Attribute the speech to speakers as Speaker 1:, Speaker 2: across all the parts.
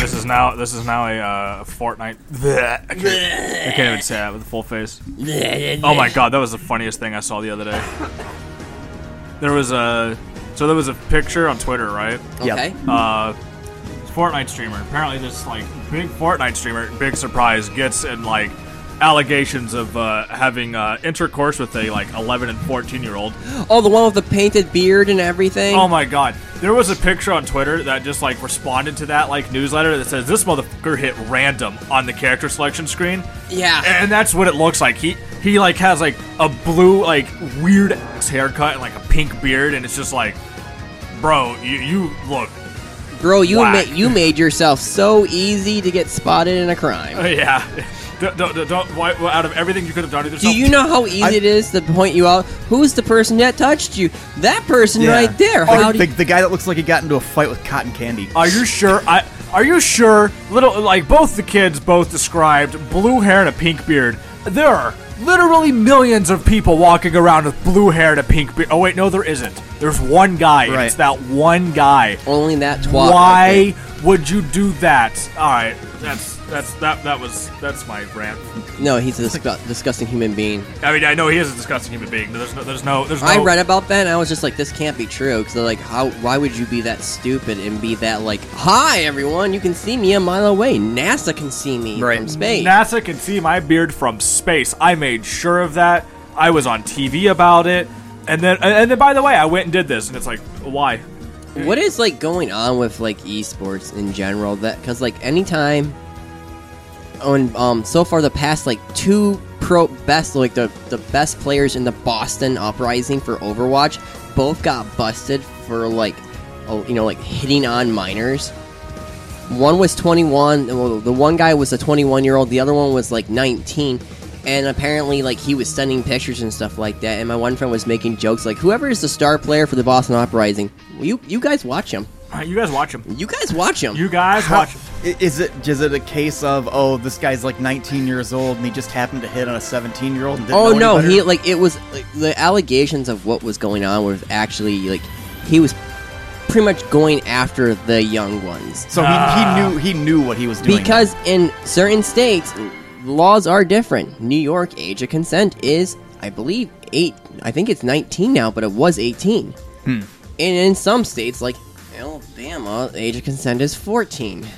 Speaker 1: This is now this is now a uh, Fortnite. I can't, I can't even say that with a full face. Oh my god, that was the funniest thing I saw the other day. There was a so there was a picture on Twitter, right?
Speaker 2: Okay.
Speaker 1: Uh, Fortnite streamer. Apparently, this like big Fortnite streamer, big surprise, gets in like allegations of uh, having uh, intercourse with a like 11 and 14 year old.
Speaker 2: Oh, the one with the painted beard and everything.
Speaker 1: Oh my god. There was a picture on Twitter that just like responded to that like newsletter that says this motherfucker hit random on the character selection screen.
Speaker 2: Yeah.
Speaker 1: And that's what it looks like. He he like has like a blue like weird ass haircut and like a pink beard and it's just like bro, you you look
Speaker 2: Bro, you ma-
Speaker 1: Whack.
Speaker 2: you made yourself so easy to get spotted in a crime.
Speaker 1: yeah. Don't, don't, don't, why, why- out of everything you could have done to
Speaker 2: Do
Speaker 1: yourself,
Speaker 2: you know how easy
Speaker 3: I-
Speaker 2: it is to point you out? Who's the person that touched you? That person
Speaker 3: Yeah.
Speaker 2: right there.
Speaker 3: Oh,
Speaker 2: How do
Speaker 3: the,
Speaker 2: you-
Speaker 3: the guy that looks like he got into a fight with cotton candy.
Speaker 1: Are you sure? I are you sure? Little like both the kids both described blue hair and a pink beard. There are literally millions of people walking around with blue hair and a pink beard. Oh wait, no, there isn't. There's one guy. and It's
Speaker 3: Right.
Speaker 1: that one guy.
Speaker 2: only that twat. right
Speaker 1: Why would you do that? All right, that's that's that that was that's my rant.
Speaker 2: there. No, he's a disgu- disgusting human being.
Speaker 1: I mean, I know he is a disgusting human being. But there's no there's no there's no.
Speaker 2: I read about that and I was just like, this can't be true. Because they're like, how? Why would you be that stupid and be that like, hi everyone, you can see me a mile away. NASA can see me
Speaker 3: Right.
Speaker 2: from space.
Speaker 1: NASA can see my beard from space. I made sure of that. I was on TV about it. And then, and then, by the way, I went and did this, and it's like, why?
Speaker 2: What is like going on with like esports in general? That because like anytime on um so far the past like two pro best like the the best players in the Boston Uprising for Overwatch both got busted for like oh you know like hitting on minors. One was 21. Well, the one guy was a 21 year old. The other one was like 19. And apparently, like he was sending pictures and stuff like that. And my one friend was making jokes like, "Whoever is the star player for the Boston Uprising, you you guys watch him.
Speaker 1: You guys watch him.
Speaker 2: You guys watch him.
Speaker 1: You guys
Speaker 3: How-
Speaker 1: watch. him.
Speaker 3: i- Is it is it a case of oh this guy's like 19 years old and he just happened to hit on a 17 year old? and didn't
Speaker 2: oh
Speaker 3: know
Speaker 2: no,
Speaker 3: any
Speaker 2: he
Speaker 3: better?
Speaker 2: like it was like, the allegations of what was going on was actually like he was pretty much going after the young ones.
Speaker 3: so
Speaker 1: Ah.
Speaker 3: he, he knew he knew what he was doing.
Speaker 2: Because in certain states, laws are different. New York, age of consent is, I believe, eight. I think it's 19 now, but it was 18.
Speaker 3: Hmm.
Speaker 2: And in some states, like Alabama, age of consent is 14.
Speaker 1: I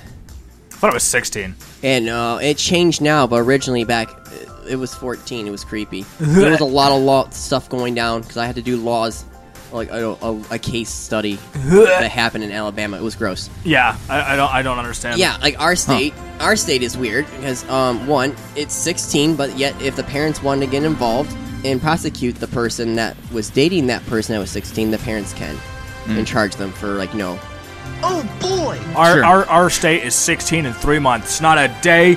Speaker 1: thought it was 16.
Speaker 2: And uh, it changed now, but originally back, uh, it was 14. It was creepy. there was a lot of law stuff going down because I had to do laws, like a, a, a case study that happened in Alabama. It was gross.
Speaker 1: Yeah, I, I don't. I don't understand.
Speaker 2: Yeah, like our state, our state is weird because um, one, it's 16, but yet if the parents wanted to get involved and prosecute the person that was dating that person that was 16, the parents can
Speaker 3: Hmm.
Speaker 2: and charge them for like no.
Speaker 1: Our,
Speaker 3: Sure.
Speaker 1: our our state is 16 in three months, not a day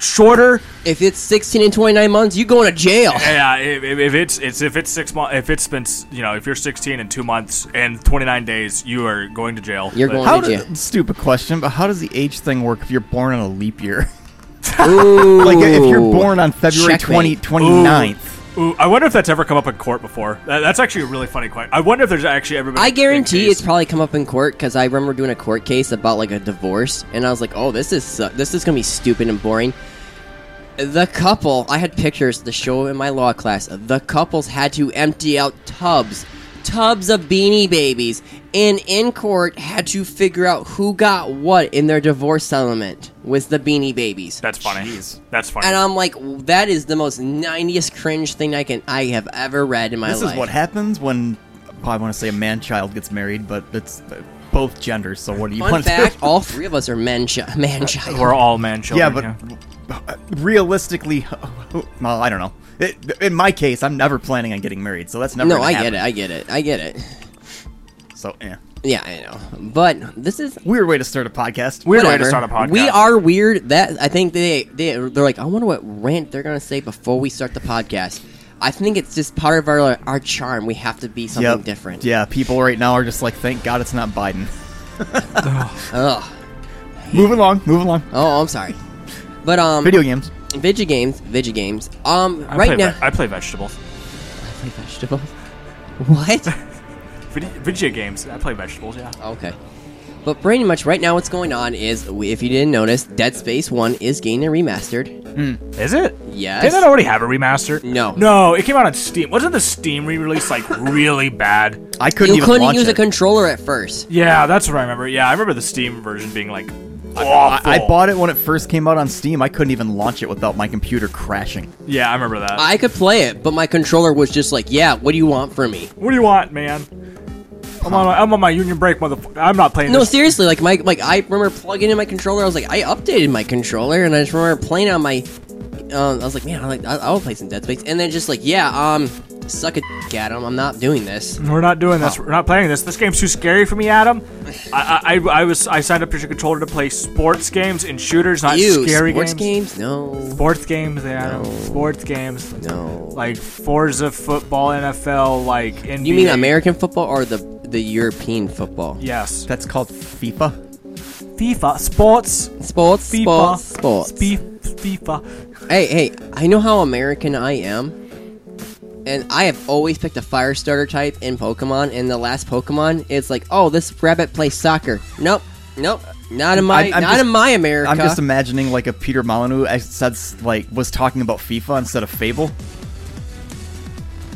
Speaker 1: shorter.
Speaker 2: If it's 16 and 29 months, you going to jail.
Speaker 1: Yeah, if, if if it's it's if it's six months, if it's been s- you know if you're 16 in two months and 29 days, you are going to jail.
Speaker 2: You're
Speaker 1: But-
Speaker 2: going-
Speaker 3: how
Speaker 2: did
Speaker 3: does
Speaker 2: you?
Speaker 3: stupid question, but how does the age thing work if you're born on a leap year?
Speaker 2: Ooh.
Speaker 3: like if you're born on February 20,
Speaker 2: Checkmate.
Speaker 3: 29th.
Speaker 1: Ooh, I wonder if that's ever come up in court before. That, that's actually a really funny question. I wonder if there's actually ever. Been
Speaker 2: I
Speaker 1: a- a
Speaker 2: guarantee
Speaker 1: case-
Speaker 2: it's probably come up in court because I remember doing a court case about like a divorce, and I was like, "Oh, this is su- this is gonna be stupid and boring." The couple, I had pictures. The show in my law class, the couples had to empty out tubs, tubs of Beanie Babies, and in court had to figure out who got what in their divorce settlement with the Beanie Babies.
Speaker 1: That's funny. That's funny.
Speaker 2: And I'm like, that is the most 90s cringe thing I can I have ever read in my
Speaker 3: This
Speaker 2: life.
Speaker 3: is what happens when well, I want to say a man child gets married, but it's uh, both genders. So what do you
Speaker 2: Fun
Speaker 3: want
Speaker 2: fact:
Speaker 3: to do?
Speaker 2: all three of us are man, chi- man child.
Speaker 1: We're all man
Speaker 3: Yeah,
Speaker 1: children.
Speaker 3: but uh, realistically, well, I don't know. It, in my case, I'm never planning on getting married, so that's never.
Speaker 2: No,
Speaker 3: gonna
Speaker 2: I
Speaker 3: happen.
Speaker 2: get it. I get it. I get it.
Speaker 3: So, yeah,
Speaker 2: Yeah, I know. But this is
Speaker 3: weird way to start a podcast.
Speaker 1: weird way to
Speaker 2: whatever.
Speaker 1: start a podcast.
Speaker 2: We are weird. That I think they they they're like. I wonder what rant they're gonna say before we start the podcast. I think it's just part of our our charm. We have to be something
Speaker 3: Yep.
Speaker 2: different.
Speaker 3: Yeah, people right now are just like, thank God it's not Biden.
Speaker 2: Ugh.
Speaker 3: Move along, move along.
Speaker 2: Oh, I'm sorry. But um,
Speaker 3: Video games.
Speaker 2: video games, video games. Um,
Speaker 1: I play
Speaker 2: right now,
Speaker 1: ve- I play vegetables.
Speaker 2: I play vegetables. What?
Speaker 1: Video, video games. I play vegetables. Yeah.
Speaker 2: Okay. But pretty much right now, what's going on is, we- if you didn't notice, Dead Space 1 is getting a remastered.
Speaker 1: Is it?
Speaker 2: Yes.
Speaker 1: Didn't it already have a remaster?
Speaker 2: No.
Speaker 1: No, it came out on Steam. Wasn't the Steam re-release like really bad?
Speaker 3: I couldn't
Speaker 2: You
Speaker 3: even
Speaker 2: couldn't
Speaker 3: launch
Speaker 2: use
Speaker 3: it.
Speaker 2: a controller at first.
Speaker 1: Yeah, that's what I remember. Yeah, I remember the Steam version being like
Speaker 3: I,
Speaker 1: awful.
Speaker 3: I bought it when it first came out on Steam. I couldn't even launch it without my computer crashing.
Speaker 1: Yeah, I remember that.
Speaker 2: I could play it, but my controller was just like, "Yeah, what do you want from me?"
Speaker 1: what do you want, man? I'm on my, I'm on my union break, motherfucker. I'm not playing
Speaker 2: No,
Speaker 1: this.
Speaker 2: seriously, like my like I remember plugging in my controller. I was like, I updated my controller, and I just remember playing on my. Um, I was like, man, I like I, I will play some Dead Space, and then just like, yeah, um, suck a dick, Adam. I'm not doing this.
Speaker 1: We're not doing this. We're not playing this. This game's too scary for me, Adam. I, I, I was I signed up to your controller to play sports games and shooters, not
Speaker 2: You
Speaker 1: scary
Speaker 2: sports
Speaker 1: games.
Speaker 2: games? No,
Speaker 1: Sports games, Adam.
Speaker 2: No.
Speaker 1: Sports games.
Speaker 2: no.
Speaker 1: Like Forza football, NFL, like NBA.
Speaker 2: you mean American football or the the European football?
Speaker 1: Yes.
Speaker 3: That's called FIFA.
Speaker 1: FIFA sports.
Speaker 2: Sports,
Speaker 1: FIFA
Speaker 2: sports, sports.
Speaker 1: Spe- FIFA.
Speaker 2: Hey, hey, I know how American I am. And I have always picked a fire starter type in Pokemon, and the last Pokemon, it's like, oh, this rabbit plays soccer. Nope, nope, not in my,
Speaker 3: I'm- I'm
Speaker 2: not
Speaker 3: just-
Speaker 2: in my America.
Speaker 3: I'm just imagining like a Peter Molyneux as- says like was talking about FIFA instead of Fable.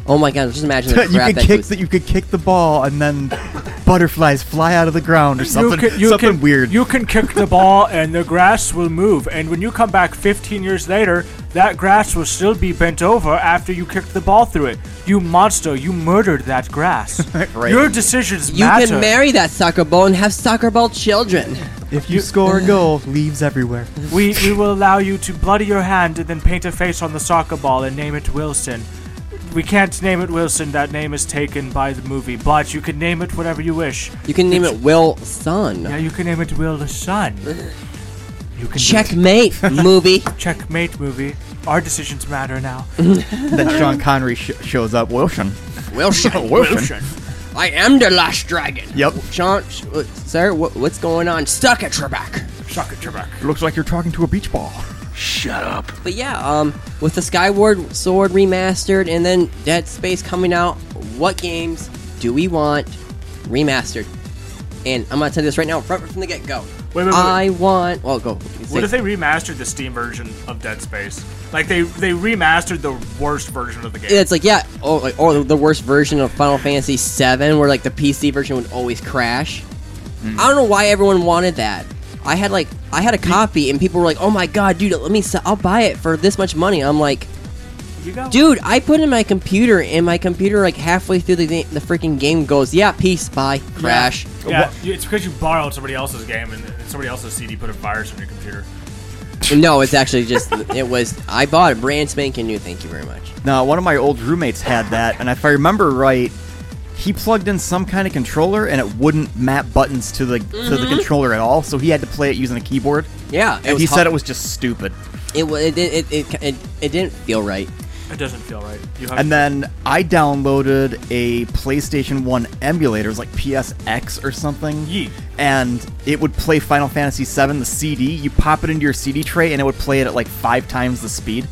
Speaker 2: oh my god, just imagine the
Speaker 3: you
Speaker 2: crap
Speaker 3: could
Speaker 2: that
Speaker 3: kick
Speaker 2: goes.
Speaker 3: that you could kick the ball and then butterflies fly out of the ground or something
Speaker 1: you can, you
Speaker 3: something
Speaker 1: can,
Speaker 3: weird.
Speaker 1: You can kick the ball and the grass will move. And when you come back 15 years later, that grass will still be bent over after you kicked the ball through it. You monster, you murdered that grass.
Speaker 3: Right.
Speaker 1: Your decisions
Speaker 2: You
Speaker 1: matter.
Speaker 2: can marry that soccer ball and have soccer ball children.
Speaker 3: if you score a goal, leaves everywhere.
Speaker 1: we, we will allow you to bloody your hand and then paint a face on the soccer ball and name it Wilson. We can't name it Wilson. That name is taken by the movie. But you can name it whatever you wish.
Speaker 2: You can name it Will Son.
Speaker 1: Yeah, you can name it Will the Sun. You can do it.
Speaker 2: Checkmate movie.
Speaker 1: checkmate movie. Our decisions matter now.
Speaker 3: then Sean Connery sh- shows up. Wilson.
Speaker 2: Will Son.
Speaker 1: Wilson.
Speaker 2: I am the last dragon.
Speaker 3: Yep.
Speaker 2: Sean, sh- uh, sir, wha- what's going on? Stuck at Trebek.
Speaker 1: Suck it, Trebek.
Speaker 3: Looks like you're talking to a beach ball.
Speaker 2: But yeah, um, with the Skyward Sword remastered and then Dead Space coming out, what games do we want remastered? And I'm gonna tell you this right now, right from the get go.
Speaker 1: Wait, wait, wait.
Speaker 2: I want. Well, go. You say-
Speaker 1: What if they remastered the Steam version of Dead Space? Like they they remastered the worst version of the game.
Speaker 2: It's like yeah, oh, like, or the worst version of Final Fantasy VII, where like the PC version would always crash.
Speaker 1: Hmm.
Speaker 2: I don't know why everyone wanted that. I had like I had a copy, and people were like, "Oh my god, dude, let me sell. I'll buy it for this much money." I'm like,
Speaker 1: you go.
Speaker 2: Dude, I put in my computer, and my computer, like halfway through the game, the freaking game goes, yeah, peace, bye, crash.
Speaker 1: yeah, you- it's because you borrowed somebody else's game and and somebody else's CD put a virus on your computer.
Speaker 2: no, it's actually just, it was, I bought a brand spanking new, thank you very much.
Speaker 3: Now, one of my old roommates had that, and if I remember right, he plugged in some kind of controller and it wouldn't map buttons to the to
Speaker 1: Mm-hmm.
Speaker 3: the controller at all, so he had to play it using a keyboard.
Speaker 2: Yeah,
Speaker 3: And he said it was just stupid.
Speaker 2: it was, it, did- it, it, it, it didn't feel right.
Speaker 1: It doesn't feel right. You have
Speaker 3: And then I downloaded a PlayStation 1 emulator, it was like PSX or something.
Speaker 1: Yeet.
Speaker 3: And it would play Final Fantasy VII, the CD. You pop it into your CD tray and it would play it at like five times the speed.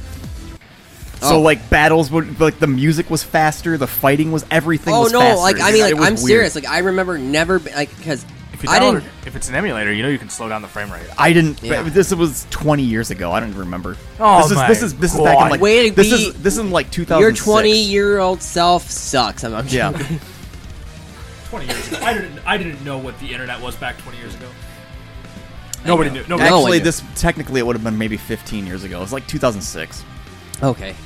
Speaker 2: Oh.
Speaker 3: So like battles would like the music was faster, the fighting was everything.
Speaker 2: Oh
Speaker 3: was
Speaker 2: no,
Speaker 3: faster.
Speaker 2: like I
Speaker 3: It-
Speaker 2: mean,
Speaker 3: it
Speaker 2: like
Speaker 3: was
Speaker 2: I'm
Speaker 3: weird.
Speaker 2: serious, like I remember never, be- like, because
Speaker 1: if you
Speaker 2: I
Speaker 1: download,
Speaker 2: didn't,
Speaker 1: if it's an emulator, you know you can slow down the frame rate.
Speaker 3: I didn't.
Speaker 2: Yeah.
Speaker 3: but This was 20 years ago. I don't even remember.
Speaker 1: Oh
Speaker 3: this is
Speaker 1: my
Speaker 3: this is this is back in
Speaker 1: God.
Speaker 3: like
Speaker 2: Way to
Speaker 3: this
Speaker 2: be-
Speaker 3: is this is in like 2000.
Speaker 2: your 20 year old self sucks. I'm, I'm
Speaker 3: Yeah.
Speaker 2: joking.
Speaker 1: Twenty years ago, I didn't I didn't know what the internet was back twenty years ago. Nobody knew. Nobody.
Speaker 2: No.
Speaker 3: Actually,
Speaker 2: idea.
Speaker 3: this technically it would have been maybe 15 years ago. It's like 2006.
Speaker 2: Okay.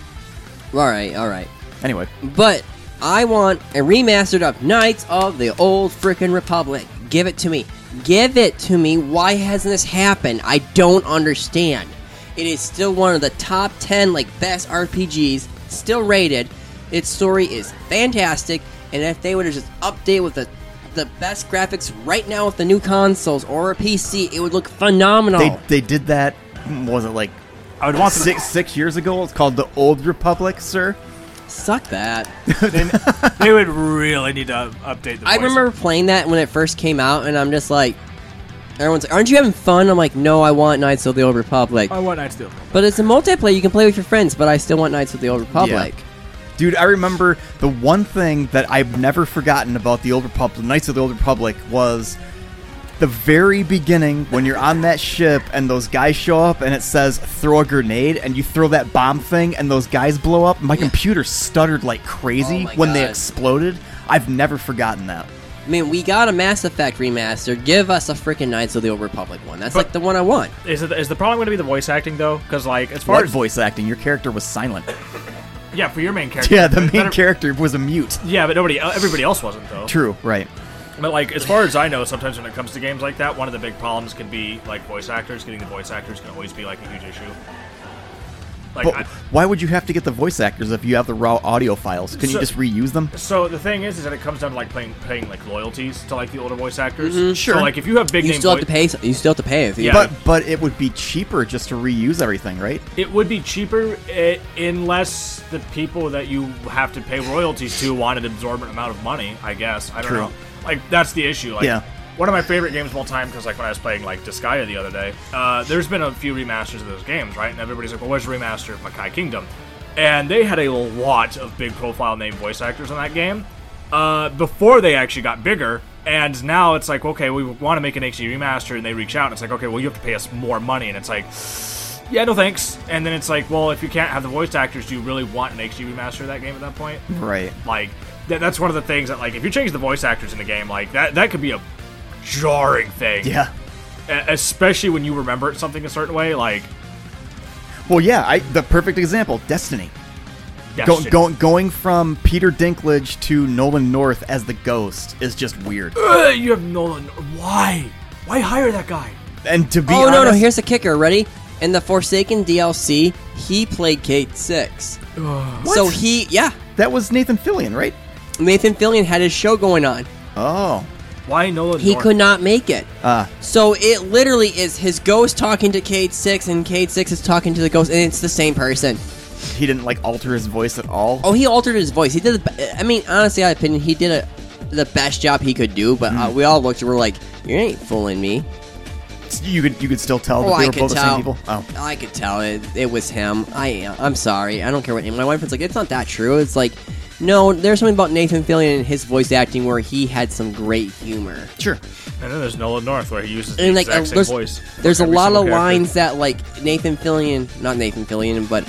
Speaker 2: Alright, alright.
Speaker 3: Anyway,
Speaker 2: But I want a remastered of Knights of the Old Frickin' Republic. Give it to me. Give it to me. Why hasn't this happened? I don't understand. It is still one of the top 10 like best RPGs, still rated. Its story is fantastic, and if they would have just update with the the best graphics right now with the new consoles or a PC, it would look phenomenal.
Speaker 3: they they did that. Was it like
Speaker 1: I would want them.
Speaker 3: six six years ago? It's called the Old Republic, sir.
Speaker 2: Suck that.
Speaker 1: They, they would really need to update the.
Speaker 2: I
Speaker 1: voice.
Speaker 2: remember playing that when it first came out, and I'm just like, everyone's like, aren't you having fun? I'm like, no, I want Knights of the Old Republic.
Speaker 1: I want Knights of the Old
Speaker 2: But it's a multiplayer, you can play with your friends, but I still want Knights of the Old Republic.
Speaker 3: Dude, I remember the one thing that I've never forgotten about the Old Republic, Knights of the Old Republic, was the very beginning when you're on that ship and those guys show up and it says throw a grenade and you throw that bomb thing and those guys blow up. My computer stuttered like crazy
Speaker 2: Oh my
Speaker 3: when they
Speaker 2: God.
Speaker 3: exploded. I've never forgotten that.
Speaker 2: Man, we got a Mass Effect remaster. Give us a freaking Knights of the Old Republic one. That's
Speaker 1: But-
Speaker 2: like the one I want.
Speaker 1: Is, it, is the problem going to be the voice acting though? Because like as far
Speaker 3: What
Speaker 1: as
Speaker 3: voice acting? Your character was silent.
Speaker 1: yeah, for your main character.
Speaker 3: Yeah, the main
Speaker 1: Better-
Speaker 3: character was a mute.
Speaker 1: Yeah, but nobody, uh, everybody else wasn't though.
Speaker 3: True, right.
Speaker 1: But like, as far as I know, sometimes when it comes to games like that, one of the big problems can be like voice actors. Getting the voice actors can always be like a huge issue. Like,
Speaker 3: But
Speaker 1: I,
Speaker 3: why would you have to get the voice actors if you have the raw audio files? Can
Speaker 1: So-
Speaker 3: you just reuse them?
Speaker 1: so the thing is, is that it comes down to like paying, paying like loyalties to like the older voice actors.
Speaker 3: Mm-hmm. sure.
Speaker 1: So like, if you have big
Speaker 2: You
Speaker 1: name,
Speaker 2: still have
Speaker 1: voi-
Speaker 2: to pay. You still have to pay. If you,
Speaker 1: Yeah.
Speaker 3: But but it would be cheaper just to reuse everything, right?
Speaker 1: it would be cheaper eh, unless the people that you have to pay royalties to want an absorbent amount of money. I guess I don't
Speaker 3: True.
Speaker 1: know. Like that's the issue. Like,
Speaker 3: Yeah.
Speaker 1: One of my favorite games of all time because like when I was playing like Disgaea the other day, uh, there's been a few remasters of those games, right? And everybody's like, "Well, where's the remaster of Makai Kingdom?" And they had a lot of big profile name voice actors in that game uh, before they actually got bigger. And now it's like, okay, we want to make an HD remaster, and they reach out, and it's like, okay, well, you have to pay us more money, and it's like, yeah, no thanks. And then it's like, well, if you can't have the voice actors, do you really want an HD remaster of that game at that point?
Speaker 3: Right.
Speaker 1: Like, that, that's one of the things that, like, if you change the voice actors in the game, like, that, that could be a jarring thing.
Speaker 3: Yeah.
Speaker 1: E- especially when you remember something a certain way, like,
Speaker 3: Well, yeah. I the perfect example, Destiny.
Speaker 1: yeah,
Speaker 3: Go,
Speaker 1: shit.
Speaker 3: go, going from Peter Dinklage to Nolan North as the Ghost is just weird.
Speaker 1: Ugh, you have Nolan. Why? Why hire that guy?
Speaker 3: And to be
Speaker 2: oh no, no.
Speaker 3: honest-
Speaker 2: Here's the kicker. Ready? In the Forsaken DLC, he played Kate Six. So
Speaker 3: What?
Speaker 2: he, yeah,
Speaker 3: that was Nathan Fillion, right?
Speaker 2: Nathan Fillion had his show going on.
Speaker 3: Oh,
Speaker 1: Why Nolan?
Speaker 2: He
Speaker 1: North?
Speaker 2: could not make it.
Speaker 3: Ah.
Speaker 2: So it literally is his ghost talking to Kate Six, and Kate Six is talking to the ghost, and it's the same person.
Speaker 3: he didn't like alter his voice at all.
Speaker 2: Oh, he altered his voice. He did. The, be- I mean, honestly, in my opinion, he did a, the best job he could do. But
Speaker 3: Mm.
Speaker 2: uh, we all looked and were like, "You ain't fooling me."
Speaker 3: You could you could still tell
Speaker 2: Oh,
Speaker 3: that they
Speaker 2: I
Speaker 3: were
Speaker 2: could
Speaker 3: both the
Speaker 2: tell.
Speaker 3: same people. Oh,
Speaker 2: I could tell it. It was him. I. I'm sorry. I don't care what. And my wife was like, "It's not that true." It's like, no. There's something about Nathan Fillion and his voice acting where he had some great humor.
Speaker 3: sure.
Speaker 1: And then there's Nolan North, where he uses the
Speaker 2: and like
Speaker 1: exact
Speaker 2: uh,
Speaker 1: same
Speaker 2: there's,
Speaker 1: voice.
Speaker 2: there's a
Speaker 1: Every
Speaker 2: lot
Speaker 1: single
Speaker 2: of
Speaker 1: character.
Speaker 2: lines that like Nathan Fillion, not Nathan Fillion, but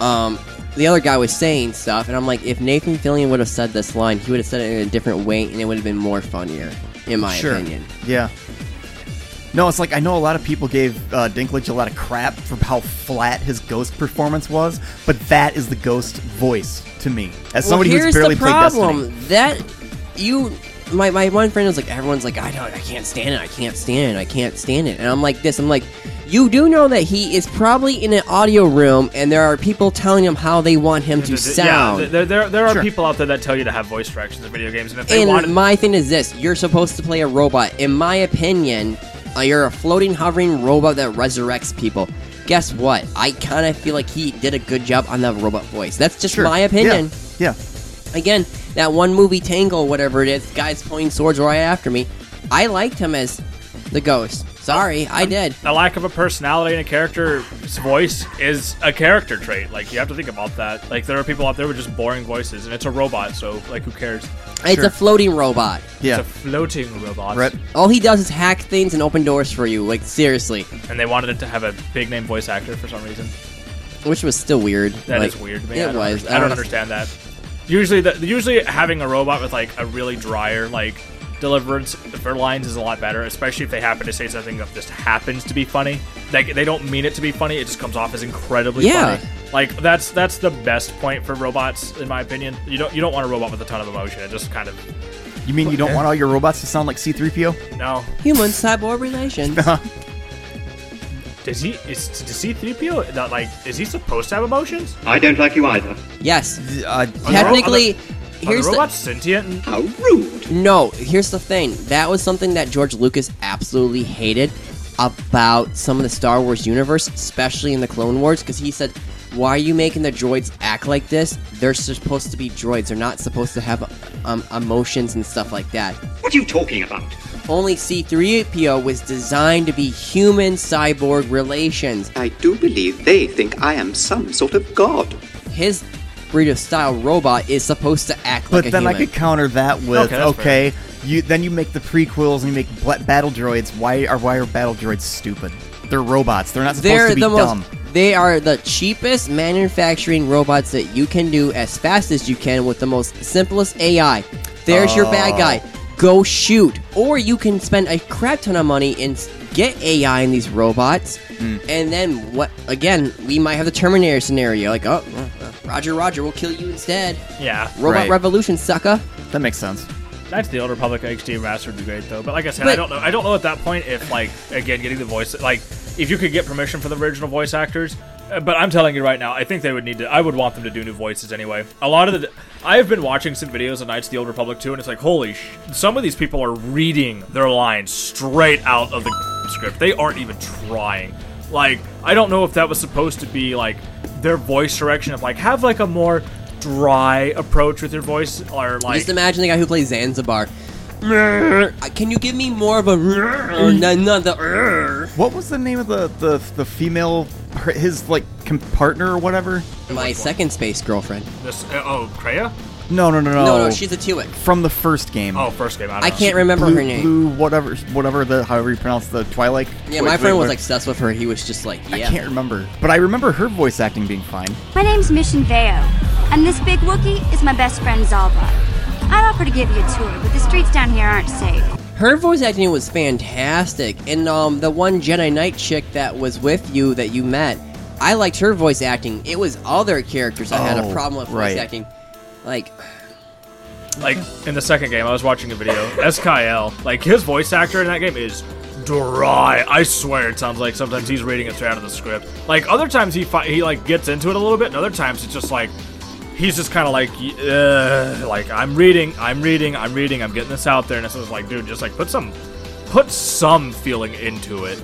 Speaker 2: um the other guy was saying stuff, and I'm like, if Nathan Fillion would have said this line, he would have said it in a different way, and it would have been more funnier, in my
Speaker 3: sure.
Speaker 2: opinion.
Speaker 3: Yeah. No, it's like I know a lot of people gave uh, Dinklage a lot of crap for how flat his ghost performance was, but that is the ghost voice to me. As somebody
Speaker 2: well,
Speaker 3: who's
Speaker 2: here's
Speaker 3: barely
Speaker 2: the
Speaker 3: played Destiny.
Speaker 2: problem that you. My, my one friend was like, everyone's like, I don't, I can't stand it, I can't stand it, I can't stand it, and I'm like this, I'm like, you do know that he is probably in an audio room, and there are people telling him how they want him to sound.
Speaker 1: Yeah, there, there, there are
Speaker 3: Sure.
Speaker 1: people out there that tell you to have voice directions in video games, and if they
Speaker 2: And
Speaker 1: wanted,
Speaker 2: my thing is this: you're supposed to play a robot. In my opinion, uh, you're a floating, hovering robot that resurrects people. Guess what? I kind of feel like he did a good job on that robot voice. That's just
Speaker 3: Sure.
Speaker 2: my opinion.
Speaker 3: Yeah.
Speaker 2: Again, that one movie Tangle, whatever it is, guys pointing swords right after me. I liked him as the ghost. Sorry,
Speaker 3: Oh,
Speaker 2: I did.
Speaker 1: a lack of a personality and a character's voice is a character trait. Like you have to think about that. Like there are people out there with just boring voices, and it's a robot, so like who cares?
Speaker 2: It's
Speaker 3: Sure.
Speaker 2: a floating robot.
Speaker 3: Yeah.
Speaker 1: It's a floating robot.
Speaker 3: Right.
Speaker 2: All he does is hack things and open doors for you. Like seriously,
Speaker 1: And they wanted it to have a big name voice actor for some reason.
Speaker 2: which was still weird.
Speaker 1: That
Speaker 2: like,
Speaker 1: is weird. Man.
Speaker 2: It
Speaker 1: I don't,
Speaker 2: was. Uh,
Speaker 1: under- I don't understand that. Usually, the, usually having a robot with like a really drier like deliverance for lines is a lot better, especially if they happen to say something that just happens to be funny. Like they don't mean it to be funny; it just comes off as incredibly
Speaker 2: Yeah.
Speaker 1: funny. Like that's that's the best point for robots, in my opinion. You don't you don't want a robot with a ton of emotion. It just kind of
Speaker 3: You mean you don't want all your robots to sound like C3PO?
Speaker 1: no.
Speaker 2: Human cyborg relations.
Speaker 1: Does he is does C three PO that like is he supposed to have emotions?
Speaker 4: I don't like you either.
Speaker 2: Yes.
Speaker 3: Uh,
Speaker 1: the ro-
Speaker 2: Technically,
Speaker 1: are Are
Speaker 2: here's
Speaker 1: the
Speaker 2: the, Oh.
Speaker 1: robots sentient? And,
Speaker 4: How rude.
Speaker 2: no. Here's the thing. That was something that George Lucas absolutely hated about some of the Star Wars universe, especially in the Clone Wars, because he said why are you making the droids act like this? They're supposed to be droids. They're not supposed to have um, emotions and stuff like that.
Speaker 5: What are you talking about?
Speaker 2: Only C3PO was designed to be human cyborg relations.
Speaker 6: I do believe they think I am some sort of god.
Speaker 2: His breed of style robot is supposed to act like
Speaker 3: But
Speaker 2: a
Speaker 3: then
Speaker 2: human.
Speaker 3: I could counter that with
Speaker 7: Okay, that's
Speaker 3: okay, you then you make the prequels and you make bla- battle droids. Why are why are battle droids stupid? They're robots. They're not supposed
Speaker 2: They're
Speaker 3: to be
Speaker 2: the
Speaker 3: dumb.
Speaker 2: most. They are the cheapest manufacturing robots that you can do as fast as you can with the most simplest AI. There's your bad guy.
Speaker 3: Uh.
Speaker 2: Go shoot, or you can spend a crap ton of money and s- get AI in these robots,
Speaker 3: Hmm.
Speaker 2: and then what? Again, we might have the Terminator scenario, like oh, uh, uh, Roger, Roger, we'll kill you instead.
Speaker 1: Yeah,
Speaker 2: Robot
Speaker 3: Right.
Speaker 2: Revolution, sucker.
Speaker 3: that makes sense.
Speaker 1: that's the Old Republic XD remastered debate though. But like I said, I
Speaker 2: But-
Speaker 1: don't know. I don't know at that point if like again getting the voice like if you could get permission from the original voice actors. Uh, But I'm telling you right now, I think they would need to. I would want them to do new voices anyway. A lot of the, I've been watching some videos of Knights of the Old Republic too, and it's like, holy, sh- some of these people are reading their lines straight out of the script. They aren't even trying. Like, I don't know if that was supposed to be like their voice direction of like have like a more dry approach with your voice, or like
Speaker 2: Just imagine the guy who plays Zanzibar. Uh, Can you give me more of a or none of the
Speaker 3: What was the name of the the, the female her- his like com- partner or whatever?
Speaker 2: my second space girlfriend?
Speaker 1: this. Uh, oh, Kreia.
Speaker 3: No, no, no, no.
Speaker 2: No, no, she's a Tewik.
Speaker 3: from the first game.
Speaker 1: Oh, first game. I, don't
Speaker 2: I
Speaker 1: know.
Speaker 2: can't remember
Speaker 3: Oh. blue,
Speaker 2: her name.
Speaker 3: Blue, whatever, whatever the however you pronounce the Twilight.
Speaker 2: Yeah,
Speaker 3: Wait,
Speaker 2: my
Speaker 3: wait,
Speaker 2: friend was
Speaker 3: wait.
Speaker 2: obsessed with her. He was just like,
Speaker 3: I
Speaker 2: yeah.
Speaker 3: can't remember, but I remember her voice acting being fine.
Speaker 8: My name's Mission Veo, and this big Wookiee is my best friend Zalba. I'd offer to give you a tour, but the streets down here aren't safe.
Speaker 2: Her voice acting was fantastic. And um, the one Jedi Knight chick that was with you that you met, I liked her voice acting. It was other characters I had a
Speaker 3: Oh,
Speaker 2: problem with voice
Speaker 3: right.
Speaker 2: acting. Like,
Speaker 1: Like in the second game, I was watching a video. SKL, like his voice actor in that game is dry. I swear, it sounds like sometimes he's reading it straight out of the script. Like other times he fi- he like gets into it a little bit, and other times it's just like he's just kind of like uh, like I'm reading, I'm reading, I'm reading, I'm getting this out there, and it's just like, dude, just like put some put some feeling into it.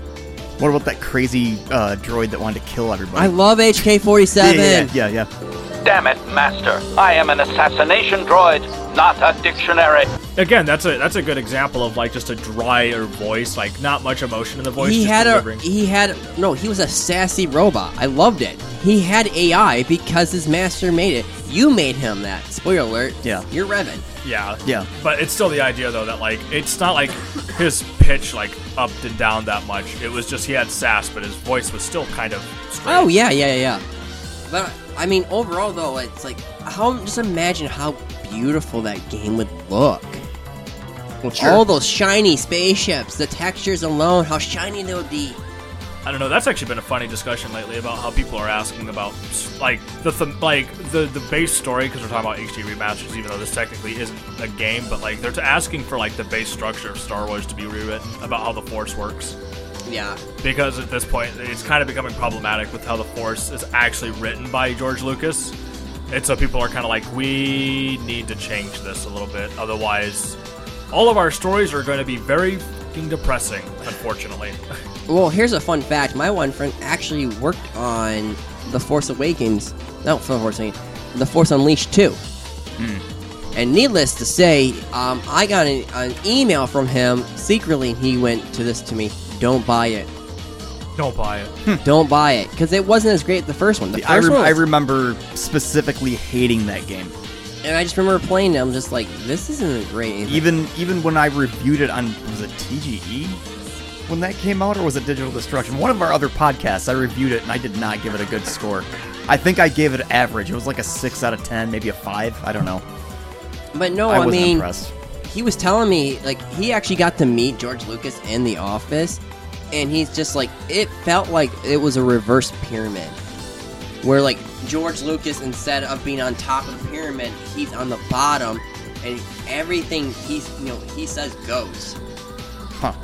Speaker 3: What about that crazy uh, droid that wanted to kill everybody?
Speaker 2: I love HK
Speaker 3: yeah,
Speaker 2: 47.
Speaker 3: yeah, yeah, yeah, yeah.
Speaker 9: Damn it, Master. I am an assassination droid, not a dictionary.
Speaker 1: Again, that's a that's a good example of like just a drier voice, like not much emotion in the voice.
Speaker 2: He
Speaker 1: just
Speaker 2: had
Speaker 1: delivering.
Speaker 2: a he had no. He was a sassy robot. I loved it. He had AI because his master made it. You made him that. Spoiler alert.
Speaker 3: Yeah.
Speaker 2: You're Revan.
Speaker 1: Yeah.
Speaker 3: Yeah.
Speaker 1: But it's still the idea though that like it's not like his pitch like upped and down that much. It was just he had sass, but his voice was still kind of straight.
Speaker 2: Oh yeah, yeah, yeah. yeah. But I mean, overall though, it's like how just imagine how beautiful that game would look.
Speaker 3: Well, sure.
Speaker 2: All those shiny spaceships, the textures alone, how shiny they would be.
Speaker 1: I don't know. That's actually been a funny discussion lately about how people are asking about like the th- like the the base story because we're talking about HD remasters, even though this technically isn't a game, but like they're t- asking for like the base structure of Star Wars to be rewritten about how the Force works.
Speaker 2: Yeah.
Speaker 1: because at this point it's kind of becoming problematic with how the force is actually written by george lucas and so people are kind of like we need to change this a little bit otherwise all of our stories are going to be very fucking depressing unfortunately
Speaker 2: Well, here's a fun fact. My one friend actually worked on The Force Awakens. No, not The Force Awakens. The Force Unleashed 2.
Speaker 3: Hmm.
Speaker 2: And needless to say, um, I got an, an email from him secretly, and he went to this to me. Don't buy it.
Speaker 1: don't buy it
Speaker 2: Don't buy it. Because it wasn't as great as the first one. The first
Speaker 3: I, rem-
Speaker 2: one
Speaker 3: I
Speaker 2: was-
Speaker 3: remember specifically hating that game.
Speaker 2: and I just remember playing it. I'm just like, this isn't great. Even
Speaker 3: Even even when I reviewed it on was it TGE when that came out, or was it Digital Destruction? One of our other podcasts, I reviewed it and I did not give it a good score. I think I gave it average. It was like a six out of ten, maybe a five. I don't know.
Speaker 2: But no,
Speaker 3: I
Speaker 2: Oh, I,
Speaker 3: wasn't
Speaker 2: mean,
Speaker 3: impressed.
Speaker 2: he was telling me like he actually got to meet George Lucas in the office, and he's just like it felt like it was a reverse pyramid, where like George Lucas instead of being on top of the pyramid, he's on the bottom, and everything he's you know he says goes
Speaker 3: Huh.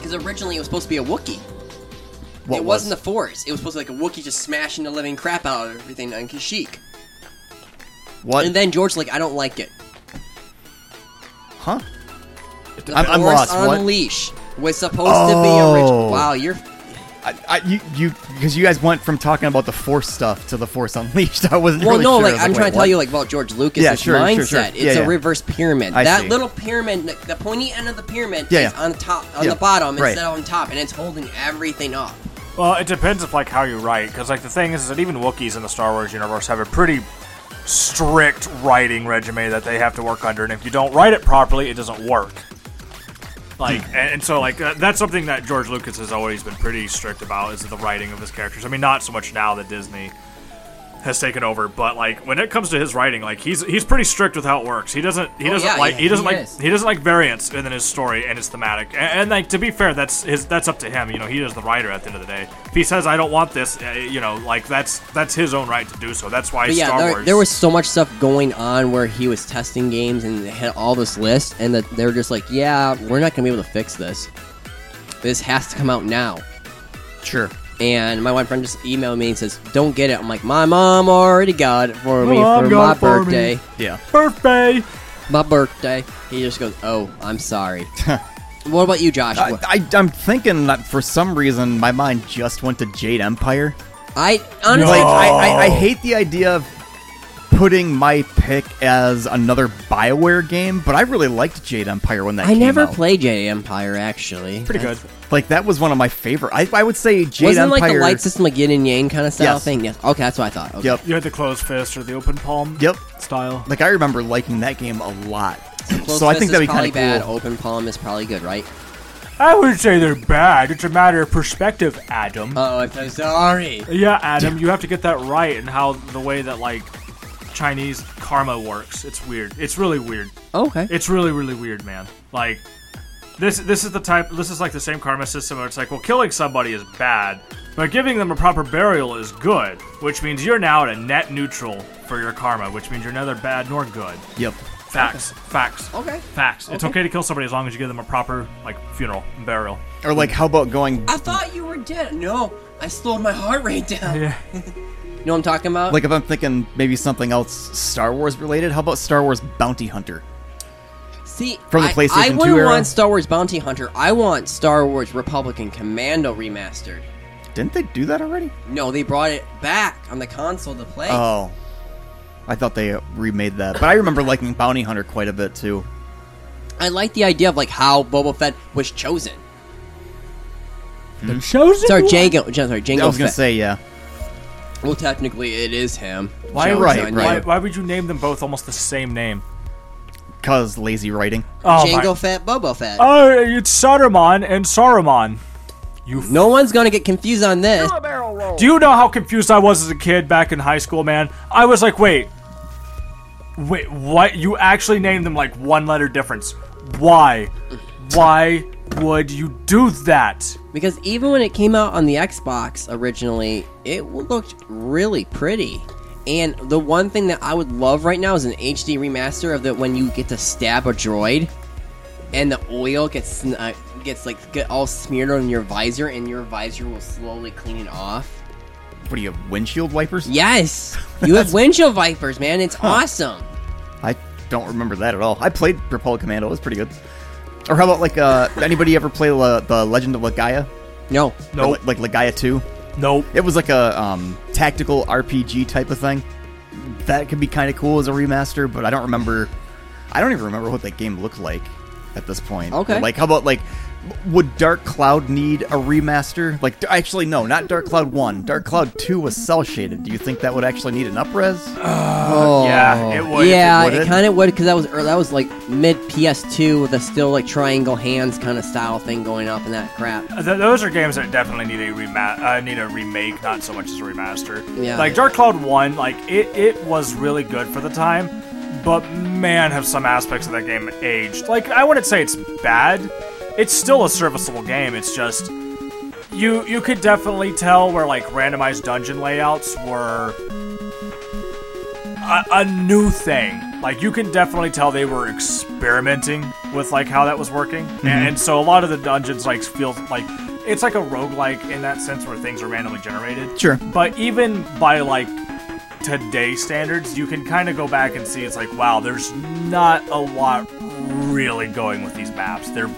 Speaker 2: because originally it was supposed to be a Wookiee.
Speaker 3: What
Speaker 2: it
Speaker 3: was-
Speaker 2: wasn't the Force. It was supposed to be like a Wookiee just smashing the living crap out of everything on Kashyyyk.
Speaker 3: What?
Speaker 2: And then George like I don't like it.
Speaker 3: huh?
Speaker 2: The
Speaker 3: I'm- I'm
Speaker 2: Force
Speaker 3: lost. What?
Speaker 2: Unleash was supposed to be
Speaker 3: Oh.
Speaker 2: original. Wow, you're.
Speaker 3: I, I, you, you, because you guys went from talking about the Force stuff to the Force Unleashed. I wasn't.
Speaker 2: Well,
Speaker 3: really
Speaker 2: no,
Speaker 3: sure. I
Speaker 2: like
Speaker 3: was
Speaker 2: I'm
Speaker 3: wait,
Speaker 2: trying to tell
Speaker 3: what?
Speaker 2: you, like about George Lucas's
Speaker 3: Yeah, sure,
Speaker 2: mindset.
Speaker 3: sure, sure.
Speaker 2: It's
Speaker 3: Yeah,
Speaker 2: a
Speaker 3: yeah.
Speaker 2: reverse pyramid.
Speaker 3: I
Speaker 2: that
Speaker 3: see.
Speaker 2: little pyramid, the, the pointy end of the pyramid,
Speaker 3: Yeah,
Speaker 2: is
Speaker 3: yeah.
Speaker 2: on the top, on
Speaker 3: Yeah,
Speaker 2: the bottom
Speaker 3: right.
Speaker 2: instead of on top, and it's holding everything up.
Speaker 1: Well, it depends if like how you write, because like the thing is, is that even Wookiees in the Star Wars universe have a pretty strict writing regimen that they have to work under, and if you don't write it properly, it doesn't work. Like,
Speaker 2: Hmm.
Speaker 1: and, and so like uh, that's something that George Lucas has always been pretty strict about is the writing of his characters. I mean, not so much now that Disney has taken over, but like when it comes to his writing, like he's he's pretty strict with how it works. He doesn't he
Speaker 2: Oh,
Speaker 1: doesn't
Speaker 2: yeah,
Speaker 1: like
Speaker 2: yeah,
Speaker 1: he doesn't
Speaker 2: he
Speaker 1: like
Speaker 2: is.
Speaker 1: he doesn't like variants within his story and his thematic. And, and like to be fair, that's his that's up to him. You know, he is the writer at the end of the day. If he says I don't want this, uh, you know, like that's that's his own right to do so. That's why
Speaker 2: But yeah,
Speaker 1: Star
Speaker 2: there,
Speaker 1: Wars.
Speaker 2: there was so much stuff going on where he was testing games and they had all this list, and that they were just like, "Yeah, we're not gonna be able to fix this. This has to come out now."
Speaker 3: Sure.
Speaker 2: And my one friend just emailed me and says, "Don't get it." I'm like, "My mom already got it for me
Speaker 1: Mom
Speaker 2: for
Speaker 1: got
Speaker 2: my
Speaker 1: it for me."
Speaker 2: birthday."
Speaker 3: Yeah.
Speaker 1: birthday.
Speaker 2: my birthday. He just goes, "Oh, I'm sorry." what about you, Josh?
Speaker 3: I, I, I'm thinking that for some reason my mind just went to Jade Empire.
Speaker 2: I honestly,
Speaker 3: Like
Speaker 2: I,
Speaker 3: I, I, I hate the idea of putting my pick as another Bioware game, but I really liked Jade Empire when that
Speaker 2: I
Speaker 3: came
Speaker 2: never
Speaker 3: out.
Speaker 2: played Jedi Empire actually.
Speaker 1: Pretty good.
Speaker 3: Like that was one of my favorite. I, I would say Jade
Speaker 2: Wasn't it like the
Speaker 3: Empire.
Speaker 2: light system like yin and yang kind of style
Speaker 3: Yes.
Speaker 2: thing? Yes. Okay, that's what I thought. Okay.
Speaker 3: Yep.
Speaker 1: You had the closed fist or the open palm.
Speaker 3: Yep.
Speaker 1: Style.
Speaker 3: Like I remember liking that game a lot.
Speaker 2: Close
Speaker 3: so I
Speaker 2: fist
Speaker 3: think that'd
Speaker 2: is
Speaker 3: be
Speaker 2: probably
Speaker 3: kind
Speaker 2: bad.
Speaker 3: of cool.
Speaker 2: Open palm is probably good, right?
Speaker 1: I wouldn't say they're bad. It's a matter of perspective, Adam.
Speaker 2: Oh, I'm so sorry.
Speaker 1: Yeah, Adam, you have to get that right and how the way that like Chinese karma works. It's weird. It's really weird.
Speaker 3: Oh,
Speaker 2: Okay.
Speaker 1: It's really really weird, man. Like this this is the type this is like the same karma system where it's like, well, killing somebody is bad, but giving them a proper burial is good, which means you're now at a net neutral for your karma, which means you're neither bad nor good.
Speaker 3: Yep.
Speaker 1: Facts. Facts.
Speaker 2: Okay.
Speaker 1: Facts. It's okay to kill somebody as long as you give them a proper like funeral and burial.
Speaker 3: Or like, how about going
Speaker 2: I thought you were dead. No, I slowed my heart rate down.
Speaker 1: Yeah.
Speaker 2: you know what I'm talking about?
Speaker 3: like if I'm thinking maybe something else Star Wars related? How about Star Wars Bounty Hunter?
Speaker 2: See,
Speaker 3: From the
Speaker 2: I,
Speaker 3: PlayStation
Speaker 2: I
Speaker 3: 2
Speaker 2: wouldn't
Speaker 3: era?
Speaker 2: want Star Wars Bounty Hunter. I want Star Wars Republican Commando remastered.
Speaker 3: Didn't they do that already?
Speaker 2: No, they brought it back on the console to play.
Speaker 3: Oh. I thought they remade that. But I remember liking Bounty Hunter quite a bit too.
Speaker 2: I like the idea of like how Boba Fett was chosen.
Speaker 1: The chosen
Speaker 2: Sorry, Jango. Sorry, Jango.
Speaker 3: Hmm. I was gonna
Speaker 2: Fett.
Speaker 3: say, yeah.
Speaker 2: Well, technically, it is him.
Speaker 3: Why-
Speaker 2: Chosen,
Speaker 3: right,
Speaker 2: yeah.
Speaker 1: Why,
Speaker 3: right.
Speaker 1: why would you name them both almost the same name?
Speaker 3: Cause lazy writing.
Speaker 1: Oh, my-
Speaker 2: Jango Fett, Boba Fett.
Speaker 1: Oh, it's Saruman and Saruman. You f-
Speaker 2: no one's gonna get confused on this.
Speaker 1: Do you know how confused I was as a kid back in high school, man? I was like, wait. Wait, what? You actually named them like one letter difference. Why? Why would you do that?
Speaker 2: Because even when it came out on the Xbox originally, it looked really pretty. And the one thing that I would love right now is an HD remaster of the when you get to stab a droid, and the oil gets sn- uh, gets like get all smeared on your visor, and your visor will slowly clean it off.
Speaker 3: What do you have, windshield wipers?
Speaker 2: Yes, you have windshield vipers, man. It's awesome.
Speaker 3: I don't remember that at all. I played Republic Commando, it was pretty good. Or how about like uh anybody ever play La- the Legend of Legaia?
Speaker 2: No,
Speaker 1: Nope.
Speaker 3: Or, Like, like Legaia 2?
Speaker 1: Nope.
Speaker 3: It was like a um, tactical RPG type of thing. That could be kind of cool as a remaster, but I don't remember. I don't even remember what that game looked like at this point.
Speaker 2: Okay.
Speaker 3: Like, how about like, would Dark Cloud need a remaster? Like, d- actually, no, not Dark Cloud One. Dark Cloud Two was cell shaded. Do you think that would actually need an upres?
Speaker 1: Yeah, it would.
Speaker 2: yeah,
Speaker 3: would
Speaker 2: it,
Speaker 3: it?
Speaker 2: kind of would because that was ear- that was like mid PS2 with a still like triangle hands kind of style thing going up and that crap.
Speaker 1: Th- those are games that definitely need a rema- uh, need a remake, not so much as a remaster.
Speaker 2: Yeah.
Speaker 1: Like Dark Cloud One, like it, it was really good for the time, but man, have some aspects of that game aged. Like I wouldn't say it's bad. It's still a serviceable game. It's just you you could definitely tell where like randomized dungeon layouts were a, a new thing. Like you can definitely tell they were experimenting with like how that was working, and, and so a lot of the dungeons like feel like it's like a roguelike in that sense where things are randomly generated.
Speaker 3: Sure.
Speaker 1: But even by like today standards, you can kind of go back and see it's like wow, there's not a lot really going with these maps. They're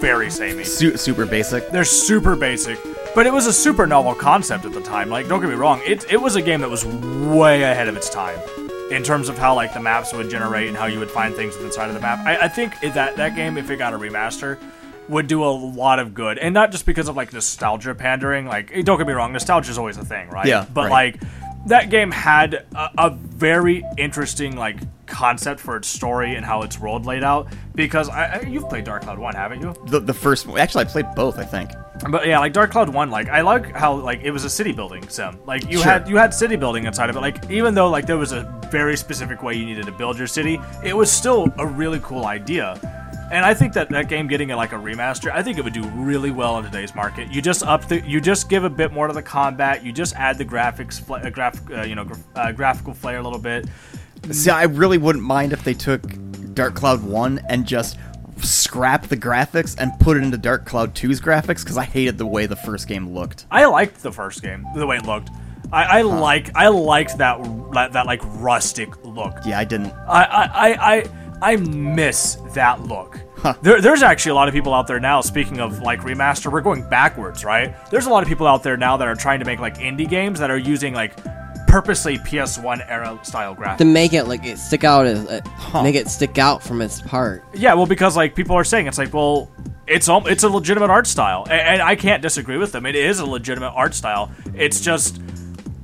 Speaker 1: very samey.
Speaker 3: Su- super basic.
Speaker 1: They're super basic. But it was a super novel concept at the time. Like, don't get me wrong, it, it was a game that was way ahead of its time in terms of how like the maps would generate and how you would find things inside of the map. I, I think it- that that game, if it got a remaster, would do a lot of good, and not just because of like nostalgia pandering. Like, eh, don't get me wrong, nostalgia is always a thing, right?
Speaker 3: Yeah,
Speaker 1: But
Speaker 3: right.
Speaker 1: like, that game had a, a very interesting like concept for its story and how its world laid out. Because I, I you've played Dark Cloud One, haven't you?
Speaker 3: The, the first one. Actually, I played both, I think.
Speaker 1: But yeah, like Dark Cloud One, like I like how like it was a city building sim. Like you
Speaker 3: Sure.
Speaker 1: had you had city building inside of it. Like even though like there was a very specific way you needed to build your city, it was still a really cool idea. And I think that that game getting a, like a remaster, I think it would do really well in today's market. You just up the, you just give a bit more to the combat. You just add the graphics, fla- uh, graph, uh, you know, gra- uh, graphical flair a little bit.
Speaker 3: See, I really wouldn't mind if they took Dark Cloud 1 and just scrap the graphics and put it into Dark Cloud 2's graphics because I hated the way the first game looked.
Speaker 1: I liked the first game, the way it looked. I, I like I liked that, that that like rustic look.
Speaker 3: Yeah, I didn't.
Speaker 1: I I I I, I miss that look. There, there's actually a lot of people out there now. Speaking of like remaster, we're going backwards, right? There's a lot of people out there now that are trying to make like indie games that are using like purposely PS1 era style graphics.
Speaker 2: to make it like it stick out, as, uh, make it stick out from its part.
Speaker 1: Yeah, well, because like people are saying, it's like, well, it's al- it's a legitimate art style, and, and I can't disagree with them. It is a legitimate art style. It's just,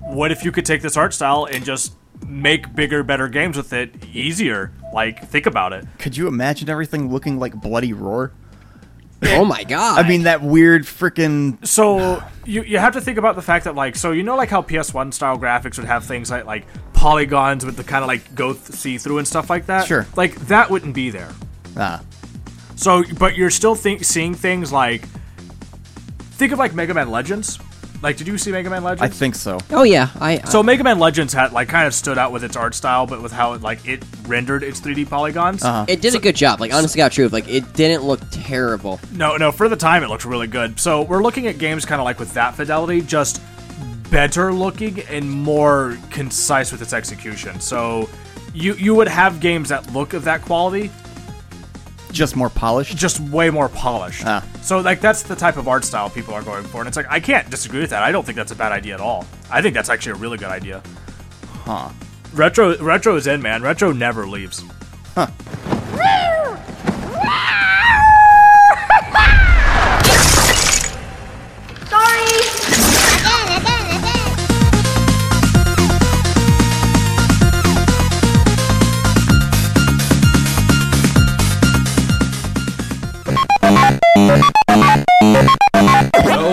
Speaker 1: what if you could take this art style and just make bigger, better games with it, easier? Like, think about it.
Speaker 3: Could you imagine everything looking like Bloody Roar?
Speaker 2: Oh my god!
Speaker 3: I mean, that weird freaking.
Speaker 1: So you you have to think about the fact that like, so you know, like how PS1 style graphics would have things like like polygons with the kind of like go th- see through and stuff like that.
Speaker 3: Sure.
Speaker 1: Like that wouldn't be there.
Speaker 3: Ah,
Speaker 1: So, but you're still think, seeing things like think of like Mega Man Legends. Like, did you see Mega Man
Speaker 3: I
Speaker 1: Legends?
Speaker 3: think so.
Speaker 2: oh yeah, I.
Speaker 1: so Mega Man Legends had like kind of stood out with its art style, but with how it like it rendered its 3D polygons.
Speaker 3: Uh-huh.
Speaker 2: I- it did a good job. Like honestly, got truth. Like it didn't look terrible.
Speaker 1: No, no, for the time it looks really good. So we're looking at games kind of like with that fidelity, just better looking and more concise with its execution. So you you would have games that look of that quality,
Speaker 3: Just more polished.
Speaker 1: just way more polished.
Speaker 3: Ah.
Speaker 1: So like that's the type of art style people are going for, and it's like I can't disagree with that. I don't think that's a bad idea at all. I think that's actually a really good idea. Huh. Retro retro is in, man. Retro never leaves.
Speaker 4: No,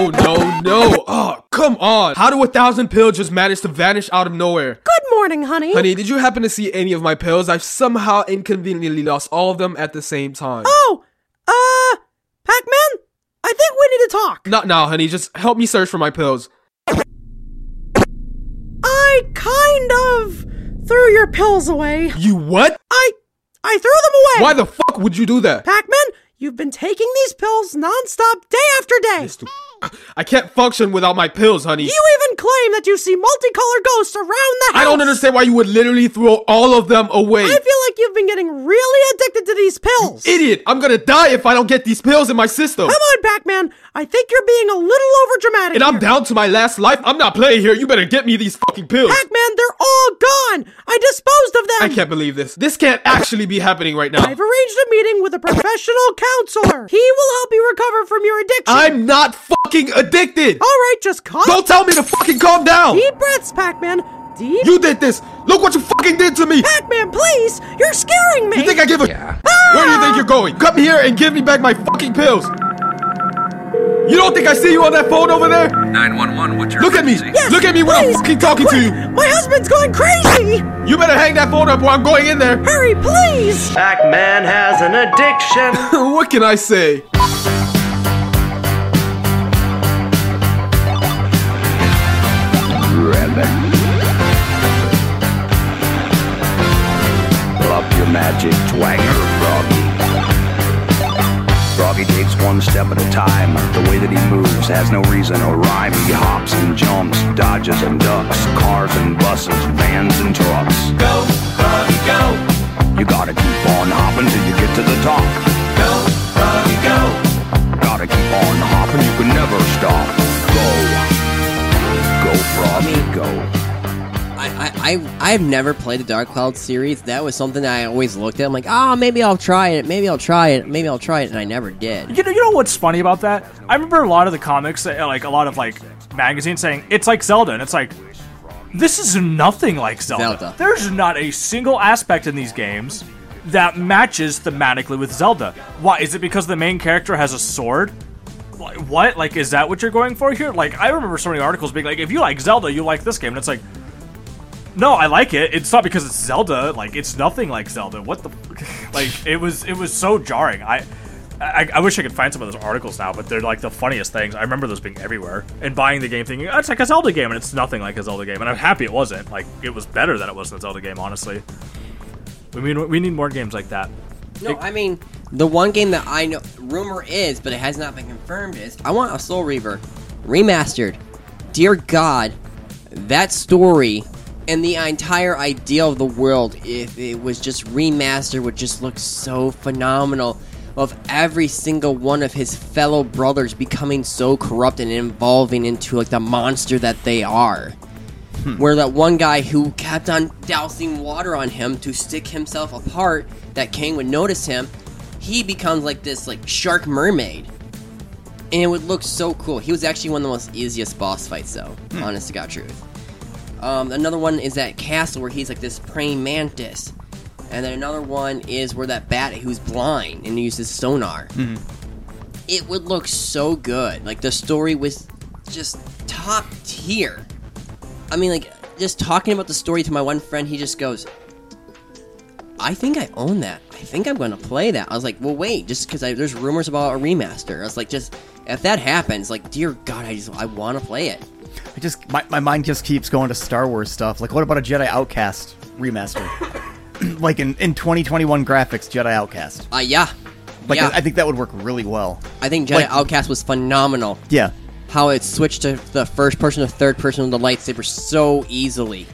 Speaker 4: no, no. Oh, come on. How do a thousand pills just manage to vanish out of nowhere?
Speaker 10: Good morning, honey.
Speaker 4: Honey, did you happen to see any of my pills? I've somehow inconveniently lost all of them at the same time.
Speaker 10: Oh, uh, Pac Man, I think we need to talk.
Speaker 4: Not now, honey. Just help me search for my pills.
Speaker 10: I kind of threw your pills away.
Speaker 4: You what?
Speaker 10: I, I threw them away.
Speaker 4: Why the fuck would you do that?
Speaker 10: Pac Man, you've been taking these pills nonstop, day after day.
Speaker 4: I can't function without my pills, honey.
Speaker 10: You even claim that you see multicolored ghosts around the house.
Speaker 4: I don't understand why you would literally throw all of them away.
Speaker 10: I feel like you've been getting really addicted to these pills.
Speaker 4: Idiot! I'm gonna die if I don't get these pills in my system.
Speaker 10: Come on, Pac Man. I think you're being a little over dramatic.
Speaker 4: And I'm down to my last life. I'm not playing here. You better get me these fucking pills.
Speaker 10: Pac Man, they're all gone. I disposed of them.
Speaker 4: I can't believe this. This can't actually be happening right now.
Speaker 10: I've arranged a meeting with a professional counselor. He will help you recover from your addiction.
Speaker 4: I'm not fucking addicted.
Speaker 10: All right, just calm.
Speaker 4: Don't tell me to fucking calm down.
Speaker 10: Deep breaths, Pac-Man. Deep.
Speaker 4: You did this. Look what you fucking did to me.
Speaker 10: Pac-Man, please. You're scaring me. Ah!
Speaker 4: You think I give a? Where do you think you're going? Come here and give me back my fucking pills. You don't think I see you on that phone over there?
Speaker 11: 911, what's your
Speaker 4: Look at me.
Speaker 11: emergency?
Speaker 10: Yes,
Speaker 4: Look at me when
Speaker 10: please,
Speaker 4: I'm fucking talking to
Speaker 10: quick.
Speaker 4: you.
Speaker 10: My husband's going crazy.
Speaker 4: You better hang that phone up or I'm going in there.
Speaker 10: Hurry, please.
Speaker 12: Pac-Man has an addiction.
Speaker 4: what can I say?
Speaker 11: Love your magic twanger, Froggy. Froggy takes one step at a time. The way that he moves has no reason or rhyme. He hops and jumps, dodges and ducks, cars and buses, vans and trucks. Go, Froggy, go. You gotta keep on hopping till you get to the top. Go, Froggy, go. Gotta keep on hopping, you can never stop. Go,
Speaker 2: I I've never played the Dark Cloud series. That was something that I always looked at. I'm like, oh, maybe I'll try it. Maybe I'll try it. Maybe I'll try it, and I never did.
Speaker 1: You know, you know what's funny about that? I remember a lot of the comics, that, like a lot of like magazines saying it's like Zelda, and it's like this is nothing like Zelda.
Speaker 2: Zelda.
Speaker 1: There's not a single aspect in these games that matches thematically with Zelda. Why is it because the main character has a sword? Like, What? Like, is that what you're going for here? Like, I remember so many articles being like, if you like Zelda, you like this game. And it's like, no, I like it. It's not because it's Zelda. Like, it's nothing like Zelda. What the? like, it was it was so jarring. I, I I wish I could find some of those articles now, but they're like the funniest things. I remember those being everywhere and buying the game, thinking oh, it's like a Zelda game, and it's nothing like a Zelda game. And I'm happy it wasn't. Like, it was better than it was in a Zelda game, honestly. We mean we need more games like that.
Speaker 2: No, I mean the one game that I know rumor is, but it has not been confirmed is I want a Soul Reaver remastered. Dear God, that story and the entire idea of the world, if it was just remastered, would just look so phenomenal. Of every single one of his fellow brothers becoming so corrupt and evolving into like the monster that they are. Where that one guy who kept on dousing water on him to stick himself apart, that Kang would notice him, he becomes like this like shark mermaid. And it would look so cool. He was actually one of the most easiest boss fights though, honest to God truth. Um, another one is that castle where he's like this praying mantis. And then another one is where that bat who's blind and uses sonar it would look so good. Like the story was just top tier. I mean, like just talking about the story to my one friend, he just goes, "I think I own that. I think I'm going to play that." I was like, "Well, wait, just because there's rumors about a remaster." I was like, "Just if that happens, like, dear God, I just I want to play it."
Speaker 3: I just my, my mind just keeps going to Star Wars stuff. Like, what about a Jedi Outcast remaster? like in, in 2021 graphics, Jedi Outcast.
Speaker 2: Uh, yeah,
Speaker 3: Like,
Speaker 2: yeah.
Speaker 3: I, I think that would work really well.
Speaker 2: I think Jedi
Speaker 3: like-
Speaker 2: Outcast was phenomenal.
Speaker 3: Yeah.
Speaker 2: How it switched to the first person to third person with the lightsaber so easily.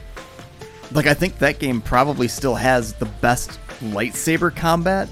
Speaker 3: Like, I think that game probably still has the best lightsaber combat.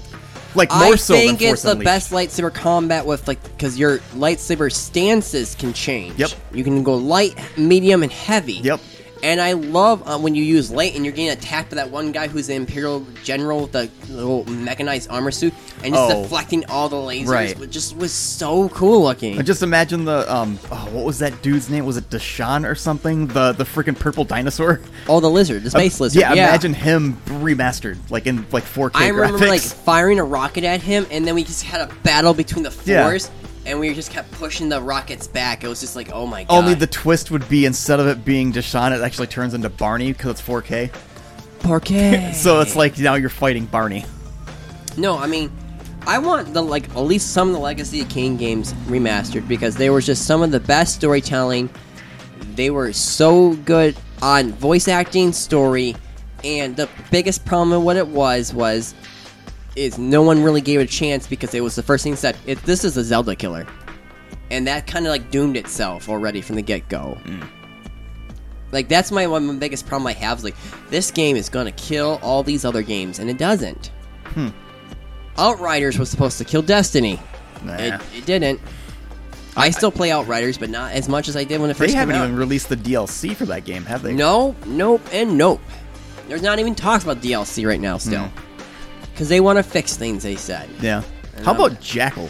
Speaker 3: Like
Speaker 2: I
Speaker 3: more so
Speaker 2: think
Speaker 3: than Force
Speaker 2: it's the
Speaker 3: Unleashed.
Speaker 2: best lightsaber combat with like because your lightsaber stances can change. Yep, you can go light, medium, and heavy. Yep. And I love uh, when you use light and you're getting attacked by that one guy who's the Imperial General with the little mechanized armor suit and just
Speaker 3: Oh.
Speaker 2: deflecting all the lasers.
Speaker 3: Right.
Speaker 2: It just was so cool looking.
Speaker 3: And just imagine the um, oh, what was that dude's name? Was it Deshaun or something? The the freaking purple dinosaur.
Speaker 2: Oh, the lizard, the space lizard,
Speaker 3: Yeah,
Speaker 2: yeah.
Speaker 3: imagine him remastered, like in like 4K
Speaker 2: I remember
Speaker 3: graphics.
Speaker 2: like firing a rocket at him, and then we just had a battle between the
Speaker 3: Yeah.
Speaker 2: fours, and we just kept pushing the rockets back. It was just like, oh my god.
Speaker 3: Only the twist would be instead of it being Deshaun, it actually turns into Barney because it's 4K.
Speaker 2: 4K.
Speaker 3: so it's like now you're fighting Barney.
Speaker 2: No, I mean, I want the like at least some of the Legacy of Kane games remastered because they were just some of the best storytelling. They were so good on voice acting, story, and the biggest problem of what it was was is no one really gave it a chance because it was the first thing said. It, this is a Zelda killer, and that kind of like doomed itself already from the get go.
Speaker 3: Mm.
Speaker 2: Like that's my one biggest problem I have is like this game is gonna kill all these other games and it doesn't.
Speaker 3: Hmm.
Speaker 2: Outriders was supposed to kill Destiny.
Speaker 3: Nah.
Speaker 2: It, it didn't. I, still play Outriders, but not as much as I did when it
Speaker 3: They
Speaker 2: first came
Speaker 3: haven't
Speaker 2: out.
Speaker 3: even released the DLC for that game, have they?
Speaker 2: No, nope, and nope. There's not even talks about DLC right now still,
Speaker 3: Hmm.
Speaker 2: because they want to fix things. They said.
Speaker 3: Yeah.
Speaker 2: And
Speaker 3: How
Speaker 2: I'm-
Speaker 3: about Jackal?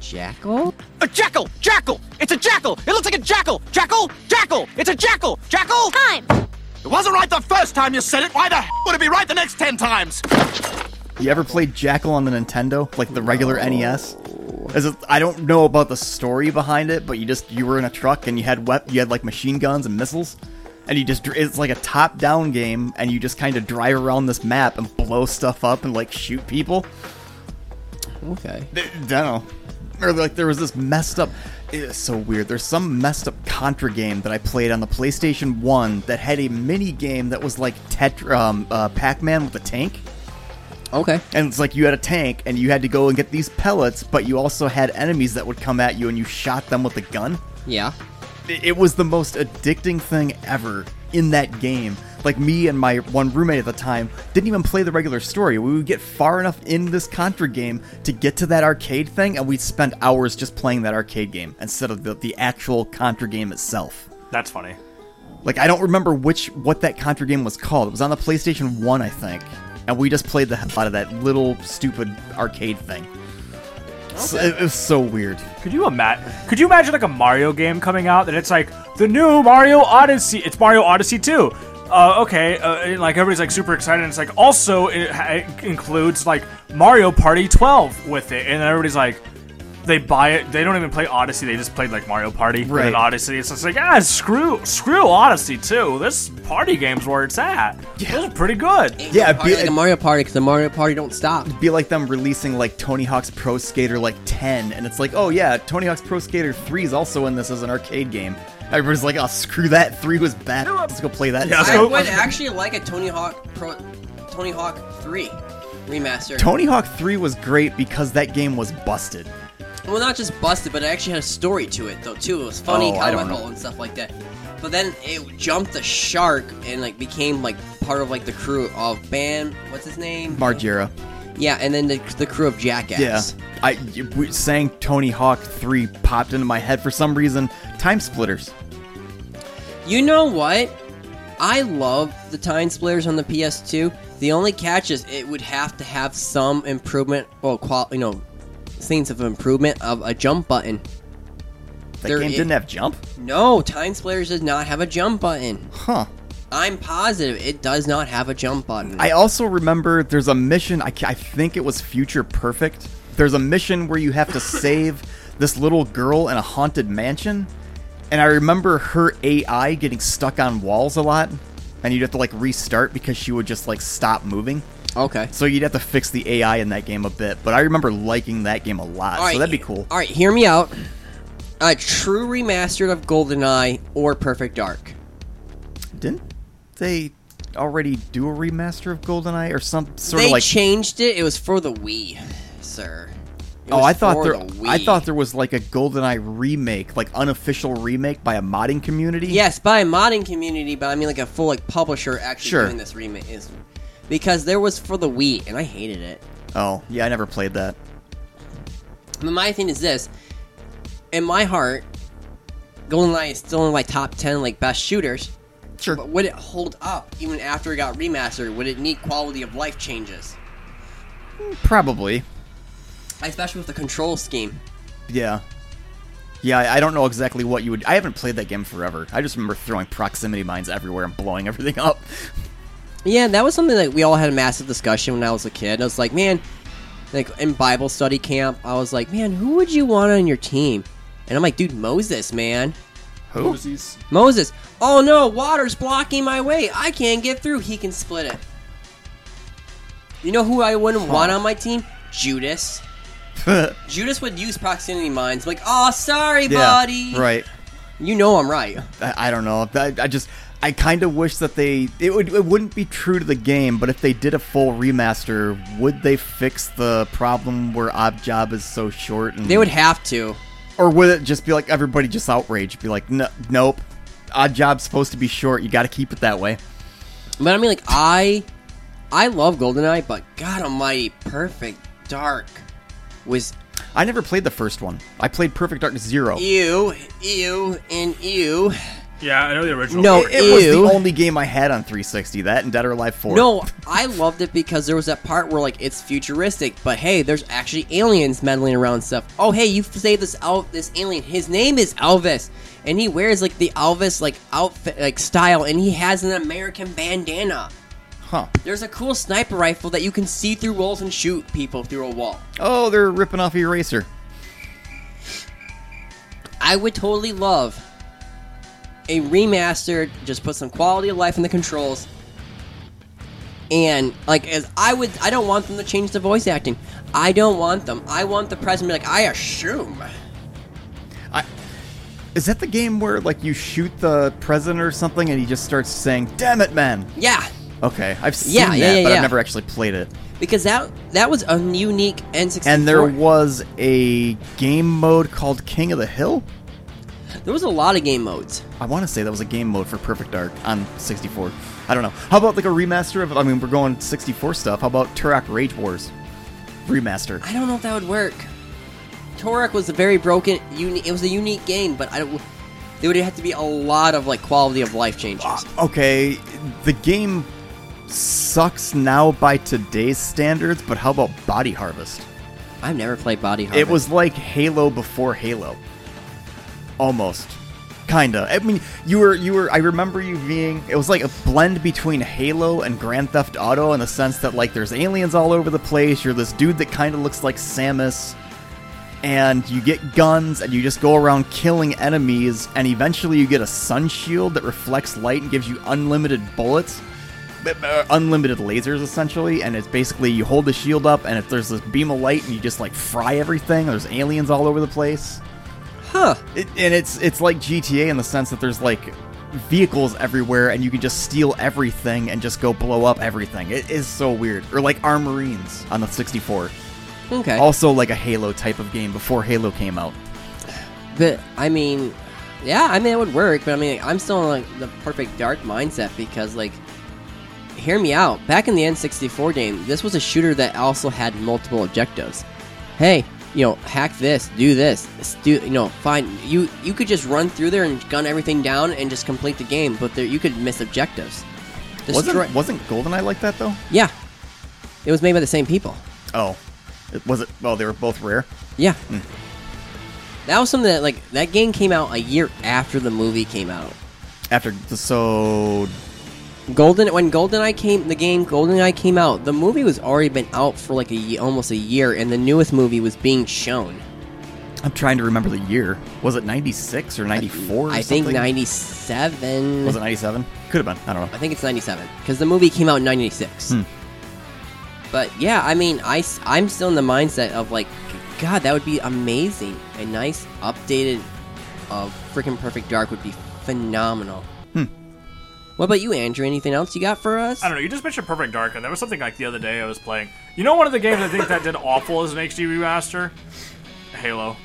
Speaker 2: Jackal?
Speaker 13: A jackal! Jackal! It's a jackal! It looks like a jackal! Jackal! Jackal! It's a jackal! Jackal! Time! It wasn't right the first time you said it! Why the hell would it be right the next ten times?
Speaker 3: You ever played Jackal on the Nintendo, like the regular NES? As a, I don't know about the story behind it, but you just you were in a truck and you had wep- you had like machine guns and missiles, and you just dr- it's like a top-down game, and you just kind of drive around this map and blow stuff up and like shoot people.
Speaker 2: Okay.
Speaker 3: Dunno. Or like there was this messed up. It's so weird. There's some messed up Contra game that I played on the PlayStation One that had a mini game that was like Tetra, um, uh, Pac-Man with a tank.
Speaker 2: Okay.
Speaker 3: And it's like you had a tank and you had to go and get these pellets, but you also had enemies that would come at you and you shot them with a gun.
Speaker 2: Yeah.
Speaker 3: It it was the most addicting thing ever in that game. Like me and my one roommate at the time didn't even play the regular story. We would get far enough in this Contra game to get to that arcade thing, and we'd spend hours just playing that arcade game instead of the, the actual Contra game itself.
Speaker 1: That's funny.
Speaker 3: Like I don't remember which what that Contra game was called. It was on the PlayStation One, I think, and we just played the hell out of that little stupid arcade thing. So- it, it was so weird.
Speaker 1: Could you imagine? Could you imagine like a Mario game coming out that it's like the new Mario Odyssey? It's Mario Odyssey 2. Uh, okay, uh, and, like everybody's like super excited. And it's like also it, ha- it includes like Mario Party 12 with it, and everybody's like, they buy it. They don't even play Odyssey. They just played like Mario Party and
Speaker 3: Right.
Speaker 1: then Odyssey. It's just like ah, screw, screw Odyssey 2. This party game's where it's at. Those are pretty good.
Speaker 3: Yeah, it'd be like a
Speaker 2: Mario Party because the Mario Party don't stop.
Speaker 3: It'd be like them releasing like Tony Hawk's Pro Skater like 10, and it's like, oh yeah, Tony Hawk's Pro Skater 3 is also in this as an arcade game. Everybody's like, oh screw that, 3 was bad. Let's go play that. instead."
Speaker 2: I would actually like a Tony Hawk Pro, Tony Hawk 3 remaster.
Speaker 3: Tony Hawk 3 was great because that game was busted.
Speaker 2: Well, not just busted, but it actually had a story to it, though, too. It was funny,
Speaker 3: Oh, I don't
Speaker 2: comical, and stuff like that. But then it jumped the shark and, like, became, like, part of, like, the crew of Bam. What's his name?
Speaker 3: Margera.
Speaker 2: Yeah, and then the, the crew of Jackass.
Speaker 3: Yeah. I we sang Tony Hawk 3 popped into my head for some reason. Time Splitters.
Speaker 2: You know what? I love the time splitters on the PS2. The only catch is it would have to have some improvement, well, qual- you know, things of improvement of a jump button.
Speaker 3: That
Speaker 2: There
Speaker 3: game
Speaker 2: i-
Speaker 3: didn't have jump?
Speaker 2: No, Time Splitters does not have a jump button.
Speaker 3: Huh.
Speaker 2: I'm positive it does not have a jump button.
Speaker 3: I also remember there's a mission, I, ca- I think it was Future Perfect. There's a mission where you have to save this little girl in a haunted mansion. And I remember her AI getting stuck on walls a lot. And you'd have to like restart because she would just like stop moving.
Speaker 2: Okay.
Speaker 3: So you'd have to fix the AI in that game a bit. But I remember liking that game a lot.
Speaker 2: All right,
Speaker 3: so that'd be cool.
Speaker 2: All right, hear me out. A true remastered of GoldenEye or Perfect Dark.
Speaker 3: Didn't they already do a remaster of GoldenEye or some sort
Speaker 2: they
Speaker 3: of like
Speaker 2: changed it. It was for the Wii, sir. It
Speaker 3: Oh,
Speaker 2: was
Speaker 3: I thought
Speaker 2: for
Speaker 3: there.
Speaker 2: the
Speaker 3: I
Speaker 2: Wii.
Speaker 3: thought there was like a GoldenEye remake, like unofficial remake by a modding community.
Speaker 2: Yes, by a modding community, but I mean like a full like publisher actually
Speaker 3: Sure.
Speaker 2: doing this remake is because there was for the Wii and I hated it.
Speaker 3: Oh, yeah, I never played that.
Speaker 2: But my thing is this: in my heart, GoldenEye is still in like top ten like best shooters.
Speaker 3: Sure.
Speaker 2: But would it hold up even after it got remastered? Would it need quality of life changes,
Speaker 3: Probably.
Speaker 2: especially with the control scheme?
Speaker 3: Yeah. Yeah, I I don't know exactly what you would. I haven't played that game forever. I just remember throwing proximity mines everywhere and blowing everything up.
Speaker 2: Yeah, that was something that we all had a massive discussion when I was a kid. I was like, man, like in Bible study camp, I was like, man, who would you want on your team? And I'm like, dude, Moses, man.
Speaker 3: Who?
Speaker 14: Moses.
Speaker 2: Moses. Oh no, water's blocking my way. I can't get through. He can split it. You know who I wouldn't want on my team? Judas. Judas would use proximity mines. Like, oh, sorry, buddy.
Speaker 3: Yeah, right.
Speaker 2: You know I'm right.
Speaker 3: I, I don't know. I, I just. I kind of wish that they. It would. It wouldn't be true to the game, but if they did a full remaster, would they fix the problem where Ob Job is so short? And
Speaker 2: They would have to.
Speaker 3: Or would it just be like everybody just outraged? Be like, no, nope. Odd job's supposed to be short. You got to keep it that way.
Speaker 2: But I mean, like I, I love Goldeneye, but God Almighty, Perfect Dark was
Speaker 3: I never played the first one. I played Perfect Dark Zero.
Speaker 2: ew, ew, and ew.
Speaker 14: Yeah, I know the original.
Speaker 2: No,
Speaker 3: it, it was
Speaker 2: ew.
Speaker 3: the only game I had on 360. That and Dead or Alive 4.
Speaker 2: No, I loved it because there was that part where like it's futuristic, but hey, there's actually aliens meddling around and stuff. Oh hey, you saved this out this alien. His name is Elvis, and he wears like the Elvis like outfit like style, and he has an American bandana.
Speaker 3: Huh.
Speaker 2: There's a cool sniper rifle that you can see through walls and shoot people through a wall.
Speaker 3: Oh, they're ripping off Eraser.
Speaker 2: I would totally love a remastered, just put some quality of life in the controls. And like as I would I don't want them to change the voice acting. I don't want them. I want the president to be like, I assume.
Speaker 3: Is that the game where like you shoot the president or something and he just starts saying, "Damn it, man."
Speaker 2: Yeah.
Speaker 3: Okay, I've seen
Speaker 2: Yeah,
Speaker 3: that,
Speaker 2: yeah, yeah,
Speaker 3: but
Speaker 2: yeah.
Speaker 3: I've never actually played it.
Speaker 2: Because that that was a unique N64.
Speaker 3: And there was a game mode called King of the Hill.
Speaker 2: there was a lot of game modes.
Speaker 3: I want to say that was a game mode for Perfect Dark on 64. I don't know. How about like a remaster of? I mean, we're going 64 stuff. How about Turok Rage Wars remaster?
Speaker 2: I don't know if that would work. Torek was a very broken. Uni- it was a unique game, but I don't. there would have to be a lot of like quality of life changes.
Speaker 3: Ah. Okay, the game sucks now by today's standards, but how about Body Harvest?
Speaker 2: I've never played Body
Speaker 3: It
Speaker 2: Harvest.
Speaker 3: was like Halo before Halo. Almost. Kinda. I mean, you were you were I remember you being it was like a blend between Halo and Grand Theft Auto in the sense that like there's aliens all over the place, you're this dude that kinda looks like Samus, and you get guns and you just go around killing enemies, and eventually you get a sun shield that reflects light and gives you unlimited bullets b- b- uh, unlimited lasers essentially and it's basically you hold the shield up and if there's this beam of light and you just like fry everything there's aliens all over the place
Speaker 2: huh
Speaker 3: it, and it's it's like gta in the sense that there's like vehicles everywhere and you can just steal everything and just go blow up everything it is so weird or like our marines on the 64
Speaker 2: Okay.
Speaker 3: also like a halo type of game before halo came out
Speaker 2: But I mean, yeah, I mean it would work. But I mean, I'm still in like the perfect dark mindset because like, hear me out. Back in the N64 game, this was a shooter that also had multiple objectives. Hey, you know, hack this, do this, s- do you know, find you. You could just run through there and gun everything down and just complete the game. But there, you could miss objectives. Destroy-
Speaker 3: wasn't wasn't goldeneye like that though
Speaker 2: yeah, it was made by the same people.
Speaker 3: oh it, was it oh they were both rare
Speaker 2: Yeah. That was something that like that game came out a year after the movie came out.
Speaker 3: after so
Speaker 2: Golden when Goldeneye came the game Goldeneye came out, the movie was already been out for like a ye- almost a year and the newest movie was being shown.
Speaker 3: I'm trying to remember the year. Was it 96 or 94 or
Speaker 2: I think
Speaker 3: something?
Speaker 2: 97.
Speaker 3: Was it 97? Could have been. I don't know.
Speaker 2: I think it's 97 cuz the movie came out in 96.
Speaker 3: Hmm.
Speaker 2: But yeah, I mean, I s- I'm still in the mindset of like god, that would be amazing. A nice updated of freaking Perfect Dark would be phenomenal.
Speaker 3: Hmm.
Speaker 2: What about you, Andrew? Anything else you got for us?
Speaker 1: I don't know. You just mentioned Perfect Dark, and that was something like the other day I was playing. You know, one of the games I think that did awful as an HD remaster, Halo.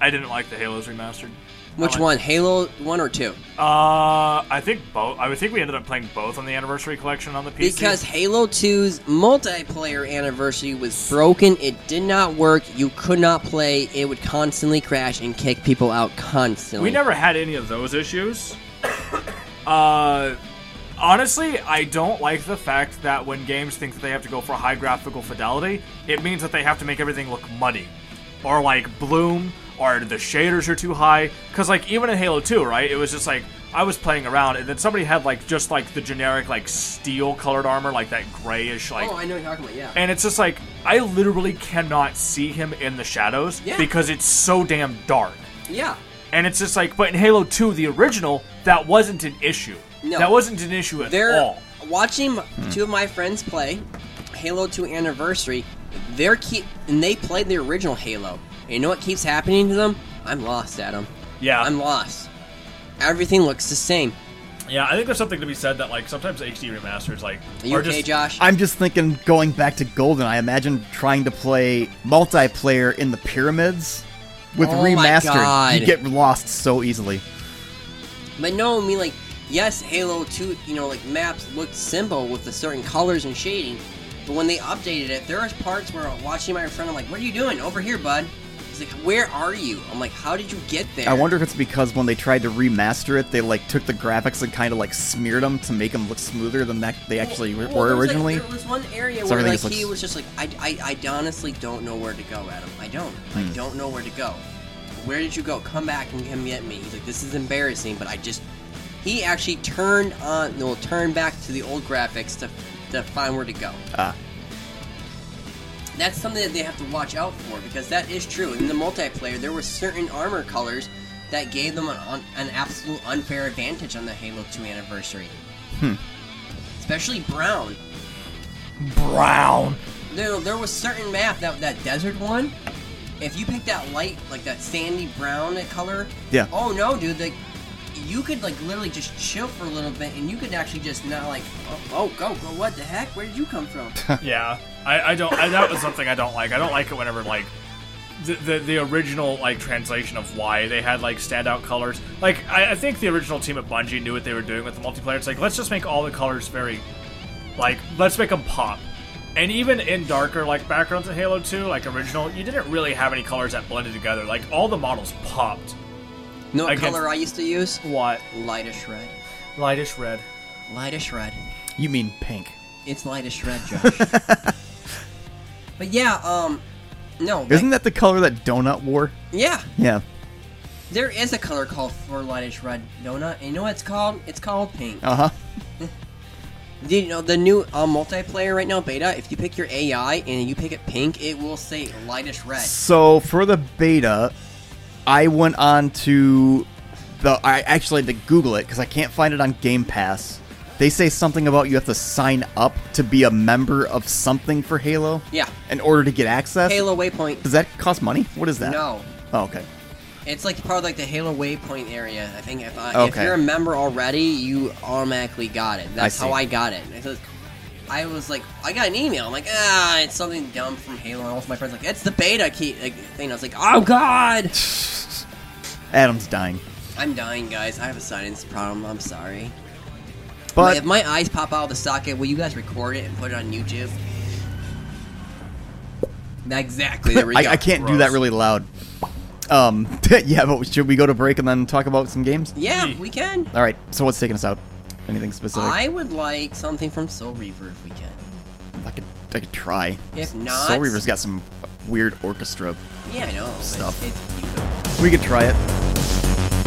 Speaker 1: I didn't like the Halos remastered.
Speaker 2: Which
Speaker 1: like-
Speaker 2: one? Halo 1 or 2?
Speaker 1: Uh, I think both. I would think we ended up playing both on the Anniversary Collection on the PC.
Speaker 2: Because Halo 2's multiplayer anniversary was broken, it did not work, you could not play, it would constantly crash and kick people out constantly.
Speaker 1: We never had any of those issues. uh, honestly, I don't like the fact that when games think that they have to go for high graphical fidelity, it means that they have to make everything look muddy, or like bloom, or the shaders are too high. Because like even in Halo 2, right, it was just like I was playing around, and then somebody had like just like the generic like steel colored armor, like that grayish like.
Speaker 2: Oh, I know what you're talking about, yeah.
Speaker 1: And it's just like I literally cannot see him in the shadows
Speaker 2: Yeah.
Speaker 1: because it's so damn dark.
Speaker 2: yeah.
Speaker 1: And it's just like, but in Halo 2, the original, that wasn't an issue.
Speaker 2: No.
Speaker 1: That wasn't an issue at
Speaker 2: They're
Speaker 1: all. Hmm.
Speaker 2: watching two of my friends play Halo 2 anniversary. They're keep and they played the original Halo. And you know what keeps happening to them? I'm lost, Adam.
Speaker 1: Yeah.
Speaker 2: I'm lost. Everything looks the same.
Speaker 14: Yeah, I think there's something to be said that like sometimes HD remasters like
Speaker 2: Are you
Speaker 14: are
Speaker 2: okay,
Speaker 14: just
Speaker 2: Josh?
Speaker 3: I'm just thinking going back to Golden, I imagine trying to play multiplayer in the pyramids with
Speaker 2: Oh my
Speaker 3: remastered.
Speaker 2: God.
Speaker 3: You get lost so easily.
Speaker 2: But no, I mean like, yes, Halo 2, you know, like maps looked simple with the certain colors and shading, but when they updated it, there was parts where I'm watching my friend, I'm like, what are you doing over here, bud? He's like, where are you? I'm like, how did you get there?
Speaker 3: I wonder if it's because when they tried to remaster it, they like took the graphics and kind of like smeared them to make them look smoother than that they actually
Speaker 2: Well,
Speaker 3: were
Speaker 2: there was, like,
Speaker 3: originally.
Speaker 2: there was one area
Speaker 3: So
Speaker 2: where
Speaker 3: everything
Speaker 2: like
Speaker 3: just
Speaker 2: he
Speaker 3: looks-
Speaker 2: was just like, I, I, I honestly don't know where to go, Adam. I don't. I
Speaker 3: Hmm.
Speaker 2: don't know where to go. Where did you go? Come back and come get me. He's like, this is embarrassing, but I just. He actually turned on, no, turned back to the old graphics to, to find where to go.
Speaker 3: Ah.
Speaker 2: That's something that they have to watch out for because that is true. In the multiplayer, there were certain armor colors that gave them an, un- an absolute unfair advantage on the Halo 2 anniversary.
Speaker 3: Hmm.
Speaker 2: Especially brown.
Speaker 1: Brown.
Speaker 2: There, there was certain map that that desert one. If you picked that light, like that sandy brown color.
Speaker 3: Yeah.
Speaker 2: Oh no, dude! Like, you could like literally just chill for a little bit, and you could actually just not like, oh, oh go, go! What the heck? Where did you come from?
Speaker 1: yeah, I, I don't. I, that was something I don't like. I don't like it whenever like the, the the original like translation of why they had like standout colors. Like I, I think the original team at Bungie knew what they were doing with the multiplayer. It's like let's just make all the colors very like let's make them pop. And even in darker like backgrounds in Halo 2, like original, you didn't really have any colors that blended together. Like all the models popped.
Speaker 2: know what
Speaker 14: Against-
Speaker 2: color I used to use?
Speaker 14: What?
Speaker 2: Lightish red.
Speaker 14: Lightish red.
Speaker 2: Lightish red.
Speaker 3: You mean pink?
Speaker 2: It's lightish red, Josh. but yeah, um, no. like-
Speaker 3: Isn't that the color that Donut wore?
Speaker 2: Yeah.
Speaker 3: Yeah.
Speaker 2: There is a color called for lightish red donut, and you know what it's called? It's called pink.
Speaker 3: Uh huh.
Speaker 2: Do you know the new uh, multiplayer right now, beta? If you pick your AI and you pick it pink, it will say lightish red.
Speaker 3: So for the beta, I went on to the. I actually had to Google it because I can't find it on Game Pass. They say something about you have to sign up to be a member of something for Halo.
Speaker 2: Yeah.
Speaker 3: In order to get access.
Speaker 2: Halo Waypoint.
Speaker 3: Does that cost money? What is that?
Speaker 2: No.
Speaker 3: Oh, okay.
Speaker 2: It's like part of like the Halo Waypoint area. I think if, uh, if
Speaker 3: Okay.
Speaker 2: you're a member already, you automatically got it. That's
Speaker 3: I
Speaker 2: how
Speaker 3: see.
Speaker 2: I got it. It says- I was like, I got an email. I'm like, ah, it's something dumb from Halo. And all of my friends like, it's the beta key like, thing. I was like, oh god,
Speaker 3: Adam's dying.
Speaker 2: I'm dying, guys. I have a silence problem. I'm sorry.
Speaker 3: But-
Speaker 2: if my eyes pop out of the socket, will you guys record it and put it on YouTube? Exactly. There we go.
Speaker 3: I, I can't do that really loud. Um. yeah, but should we go to break and then talk about some games?
Speaker 2: Yeah, we can.
Speaker 3: All right. So what's taking us out? Anything specific?
Speaker 2: I would like something from Soul Reaver if we can.
Speaker 3: I could, I could try.
Speaker 2: If not-
Speaker 3: Soul Reaver's got some weird orchestra.
Speaker 2: Yeah, I know. but
Speaker 3: Stuff.
Speaker 2: it's-
Speaker 3: We could try it.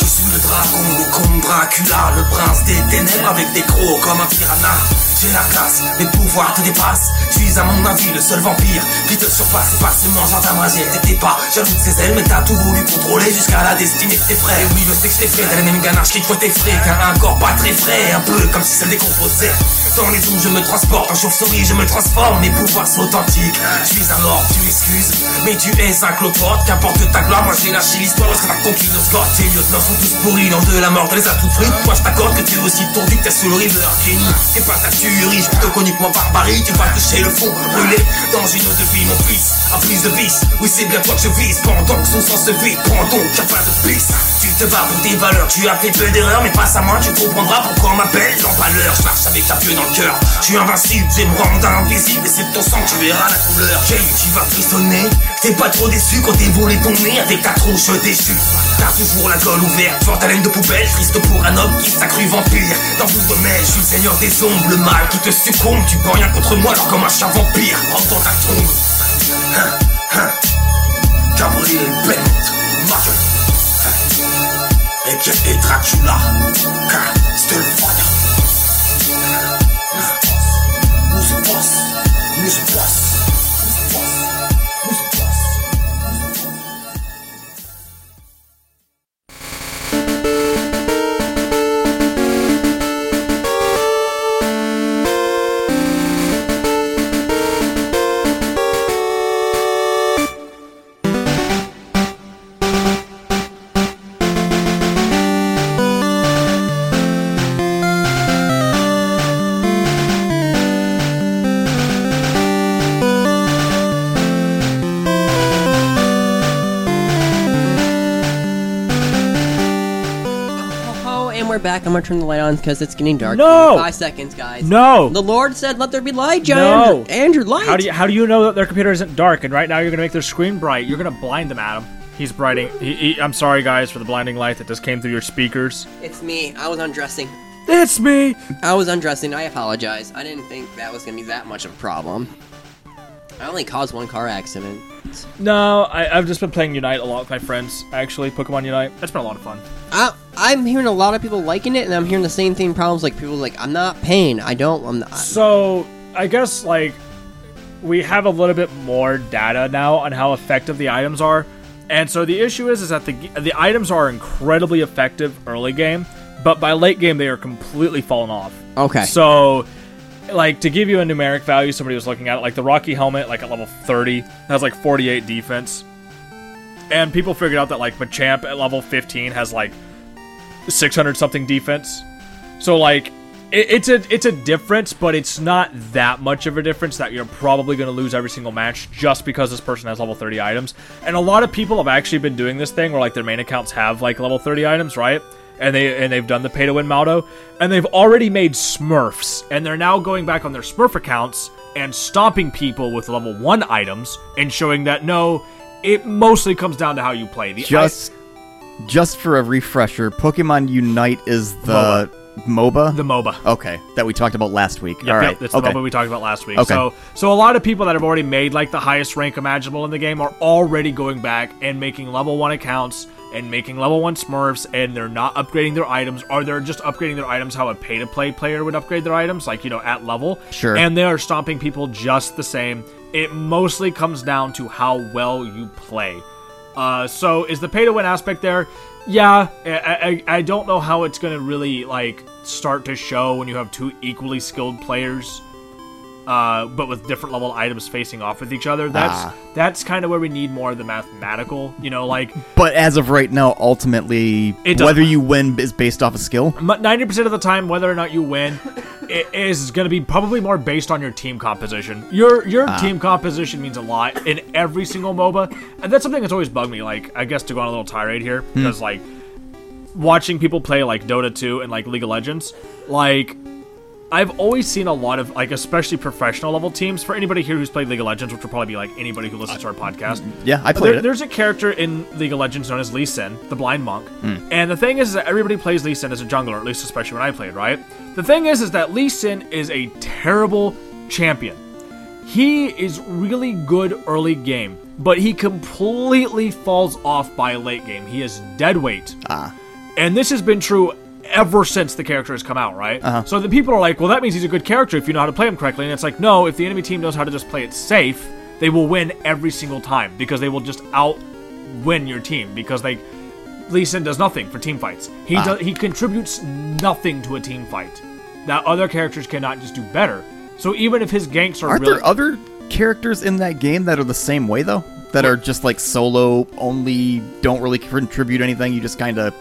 Speaker 15: Je suis le dragon comme Dracula, le prince des ténèbres avec des crocs comme un piranha. J'ai la classe, mes pouvoirs te dépassent. Tu es à mon avis le seul vampire qui te surpasse. C'est facilement genre ta magie, elle t'était pas jaloux de ses ailes, mais t'as tout voulu contrôler jusqu'à la destinée de tes frères. Et oui, je sais que je t'ai fait d'un ennemi ganache qui te fouette tes frais, qu'un un corps pas très frais, un peu comme si ça le décomposait. Dans les zooms, je me transporte, en chauve-souris, je me transforme, mes pouvoirs sont authentiques. Je suis un lord, tu excuses, mais tu es un cloporte, qu'importe ta gloire, moi j'ai lâché l'histoire lorsque t'as conquis nos scores. Tes lieutenants sont tous pourris, l'ange de la mort les a toutes frites. Moi je t'accorde que tu es aussi tendu que t'es sous le river King. T'es pas ta tuerie, je te coniquement barbarie, tu vas toucher le fond, brûlé dans une autre vie, mon fils. À prise de vis, oui c'est bien toi que je vise, pendant que son sang se vide, prends donc, y'a pas de piste. Tu te bats pour tes valeurs, tu as fait peu d'erreurs, mais passe à moi, tu comprendras pourquoi on m'appelle l'empaleur. Je marche avec la pieu dans le cœur, je suis invincible, je vais me rendre invisible, et c'est de ton sang que tu verras la couleur. J'ai eu qui va frissonner, t'es pas trop déçu quand t'es volé ton nez avec ta tronche déchue. T'as toujours la gueule ouverte, forte haleine de poubelle, triste pour un homme qui s'accrue vampire. Dans tout domaine, je suis le seigneur des ombres, le mal qui te succombe, tu peux rien contre moi, alors comme un chat vampire, rentre dans ta tombe. Hein, hein. Gabriel E Bent, Martin. Et qui est Dracula Castlevania Who's the boss Who's the boss Who's the boss Who's the boss
Speaker 16: Thank you.
Speaker 2: far Oh, back. I'm gonna turn the light on because it's getting dark.
Speaker 1: No!
Speaker 2: Give me Five seconds, guys.
Speaker 1: No.
Speaker 2: The Lord said, "Let there be light,
Speaker 1: No.
Speaker 2: giant." Andrew, light.
Speaker 1: How do you how do you know that their computer isn't dark? And right now you're gonna make their screen bright. You're gonna blind them, Adam. He's brighting. He, he- I'm sorry, guys, for the blinding light that just came through your speakers.
Speaker 2: It's me. I was undressing.
Speaker 17: It's me.
Speaker 2: I was undressing. I apologize. I didn't think that was gonna be that much of a problem. I only caused one car accident.
Speaker 1: No, I, I've just been playing Unite a lot with my friends. Actually, Pokemon Unite. That's been a lot of fun.
Speaker 2: I, I'm hearing a lot of people liking it, and I'm hearing the same thing. Problems like people like, "I'm not paying. I don't. I'm not."
Speaker 1: So I guess like we have a little bit more data now on how effective the items are, and so the issue is is that the the items are incredibly effective early game, but by late game they are completely fallen off.
Speaker 2: Okay.
Speaker 1: So like to give you a numeric value, somebody was looking at it like the Rocky helmet, like at level 30, has like 48 defense, and people figured out that like Machamp at level 15 has like 600 something defense. So like it, it's a it's a difference, but it's not that much of a difference that you're probably going to lose every single match just because this person has level 30 items. And a lot of people have actually been doing this thing where like their main accounts have like level 30 items, right? And they and they've done the pay to win Maldo, and they've already made Smurfs, and they're now going back on their Smurf accounts and stomping people with level one items and showing that no, it mostly comes down to how you play. The i-
Speaker 3: just just for a refresher, Pokemon Unite is the MOBA.
Speaker 1: The MOBA.
Speaker 3: Okay, that we talked about last week.
Speaker 1: Yep,
Speaker 3: All right,
Speaker 1: yep, that's
Speaker 3: okay.
Speaker 1: the MOBA we talked about last week.
Speaker 3: Okay.
Speaker 1: So, so a lot of people that have already made like the highest rank imaginable in the game are already going back and making level one accounts and making level one Smurfs, and they're not upgrading their items, or they're just upgrading their items how a pay to play player would upgrade their items, like you know at level.
Speaker 3: Sure.
Speaker 1: And they are stomping people just the same. It mostly comes down to how well you play. Uh, so is the pay to win aspect there? Yeah, I, I, I don't know how it's gonna really like start to show when you have two equally skilled players, uh, but with different level items facing off with each other. That's
Speaker 3: Ah.
Speaker 1: that's kind of where we need more of the mathematical. You know, like
Speaker 3: But as of right now, ultimately,
Speaker 1: It doesn't
Speaker 3: whether you win is based off of skill.
Speaker 1: ninety percent of the time, whether or not you win, it is going to be probably more based on your team composition. Your your
Speaker 3: Ah.
Speaker 1: team composition means a lot in every single MOBA, and that's something that's always bugged me. Like, I guess to go on a little tirade here,
Speaker 18: Hmm.
Speaker 1: because like watching people play like Dota two and like League of Legends, like. I've always seen a lot of like, especially professional level teams. For anybody here who's played League of Legends, which will probably be like anybody who listens to our podcast,
Speaker 3: Yeah, I
Speaker 1: but
Speaker 3: played
Speaker 1: there-
Speaker 3: it.
Speaker 1: There's a character in League of Legends known as Lee Sin, the blind monk.
Speaker 3: Hmm.
Speaker 1: And the thing is, is that everybody plays Lee Sin as a jungler, at least especially when I played, right? The thing is, is that Lee Sin is a terrible champion. He is really good early game, but he completely falls off by late game. He is dead weight.
Speaker 3: Ah.
Speaker 1: And this has been true ever since the character has come out, right?
Speaker 3: Uh-huh.
Speaker 1: So the people are like, well, that means he's a good character if you know how to play him correctly. And it's like, no, if the enemy team knows how to just play it safe, they will win every single time because they will just out win your team because they. Lee Sin does nothing for team fights. He
Speaker 3: Ah.
Speaker 1: does, he contributes nothing to a team fight. That other characters cannot just do better. So even if his ganks are
Speaker 3: Aren't
Speaker 1: really
Speaker 3: there other characters in that game that are the same way though? That are just like solo only, don't really contribute anything. You just kind of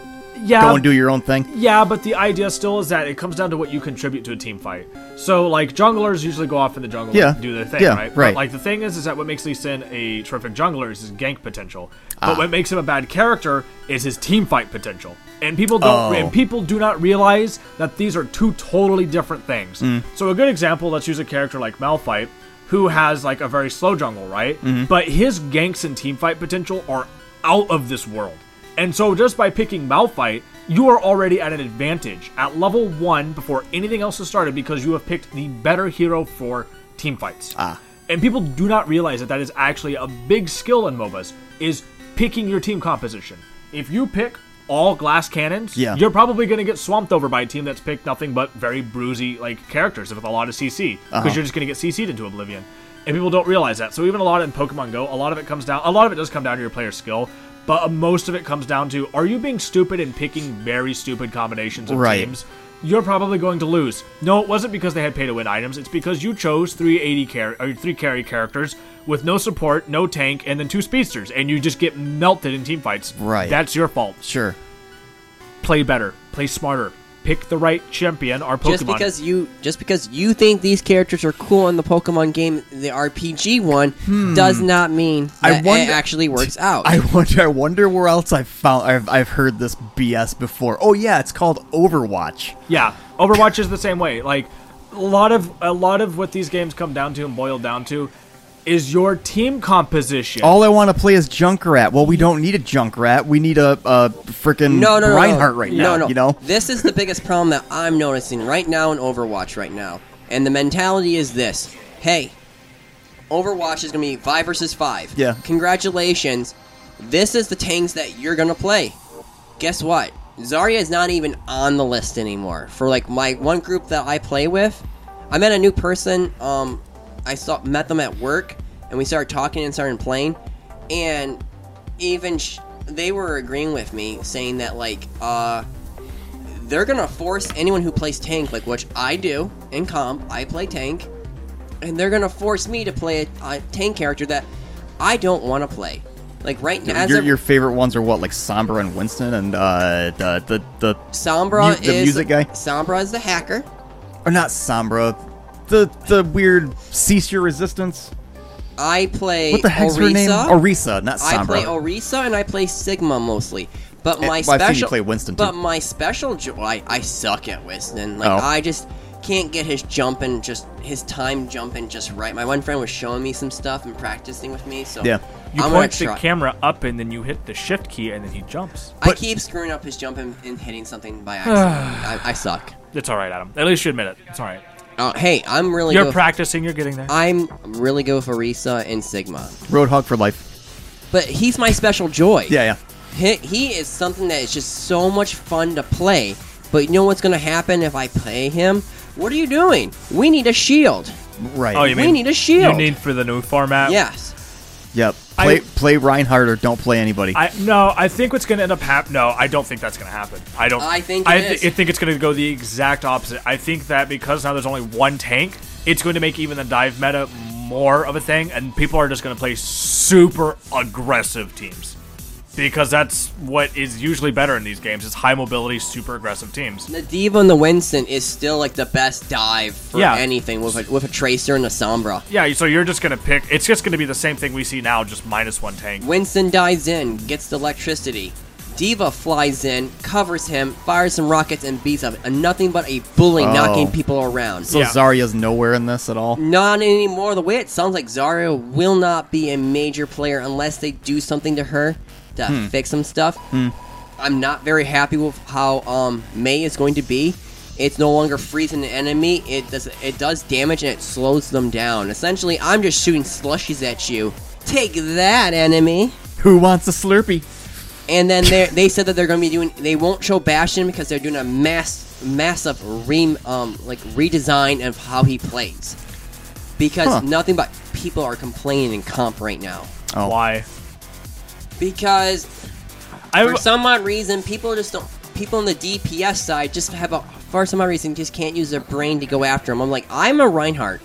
Speaker 1: Yeah.
Speaker 3: go and do your own thing.
Speaker 1: Yeah, but the idea still is that it comes down to what you contribute to a team fight. So like junglers usually go off in the jungle
Speaker 3: Yeah.
Speaker 1: and do their thing,
Speaker 3: Yeah,
Speaker 1: right? But,
Speaker 3: right.
Speaker 1: like the thing is is that what makes Lee Sin a terrific jungler is his gank potential. But
Speaker 3: Ah.
Speaker 1: what makes him a bad character is his team fight potential. And people don't
Speaker 3: Oh.
Speaker 1: and people do not realize that these are two totally different things.
Speaker 3: Mm.
Speaker 1: So a good example, let's use a character like Malphite who has like a very slow jungle, right?
Speaker 3: Mhm.
Speaker 1: But his ganks and team fight potential are out of this world. And so just by picking Malphite, you are already at an advantage at level 1 before anything else has started because you have picked the better hero for team fights.
Speaker 3: Ah.
Speaker 1: And people do not realize that that is actually a big skill in MOBAs is picking your team composition. If you pick all glass cannons,
Speaker 3: Yeah.
Speaker 1: you're probably going to get swamped over by a team that's picked nothing but very bruisey like characters with a lot of CC because
Speaker 3: Uh-huh.
Speaker 1: you're just going to get CC'd into oblivion. And people don't realize that. So even a lot in Pokemon Go, a lot of it comes down. A lot of it does come down to your player skill, but uh, most of it comes down to are you being stupid and picking very stupid combinations of
Speaker 3: Right.
Speaker 1: teams? You're probably going to lose. No, it wasn't because they had pay to win items. It's because you chose three 80 carry or three carry characters with no support, no tank, and then two speedsters, and you just get melted in team fights.
Speaker 3: Right.
Speaker 1: That's your fault.
Speaker 3: Sure.
Speaker 1: Play better. Play smarter. pick the right champion or Pokemon.
Speaker 2: Just because you just because you think these characters are cool in the Pokemon game, the RPG one, does not mean
Speaker 3: Hmm. I
Speaker 2: that it
Speaker 3: wonder-
Speaker 2: actually works out.
Speaker 3: I wonder. I wonder where else I've found. I've, I've heard this BS before. Oh yeah, it's called Overwatch.
Speaker 1: Yeah, Overwatch is the same way. Like a lot of a lot of what these games come down to and boil down to is your team composition.
Speaker 3: All I want to play is Junkrat. Well, we don't need a Junkrat. We need a, a freaking
Speaker 2: no, no, no,
Speaker 3: Reinhardt
Speaker 2: no.
Speaker 3: right
Speaker 2: no,
Speaker 3: now.
Speaker 2: No.
Speaker 3: You know,
Speaker 2: this is the biggest problem that I'm noticing right now in Overwatch right now, and the mentality is this: Hey, Overwatch is gonna be five versus five.
Speaker 3: Yeah.
Speaker 2: Congratulations, this is the tanks that you're gonna play. Guess what? Zarya is not even on the list anymore. For like my one group that I play with, I met a new person. Um, I saw met them at work, and we started talking and started playing, and even sh- they were agreeing with me, saying that like uh, they're gonna force anyone who plays tank, like which I do in comp, I play tank, and they're gonna force me to play a, a tank character that I don't want to play. Like right now, as
Speaker 3: your,
Speaker 2: of-
Speaker 3: your favorite ones are what, like Sombra and Winston, and uh, the the the
Speaker 2: Sombra
Speaker 3: mu- the
Speaker 2: is
Speaker 3: music guy,
Speaker 2: Sombra is the hacker.
Speaker 3: or not Sombra, the the weird cease your resistance.
Speaker 2: I play
Speaker 3: What the heck's
Speaker 2: Orisa.
Speaker 3: her name? Orisa, not
Speaker 2: I play
Speaker 3: Sombra.
Speaker 2: Orisa and I play Sigma mostly. But my
Speaker 3: Eh, well, I've
Speaker 2: special
Speaker 3: seen you play Winston, too.
Speaker 2: But my special jo- I, I suck at Winston. Like
Speaker 3: Oh.
Speaker 2: I just can't get his jumping just his time jumping just right. My one friend was showing me some stuff and practicing with me, so
Speaker 3: Yeah.
Speaker 1: You
Speaker 2: I'm
Speaker 1: point
Speaker 2: gonna
Speaker 1: the
Speaker 2: try.
Speaker 1: camera up and then you hit the shift key and then he jumps.
Speaker 2: I keep screwing up his jump and, and hitting something by accident. I, I suck.
Speaker 1: It's all right, Adam. At least you admit it. It's all right.
Speaker 2: Uh, hey, I'm really
Speaker 1: You're
Speaker 2: good-
Speaker 1: practicing. You're getting there.
Speaker 2: I'm really good with Orisa and Sigma.
Speaker 3: Roadhog for life.
Speaker 2: But he's my special joy.
Speaker 3: Yeah, yeah.
Speaker 2: He, he is something that is just so much fun to play. But you know what's going to happen if I play him? What are you doing? We need a shield.
Speaker 3: Right.
Speaker 1: Oh, you
Speaker 2: we
Speaker 1: mean
Speaker 2: need a shield.
Speaker 1: You need for the new
Speaker 3: Oh.
Speaker 1: format.
Speaker 2: Yes.
Speaker 3: Yep. Play
Speaker 1: I-
Speaker 3: play Reinhardt or don't play anybody.
Speaker 1: I no. I think what's going to end up happening. No, I don't think that's going to happen. I don't.
Speaker 2: I think
Speaker 1: I,
Speaker 2: it
Speaker 1: thi-
Speaker 2: is.
Speaker 1: I think it's going to go the exact opposite. I think that because now there's only one tank, it's going to make even the dive meta more of a thing, and people are just going to play super aggressive teams because that's what is usually better in these games. Is high mobility, super aggressive teams.
Speaker 2: The Diva and the Winston is still like the best dive for
Speaker 1: Yeah.
Speaker 2: anything with a, with a Tracer and a Sombra.
Speaker 1: Yeah, so you're just going to pick. It's just going to be the same thing we see now, just minus one tank.
Speaker 2: Winston dives in, gets the electricity. Diva flies in, covers him, fires some rockets, and beats up. And nothing but a bully
Speaker 3: Oh.
Speaker 2: knocking people around.
Speaker 3: So Zarya's nowhere in this at all.
Speaker 2: Not anymore. The way it sounds like Zarya will not be a major player unless they do something to her to
Speaker 3: Hmm.
Speaker 2: fix some stuff.
Speaker 3: Hmm.
Speaker 2: I'm not very happy with how um, May is going to be. It's no longer freezing an enemy. It does it does damage and it slows them down. Essentially, I'm just shooting slushies at you. Take that, enemy.
Speaker 3: Who wants a Slurpee?
Speaker 2: And then they they said that they're going to be doing. They won't show Bastion because they're doing a mass massive re, um like redesign of how he plays. Because
Speaker 1: Huh.
Speaker 2: nothing but people are complaining in comp right now.
Speaker 1: Why?
Speaker 2: Because
Speaker 1: I-
Speaker 2: for some odd reason, people just don't. People on the DPS side just have a for some odd reason just can't use their brain to go after him. I'm like, I'm a Reinhardt.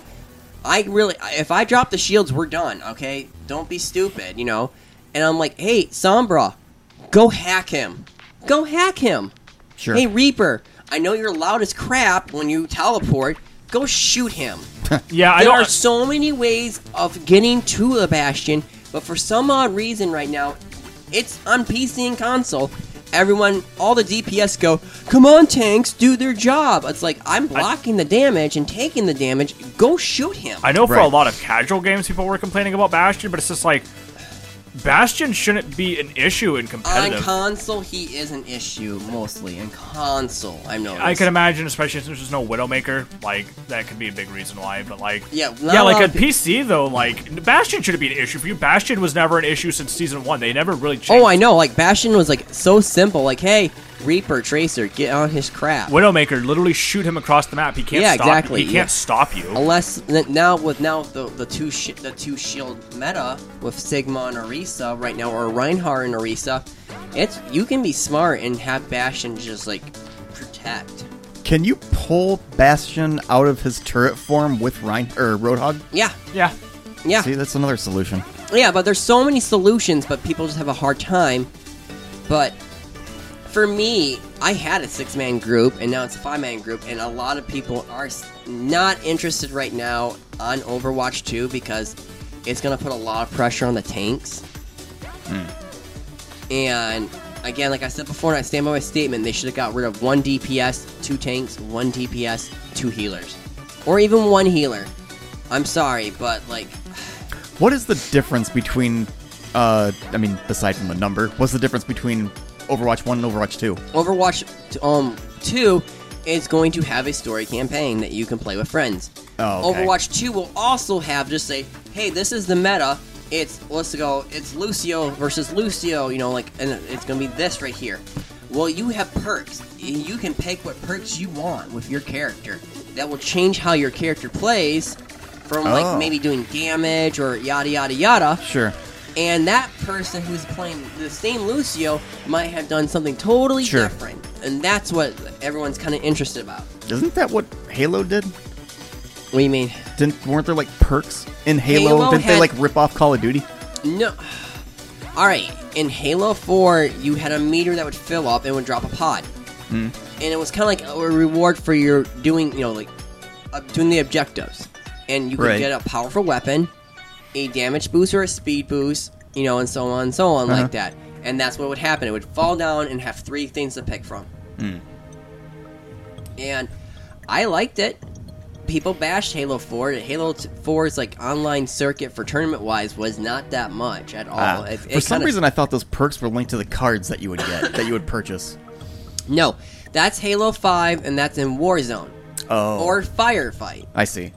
Speaker 2: I really, if I drop the shields, we're done. Okay, don't be stupid, you know. And I'm like, hey, Sombra, go hack him. Go hack him.
Speaker 3: Sure.
Speaker 2: Hey, Reaper, I know you're loud as crap when you teleport. Go shoot him.
Speaker 1: Yeah, I
Speaker 2: there
Speaker 1: don't.
Speaker 2: are so many ways of getting to the Bastion, but for some odd reason right now, it's on PC and console. Everyone, all the DPS go, come on, tanks, do their job. It's like, I'm blocking the damage and taking the damage. Go shoot him.
Speaker 1: I know for a lot of casual games, people were complaining about Bastion, but it's just like Bastion shouldn't be an issue in
Speaker 2: On
Speaker 1: competitive.
Speaker 2: console, he is an issue, mostly. In console, I know.
Speaker 1: I can imagine, especially since there's no Widowmaker, like that could be a big reason why. But like,
Speaker 2: Yeah, not
Speaker 1: yeah,
Speaker 2: a
Speaker 1: like on
Speaker 2: lot of pe-
Speaker 1: PC though, like Bastion should not be an issue for you. Bastion was never an issue since season one. They never really changed.
Speaker 2: Oh, I know. Like, Bastion was, like, so simple. Like, hey, Reaper, Tracer, get on his crap.
Speaker 1: Widowmaker literally shoot him across the map. He can't.
Speaker 2: Yeah,
Speaker 1: stop,
Speaker 2: exactly,
Speaker 1: He can't
Speaker 2: yeah. Oh,
Speaker 1: stop you.
Speaker 2: Unless n- now with now the the two shi the two shield meta with Sigma and Orisa right now or Reinhardt and Orisa, it's you can be smart and have Bastion just like protect.
Speaker 3: Can you pull Bastion out of his turret form with Rein or Roadhog?
Speaker 2: Yeah.
Speaker 1: Yeah.
Speaker 2: Yeah.
Speaker 3: See, that's another solution.
Speaker 2: Yeah, but there's so many solutions, but people just have a hard time. But for me, I had a six man group and now it's a five man group, and a lot of people are s- not interested right now on Overwatch 2 because it's going to put a lot of pressure on the tanks. And again, like I said before, and I stand by my statement, they should have got rid of one DPS, two tanks, one DPS, two healers. Or even one healer. I'm sorry, but like,
Speaker 3: What is the difference between, uh, I mean, aside from the number, what's the difference between Overwatch 1 and Overwatch 2?
Speaker 2: Overwatch t- um 2 is going to have a story campaign that you can play with friends.
Speaker 3: Oh, okay.
Speaker 2: Overwatch 2 will also have just say, hey, this is the meta. It's let's go. It's Lucio versus Lucio. You know, like, and it's gonna be this right here. Well, you have perks, and you can pick what perks you want with your character. That will change how your character plays, from
Speaker 3: Oh.
Speaker 2: like maybe doing damage or yada yada yada.
Speaker 3: Sure.
Speaker 2: And that person who's playing the same Lucio might have done something totally
Speaker 3: Sure.
Speaker 2: different. And that's what everyone's kind of interested about.
Speaker 3: Isn't that what Halo did? What
Speaker 2: do you mean?
Speaker 3: Didn't weren't there like perks in Halo?
Speaker 2: Halo
Speaker 3: Didn't they
Speaker 2: had-
Speaker 3: like rip off Call of Duty?
Speaker 2: No. Alright, in Halo 4, you had a meter that would fill up and would drop a pod.
Speaker 3: Hmm.
Speaker 2: And it was kind of like a reward for your doing, you know, like uh, doing the objectives. And you could
Speaker 3: Right.
Speaker 2: get a powerful weapon, a damage boost or a speed boost, you know, and so on and so on,
Speaker 3: Uh-huh.
Speaker 2: like that. And that's what would happen. It would fall down and have three things to pick from.
Speaker 3: Hmm.
Speaker 2: and I liked it. People bashed Halo 4. Halo t- 4's like online circuit for tournament wise was not that much at all.
Speaker 3: Ah.
Speaker 2: Oh, It-
Speaker 3: For
Speaker 2: it
Speaker 3: some
Speaker 2: kinda-
Speaker 3: reason, I thought those perks were linked to the cards that you would get that you would purchase.
Speaker 2: no, that's Halo 5 and that's in Warzone
Speaker 3: Oh,
Speaker 2: or Firefight.
Speaker 3: I see.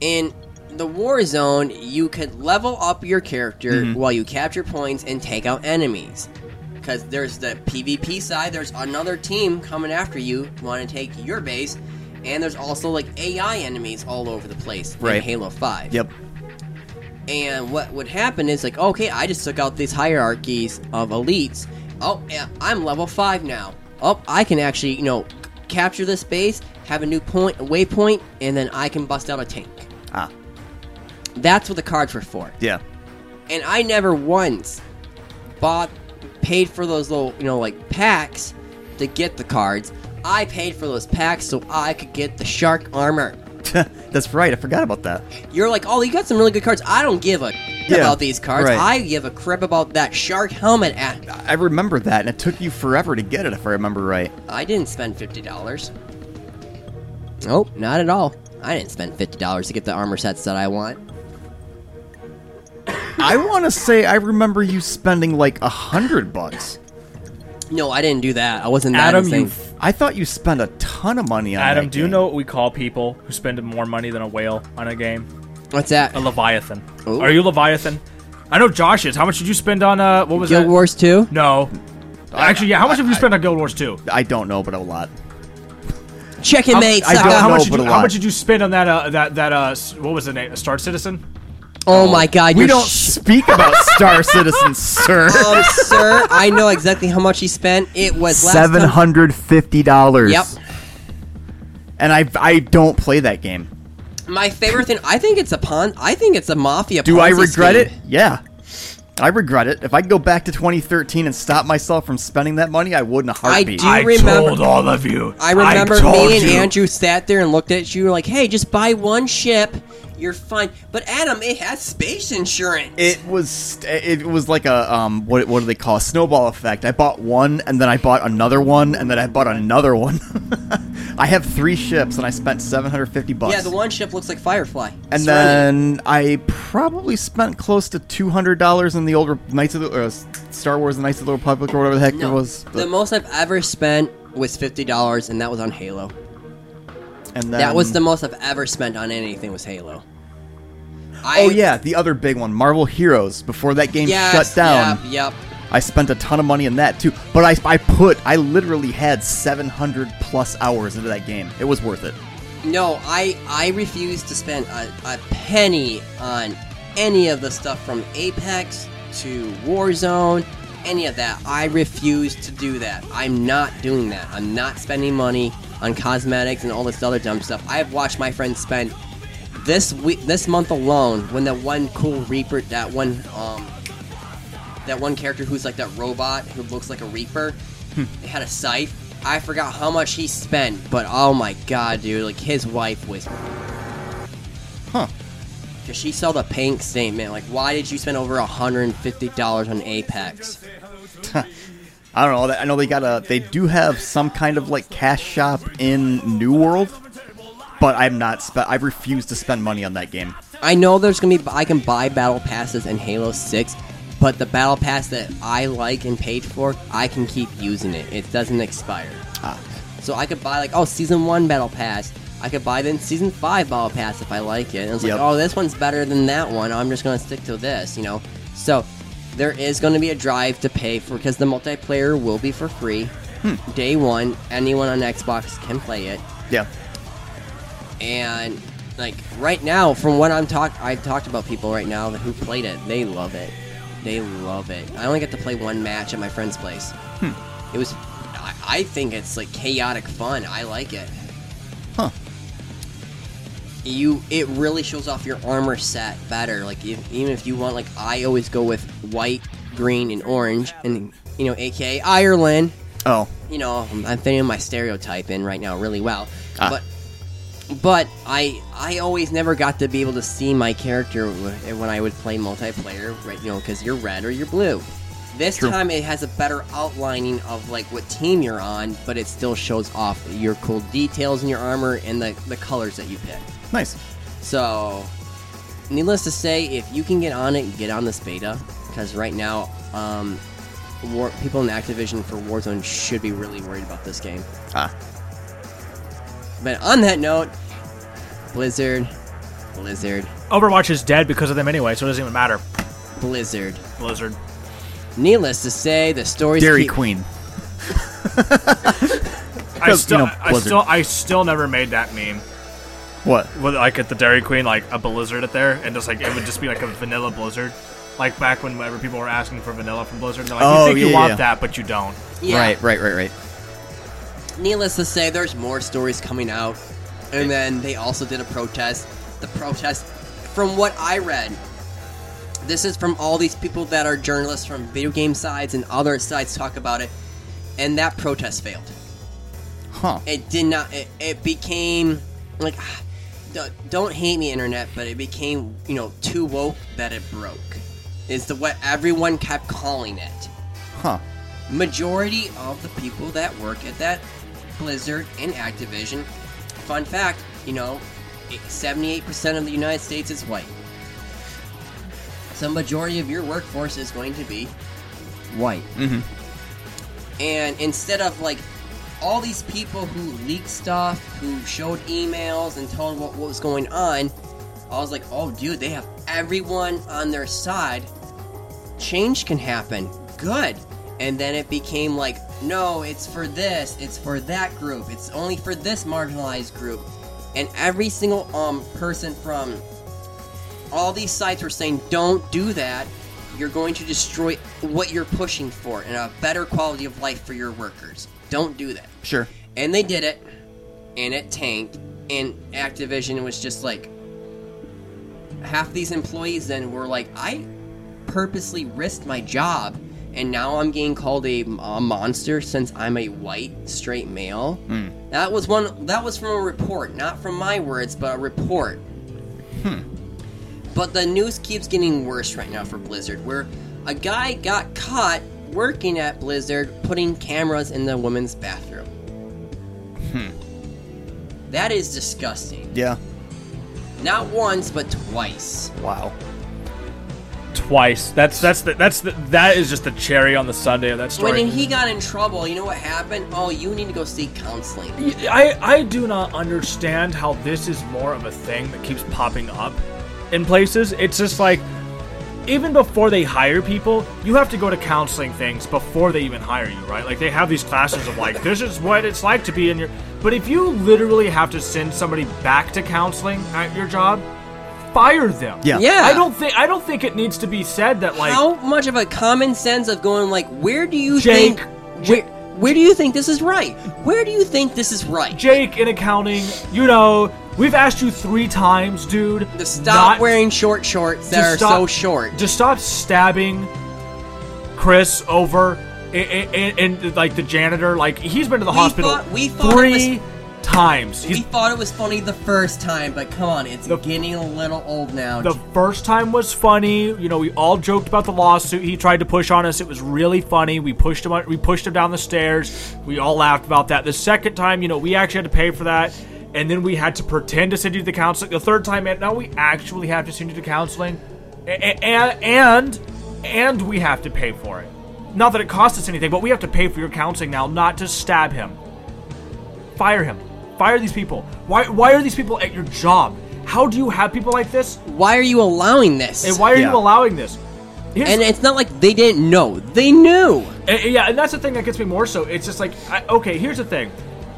Speaker 2: In the Warzone, you could level up your character
Speaker 3: Mhm.
Speaker 2: while you capture points and take out enemies. Because there's the PvP side, there's another team coming after you, want to take your base, and there's also like AI enemies all over the place
Speaker 3: Right.
Speaker 2: in Halo 5.
Speaker 3: Yep.
Speaker 2: And what would happen is like, okay, I just took out these hierarchies of elites. Oh, yeah, I'm level five now. Oh, I can actually, you know, c- capture this base, have a new point, a waypoint, and then I can bust out a tank.
Speaker 3: Ah.
Speaker 2: That's what the cards were for.
Speaker 3: Yeah.
Speaker 2: And I never once bought, paid for those little, you know, like packs to get the cards. I paid for those packs so I could get the shark armor.
Speaker 3: That's right. I forgot about that.
Speaker 2: You're like, oh, you got some really good cards. I don't give a
Speaker 3: Yeah,
Speaker 2: about these cards.
Speaker 3: right.
Speaker 2: I give a crap about that shark helmet. At
Speaker 3: I remember that, and it took you forever to get it, if I remember right.
Speaker 2: I didn't spend fifty dollars. Nope, not at all. I didn't spend fifty dollars to get the armor sets that I want.
Speaker 3: I want to say I remember you spending like a hundred bucks.
Speaker 2: No, I didn't do that. I wasn't that
Speaker 3: Adam,
Speaker 2: insane.
Speaker 3: you. I thought you spent a ton of money on
Speaker 14: Adam,
Speaker 3: that
Speaker 14: do you
Speaker 3: game.
Speaker 14: know what we call people who spend more money than a whale on a game?
Speaker 2: What's that?
Speaker 14: A leviathan. Are you leviathan? I know Josh is. How much did you spend on uh? What was
Speaker 2: Guild
Speaker 14: that?
Speaker 2: Wars Two?
Speaker 14: No. Actually, yeah. How much have you spent on Guild Wars Two?
Speaker 3: I don't know, but a lot.
Speaker 2: Chicken
Speaker 14: How-
Speaker 2: mates.
Speaker 14: I don't know,
Speaker 2: sucker.
Speaker 14: how much did you, how much did you spend on that uh that that uh s- what was the name? Star Citizen.
Speaker 2: Oh my God!
Speaker 14: We
Speaker 2: you're
Speaker 14: don't
Speaker 2: sh-
Speaker 3: Speak about Star Citizen, sir.
Speaker 2: um, sir, I know exactly how much he spent. It was last
Speaker 3: Seven
Speaker 2: time-
Speaker 3: hundred fifty dollars.
Speaker 2: Yep.
Speaker 3: And I I don't play that game.
Speaker 2: My favorite thing. I think it's a pon. I think it's a mafia.
Speaker 3: Do I
Speaker 2: Ponzi
Speaker 3: regret
Speaker 2: scheme.
Speaker 3: it? Yeah. I regret it. If I could go back to 2013 and stop myself from spending that money, I would in a heartbeat.
Speaker 2: do I remember- told all of
Speaker 3: you.
Speaker 2: I remember me and Andrew sat there and looked at you like, "Hey, just buy one ship, you're fine." But Adam, it has space insurance.
Speaker 3: It was it was like a um what what do they call a snowball effect? I bought one and then I bought another one and then I bought another one. I have three ships and I spent 750 bucks.
Speaker 2: Yeah, the one ship looks like Firefly.
Speaker 3: and
Speaker 2: Surrounded.
Speaker 3: then I probably spent close to two hundred dollars in the older Knights of the or Star Wars: The Knights of the Republic or whatever the heck it was.
Speaker 2: the most I've ever spent was fifty dollars, and that was on Halo.
Speaker 3: And then,
Speaker 2: that was the most I've ever spent on anything was Halo. I-
Speaker 3: oh yeah, the other big one, Marvel Heroes. Before that game
Speaker 2: Yes,
Speaker 3: shut down,
Speaker 2: Yep. yep.
Speaker 3: I spent a ton of money in that too. But I, I put, I literally had 700 plus hours into that game. It was worth it.
Speaker 2: No, I I refuse to spend a, a penny on any of the stuff from Apex to Warzone, any of that. I refuse to do that. I'm not doing that. I'm not spending money on cosmetics and all this other dumb stuff. I've watched my friends spend this week, this month alone, when that one cool Reaper, that one um, that one character who's like that robot who looks like a Reaper, They had a scythe. I forgot how much he spent, but oh my god, dude! Like his wife was.
Speaker 3: Huh.
Speaker 2: Cause she saw the pink statement. Like, why did you spend over hundred and fifty dollars on Apex?
Speaker 3: I don't know. I know they got a. They do have some kind of like cash shop in New World, but I'm not. Spe- I refuse to spend money on that game.
Speaker 2: I know there's gonna be I can buy battle passes in Halo Six, but the battle pass that I like and paid for, I can keep using it. It doesn't expire.
Speaker 3: Ah.
Speaker 2: So I could buy like oh season one battle pass. I could buy then season five battle pass if I like it. And it's
Speaker 3: Yep.
Speaker 2: like oh this one's better than that one. I'm just gonna stick to this, you know. So there is gonna be a drive to pay for because the multiplayer will be for free. Day one, anyone on Xbox can play it
Speaker 3: Yeah.
Speaker 2: and like right now from what i'm talk i've talked about people right now who played it they love it they love it i only get to play one match at my friend's place it was I, I think it's like chaotic fun i like it
Speaker 3: Huh.
Speaker 2: you it really shows off your armor set better like if, even if you want like i always go with white green and orange and you know aka ireland
Speaker 3: Oh.
Speaker 2: you know i'm, I'm fitting my stereotype in right now really well
Speaker 3: Ah.
Speaker 2: but but I I always never got to be able to see my character w- when I would play multiplayer, right? You know, because you're red or you're blue. This
Speaker 19: True.
Speaker 2: time it has a better outlining of like what team you're on, but it still shows off your cool details in your armor and the the colors that you pick.
Speaker 3: Nice.
Speaker 2: So, needless to say, if you can get on it, get on this beta because right now, um, war- people in Activision for Warzone should be really worried about this game.
Speaker 3: Ah.
Speaker 2: But on that note, Blizzard, Blizzard,
Speaker 1: Overwatch is dead because of them anyway, so it doesn't even matter.
Speaker 2: Blizzard,
Speaker 1: Blizzard.
Speaker 2: Needless to say, the stories.
Speaker 3: Dairy
Speaker 2: keep-
Speaker 3: Queen.
Speaker 1: I
Speaker 3: 'Cause,
Speaker 1: still,
Speaker 3: you know,
Speaker 1: I
Speaker 3: Blizzard.
Speaker 1: still, I still never made that meme.
Speaker 3: What?
Speaker 1: With like at the Dairy Queen, like a Blizzard at there, and just like it would just be like a vanilla Blizzard, like back when whenever people were asking for vanilla from Blizzard, they're like,
Speaker 3: Oh,
Speaker 1: you think you
Speaker 3: yeah,
Speaker 1: want
Speaker 3: yeah.
Speaker 1: that, but you don't.
Speaker 2: Yeah.
Speaker 3: Right. Right. Right. Right.
Speaker 2: Needless to say, there's more stories coming out, and then they also did a protest. The protest, from what I read, this is from all these people that are journalists from video game sides and other sides talk about it, and that protest failed.
Speaker 3: Huh.
Speaker 2: It did not. It, it became like, ah, d- don't hate me, internet, but it became you know too woke that it broke. Is the what everyone kept calling it
Speaker 3: Huh.
Speaker 2: majority of the people that work at that Blizzard and Activision. Fun fact, you know, 78% of the United States is white. So majority of your workforce is going to be white.
Speaker 3: Mm-hmm.
Speaker 2: and instead of like all these people who leaked stuff, who showed emails and told what, what was going on, I was like, oh, dude, they have everyone on their side. Change can happen. Good. And then it became like, no, it's for this, it's for that group, it's only for this marginalized group. And every single um person from all these sites were saying, don't do that. You're going to destroy what you're pushing for and a better quality of life for your workers. Don't do that.
Speaker 3: Sure.
Speaker 2: And they did it, and it tanked, and Activision was just like, half these employees then were like, I purposely risked my job, and now I'm getting called a, a monster since I'm a white straight male.
Speaker 3: Hmm.
Speaker 2: That was one. That was from a report, not from my words, but a report. But the news keeps getting worse right now for Blizzard, where a guy got caught working at Blizzard putting cameras in the women's bathroom.
Speaker 3: Hmm.
Speaker 2: That is disgusting.
Speaker 3: Yeah.
Speaker 2: Not once, but twice.
Speaker 3: Wow.
Speaker 1: Twice. That's that's the, that's the, that is just the cherry on the Sunday of that story.
Speaker 2: When he got in trouble, you know what happened? Oh, you need to go seek counseling.
Speaker 1: I, I do not understand how this is more of a thing that keeps popping up in places. It's just like, even before they hire people, you have to go to counseling things before they even hire you, right? Like, they have these classes of, like, this is what it's like to be in your. But if you literally have to send somebody back to counseling at your job, fire them.
Speaker 3: Yeah. Yeah.
Speaker 1: I don't think I don't think it needs to be said that like
Speaker 2: How much of a common sense of going like, where do you
Speaker 1: Jake,
Speaker 2: think where where do you think this is right? Where do you think this is right?
Speaker 1: Jake in accounting, you know, we've asked you three times, dude. To
Speaker 2: Stop wearing short shorts that
Speaker 1: to
Speaker 2: are
Speaker 1: stop-
Speaker 2: so short.
Speaker 1: Just stop stabbing Chris over and, and, and, like the janitor, like he's been to the
Speaker 2: We
Speaker 1: hospital
Speaker 2: thought- we thought it was-
Speaker 1: three times. He's
Speaker 2: We thought it was funny the first time, but come on, it's getting a little old now.
Speaker 1: The first time was funny. You know, we all joked about the lawsuit he tried to push on us. It was really funny. We pushed him. We pushed him down the stairs. We all laughed about that. The second time, you know, we actually had to pay for that, and then we had to pretend to send you to the counseling. The third time, and now we actually have to send you to counseling, and and and we have to pay for it. Not that it costs us anything, but we have to pay for your counseling now, not to stab him. Fire him. Fire these people. Why why are these people at your job? How do you have people like this?
Speaker 2: Why are you allowing this?
Speaker 1: And why are
Speaker 2: Yeah.
Speaker 1: you allowing this?
Speaker 2: and it's not like they didn't know; they knew.
Speaker 1: And- and yeah, and that's the thing that gets me more so. It's just like, I, okay, here's the thing.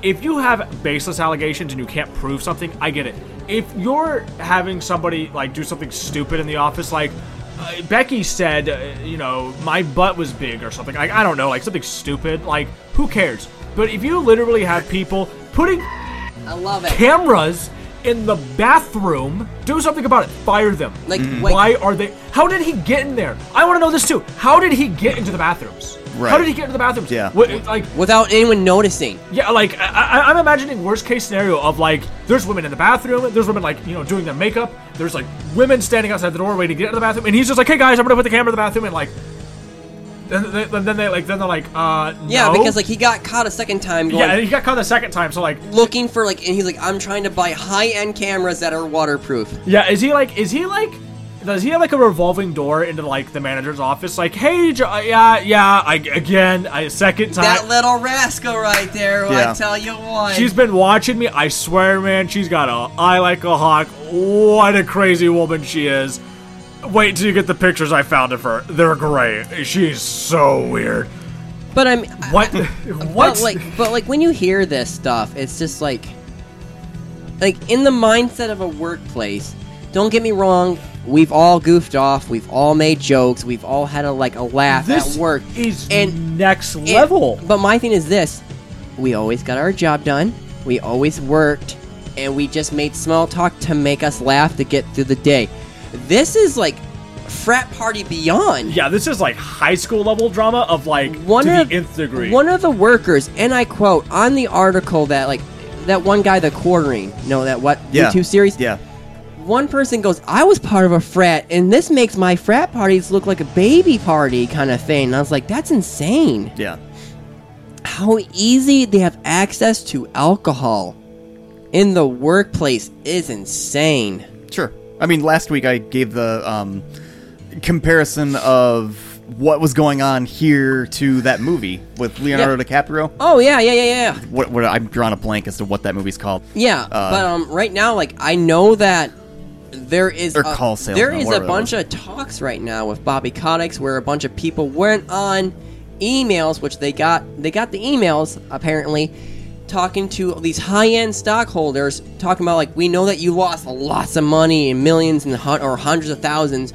Speaker 1: If you have baseless allegations and you can't prove something, I get it. If you're having somebody like do something stupid in the office, like uh, Becky said, uh, you know, my butt was big or something. Like I don't know, like something stupid. Like who cares? But if you literally have people putting
Speaker 2: I love it.
Speaker 1: cameras in the bathroom. Do something about it. Fire them.
Speaker 2: Like, Mm. wait.
Speaker 1: why are they? How did he get in there? I want to know this too. How did he get into the bathrooms? How did he get into the bathrooms? What, like
Speaker 2: without anyone noticing.
Speaker 1: Yeah, like I, I, I'm imagining worst case scenario of like there's women in the bathroom, there's women like you know doing their makeup, there's like women standing outside the door waiting to get into the bathroom, and he's just like, hey guys, I'm gonna put the camera in the bathroom, and like then they, then they like then they're like uh
Speaker 2: Yeah,
Speaker 1: no.
Speaker 2: because like he got caught a second time. Going,
Speaker 1: yeah and he got caught the second time, so like
Speaker 2: looking for like, and he's like, I'm trying to buy high end cameras that are waterproof.
Speaker 1: Yeah, is he like? Is he like? Does he have like a revolving door into like the manager's office? Like, hey, jo- uh, yeah, yeah, I, again, I second
Speaker 2: That
Speaker 1: time.
Speaker 2: little rascal right there.
Speaker 1: Yeah.
Speaker 2: I tell you what.
Speaker 1: She's been watching me. I swear, man, she's got a eye like a hawk. What a crazy woman she is. Wait till you get the pictures I found of her. They're great. She's so weird.
Speaker 2: But I'm
Speaker 1: what? what?
Speaker 2: But like, but like when you hear this stuff, it's just like, like in the mindset of a workplace. Don't get me wrong. We've all goofed off. We've all made jokes. We've all had a like a laugh
Speaker 1: This
Speaker 2: at work.
Speaker 1: Is
Speaker 2: and
Speaker 1: next
Speaker 2: level. but my thing is this: we always got our job done. We always worked, and we just made small talk to make us laugh to get through the day. This is like frat party beyond.
Speaker 1: Yeah, this is like high school level drama of like
Speaker 2: one
Speaker 1: to
Speaker 2: of
Speaker 1: the nth degree.
Speaker 2: One of the workers, and I quote on the article that like that one guy, the quartering, no, that what
Speaker 3: Yeah.
Speaker 2: YouTube series.
Speaker 3: Yeah.
Speaker 2: One person goes, "I was part of a frat, and this makes my frat parties look like a baby party kind of thing." And I was like, "That's insane."
Speaker 3: Yeah.
Speaker 2: How easy they have access to alcohol in the workplace is insane.
Speaker 3: Sure. I mean, last week I gave the um, comparison of what was going on here to that movie with Leonardo DiCaprio.
Speaker 2: Oh yeah, yeah, yeah, yeah.
Speaker 3: What, what I'm drawing a blank as to what that movie's called.
Speaker 2: Yeah,
Speaker 3: Uh,
Speaker 2: but um, right now, like I know that there is
Speaker 3: Or
Speaker 2: a,
Speaker 3: call
Speaker 2: there
Speaker 3: salesman,
Speaker 2: is a
Speaker 3: whatever that
Speaker 2: bunch
Speaker 3: was.
Speaker 2: of talks right now with Bobby Kotick where a bunch of people went on emails, which they got they got the emails apparently, talking to these high end stockholders, talking about like we know that you lost lots of money and millions and hun- or hundreds of thousands.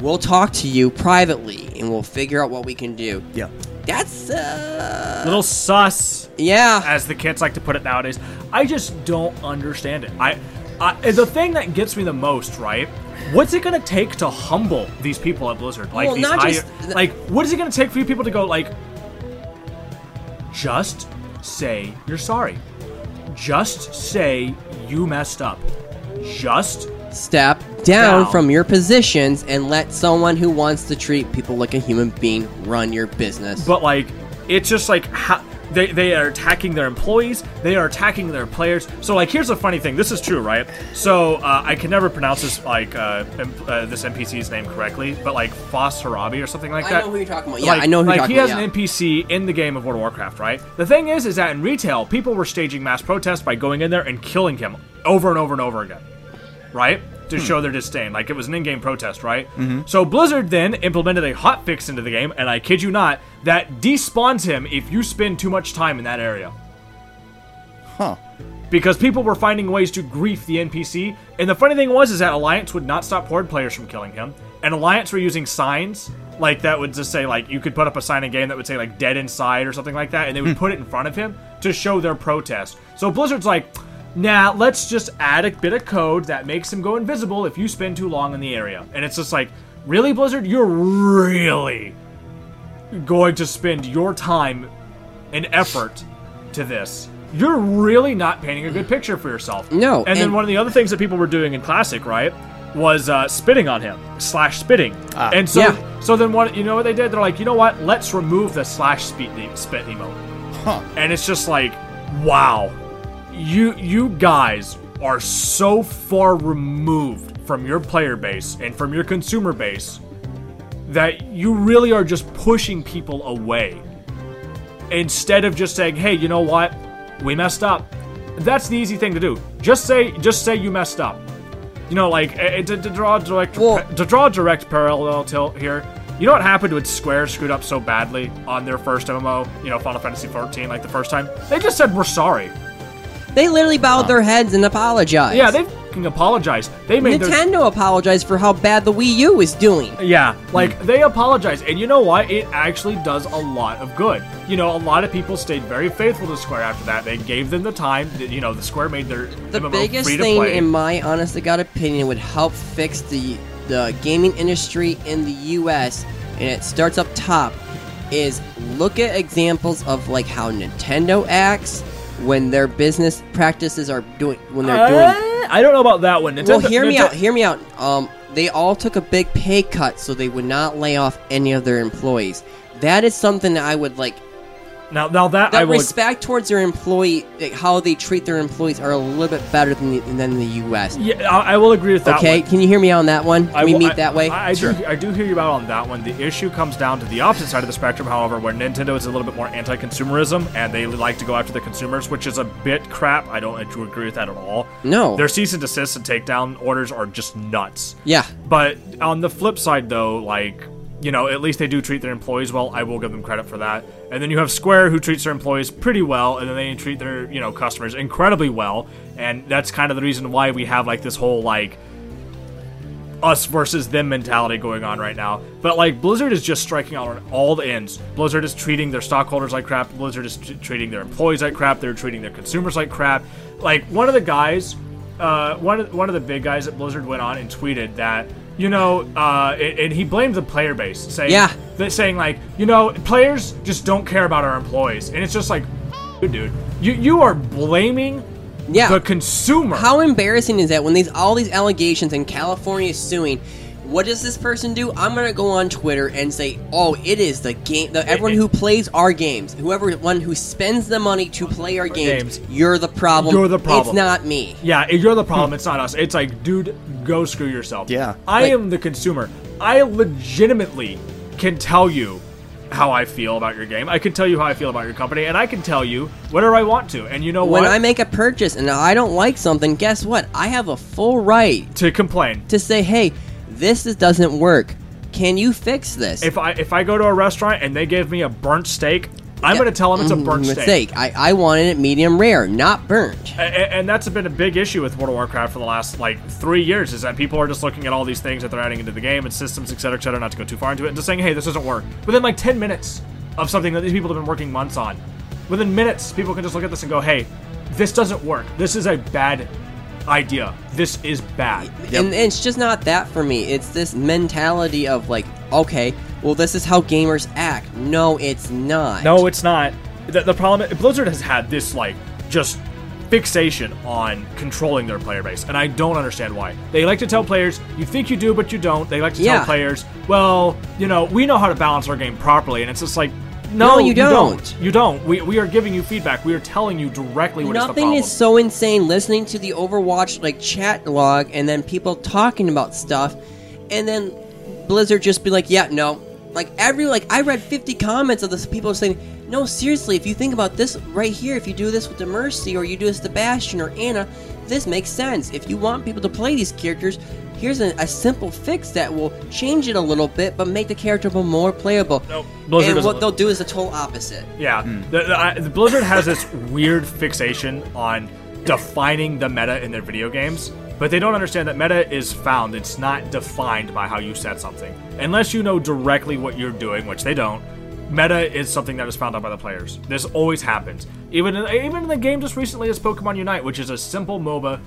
Speaker 2: We'll talk to you privately and we'll figure out what we can do.
Speaker 3: Yeah.
Speaker 2: That's uh,
Speaker 1: little sus.
Speaker 2: Yeah,
Speaker 1: as the kids like to put it nowadays. I just don't understand it. I, I the thing that gets me the most, right? What's it gonna take to humble these people at Blizzard? Like
Speaker 2: Well,
Speaker 1: these
Speaker 2: not
Speaker 1: higher-
Speaker 2: just-
Speaker 1: like what is it gonna take for you people to go like, just say you're sorry, just say you messed up, just
Speaker 2: step down
Speaker 1: Down.
Speaker 2: from your positions and let someone who wants to treat people like a human being run your business.
Speaker 1: But like, it's just like how, they they are attacking their employees. They are attacking their players. So like, here's a funny thing. This is true, right? So uh, I can never pronounce this like uh, M- uh, this NPC's name correctly, but like Foss Harabi or something like
Speaker 2: I
Speaker 1: that.
Speaker 2: know who you're talking about. Yeah, I know who you're
Speaker 1: like,
Speaker 2: talking
Speaker 1: he has
Speaker 2: about,
Speaker 1: an NPC in the game of World of Warcraft, right? The thing is, is that in retail, people were staging mass protests by going in there and killing him over and over and over again, right? To
Speaker 14: Hmm.
Speaker 1: show their disdain. Like it was an in-game protest, right?
Speaker 14: Mhm.
Speaker 1: So Blizzard then implemented a hotfix into the game, and I kid you not, that despawns him if you spend too much time in that area.
Speaker 3: Huh.
Speaker 1: Because people were finding ways to grief the NPC, and the funny thing was is that Alliance would not stop Horde players from killing him, and Alliance were using signs like that would just say like you could put up a sign in game that would say like dead inside or something like that, and they would put it in front of him to show their protest. So Blizzard's like, nah, let's just add a bit of code that makes him go invisible if you spend too long in the area, and it's just like, really Blizzard, you're really going to spend your time and effort to this, you're really not painting a good picture for yourself.
Speaker 2: No.
Speaker 1: And, then
Speaker 2: and-
Speaker 1: one of the other things that people were doing in classic, right, was uh, spitting on him slash spitting. and so,
Speaker 2: Ah. yeah.
Speaker 1: so then what? You know what they did? They're like, you know what? Let's remove the slash spit spit emote. And it's just like, wow, you you guys are so far removed from your player base and from your consumer base that you really are just pushing people away instead of just saying, "Hey, you know what? We messed up." That's the easy thing to do. Just say, just say you messed up. You know, like eh, eh, to, to draw a direct to draw a direct parallel to here. You know what happened when Square screwed up so badly on their first MMO? You know, Final Fantasy XIV, like the first time they just said we're sorry.
Speaker 2: They literally bowed their heads and apologized.
Speaker 1: Yeah, they fucking apologized. They made their
Speaker 2: Nintendo apologized for how bad the Wii U is doing.
Speaker 1: Yeah,
Speaker 2: Hmm.
Speaker 1: like they apologize, and you know what? It actually does a lot of good. You know, a lot of people stayed very faithful to Square after that. They gave them the time. that, You know, the Square made their
Speaker 2: The
Speaker 1: MMO
Speaker 2: biggest
Speaker 1: free to
Speaker 2: thing,
Speaker 1: play.
Speaker 2: in my honest to god opinion, would help fix the the gaming industry in the U.S. and it starts up top is look at examples of like how Nintendo acts when their business practices are doing when they're doing.
Speaker 1: Uh, I don't know about that one.
Speaker 2: well,
Speaker 1: Nintendo-
Speaker 2: hear me
Speaker 1: Ninte-
Speaker 2: out. Hear me out. Um, they all took a big pay cut so they would not lay off any of their employees. That is something that I would like
Speaker 1: Now, now that, I
Speaker 2: that
Speaker 1: will.
Speaker 2: respect towards their employee, like, how they treat their employees, are a little bit better than the, than the U.S.
Speaker 1: Yeah, I, I will agree with that.
Speaker 2: okay,
Speaker 1: one.
Speaker 2: can you hear me on that one? Can
Speaker 1: I
Speaker 2: we
Speaker 1: will-
Speaker 2: meet
Speaker 1: I-
Speaker 2: that way?
Speaker 1: I, I do, I do hear you out on that one. The issue comes down to the opposite side of the spectrum, however, where Nintendo is a little bit more anti-consumerism and they like to go after the consumers, which is a bit crap. I don't agree with that at all.
Speaker 2: No.
Speaker 1: their cease and desist and takedown orders are just nuts.
Speaker 2: Yeah.
Speaker 1: But on the flip side, though, like, you know, at least they do treat their employees well. I will give them credit for that. And then you have Square, who treats their employees pretty well, and then they treat their, you know, customers incredibly well. And that's kind of the reason why we have, like, this whole, like, us versus them mentality going on right now. But, like, Blizzard is just striking out on all the ends. Blizzard is treating their stockholders like crap. Blizzard is t- treating their employees like crap. They're treating their consumers like crap. Like, one of the guys uh, one of one of the big guys at Blizzard went on and tweeted that you know, uh, and, and he blamed the player base, saying
Speaker 2: Yeah.
Speaker 1: that saying like you know players just don't care about our employees, and it's just like, dude, you you are blaming
Speaker 2: Yeah.
Speaker 1: the consumer.
Speaker 2: How embarrassing is that when these all these allegations and California is suing? What does this person do? I'm gonna go on Twitter and say, "Oh, it is the game. The, everyone who plays our games, whoever one who spends the money to play our games,
Speaker 1: Games.
Speaker 2: you're the problem.
Speaker 1: You're the problem.
Speaker 2: It's not me."
Speaker 1: Yeah, you're the problem. It's not us. It's like, dude, go screw yourself.
Speaker 3: Yeah.
Speaker 1: I
Speaker 2: Like-
Speaker 1: am the consumer. I legitimately can tell you how I feel about your game. I can tell you how I feel about your company, and I can tell you whatever I want to. And you know
Speaker 2: When
Speaker 1: what?
Speaker 2: I make a purchase and I don't like something, guess what? I have a full right
Speaker 1: to complain.
Speaker 2: to say, "Hey, this is, doesn't work. Can you fix this?"
Speaker 1: If I if I go to a restaurant and they give me a burnt steak, I'm
Speaker 2: Yeah.
Speaker 1: going to tell them it's a burnt
Speaker 2: Mm,
Speaker 1: steak.
Speaker 2: mistake. I, I wanted it medium rare, not burnt.
Speaker 1: A- a- And, that's been a big issue with World of Warcraft for the last like three years is that people are just looking at all these things that they're adding into the game and systems, et cetera, et cetera, not to go too far into it, and just saying, hey, this doesn't work. Within like 10 minutes of something that these people have been working months on, within minutes, people can just look at this and go, hey, this doesn't work. This is a bad idea. This is bad.
Speaker 2: And it's just not that for me. It's this mentality of like, okay, well, this is how gamers act. No, it's not.
Speaker 1: No, it's not. The, the problem Blizzard has had this like just fixation on controlling their player base, and I don't understand why. They like to tell players, "You think you do, but you don't." They like to
Speaker 2: Yeah.
Speaker 1: tell players, "Well, you know, we know how to balance our game properly," and it's just like. No,
Speaker 2: No, you
Speaker 1: don't.
Speaker 2: don't.
Speaker 1: You don't. We, we are giving you feedback. We are telling you directly what is the
Speaker 2: Nothing
Speaker 1: problem.
Speaker 2: is so insane listening to the Overwatch like chat log and then people talking about stuff and then Blizzard just be like, yeah, no. Like every like I read 50 comments of this people saying, "No, seriously, if you think about this right here, if you do this with the Mercy or you do this with the Bastion or Anna, this makes sense. If you want people to play these characters, here's a, a simple fix that will change it a little bit but make the character more playable."
Speaker 1: Nope, Blizzard
Speaker 2: and
Speaker 1: doesn't
Speaker 2: what
Speaker 1: li-
Speaker 2: they'll do is the total opposite.
Speaker 1: Yeah, the, the, I, the Blizzard has this weird fixation on defining the meta in their video games, but they don't understand that meta is found. It's not defined by how you set something, unless you know directly what you're doing, which they don't. Meta is something that is found out by the players. This always happens. Even in, even in the game just recently is Pokemon Unite, which is a simple MOBA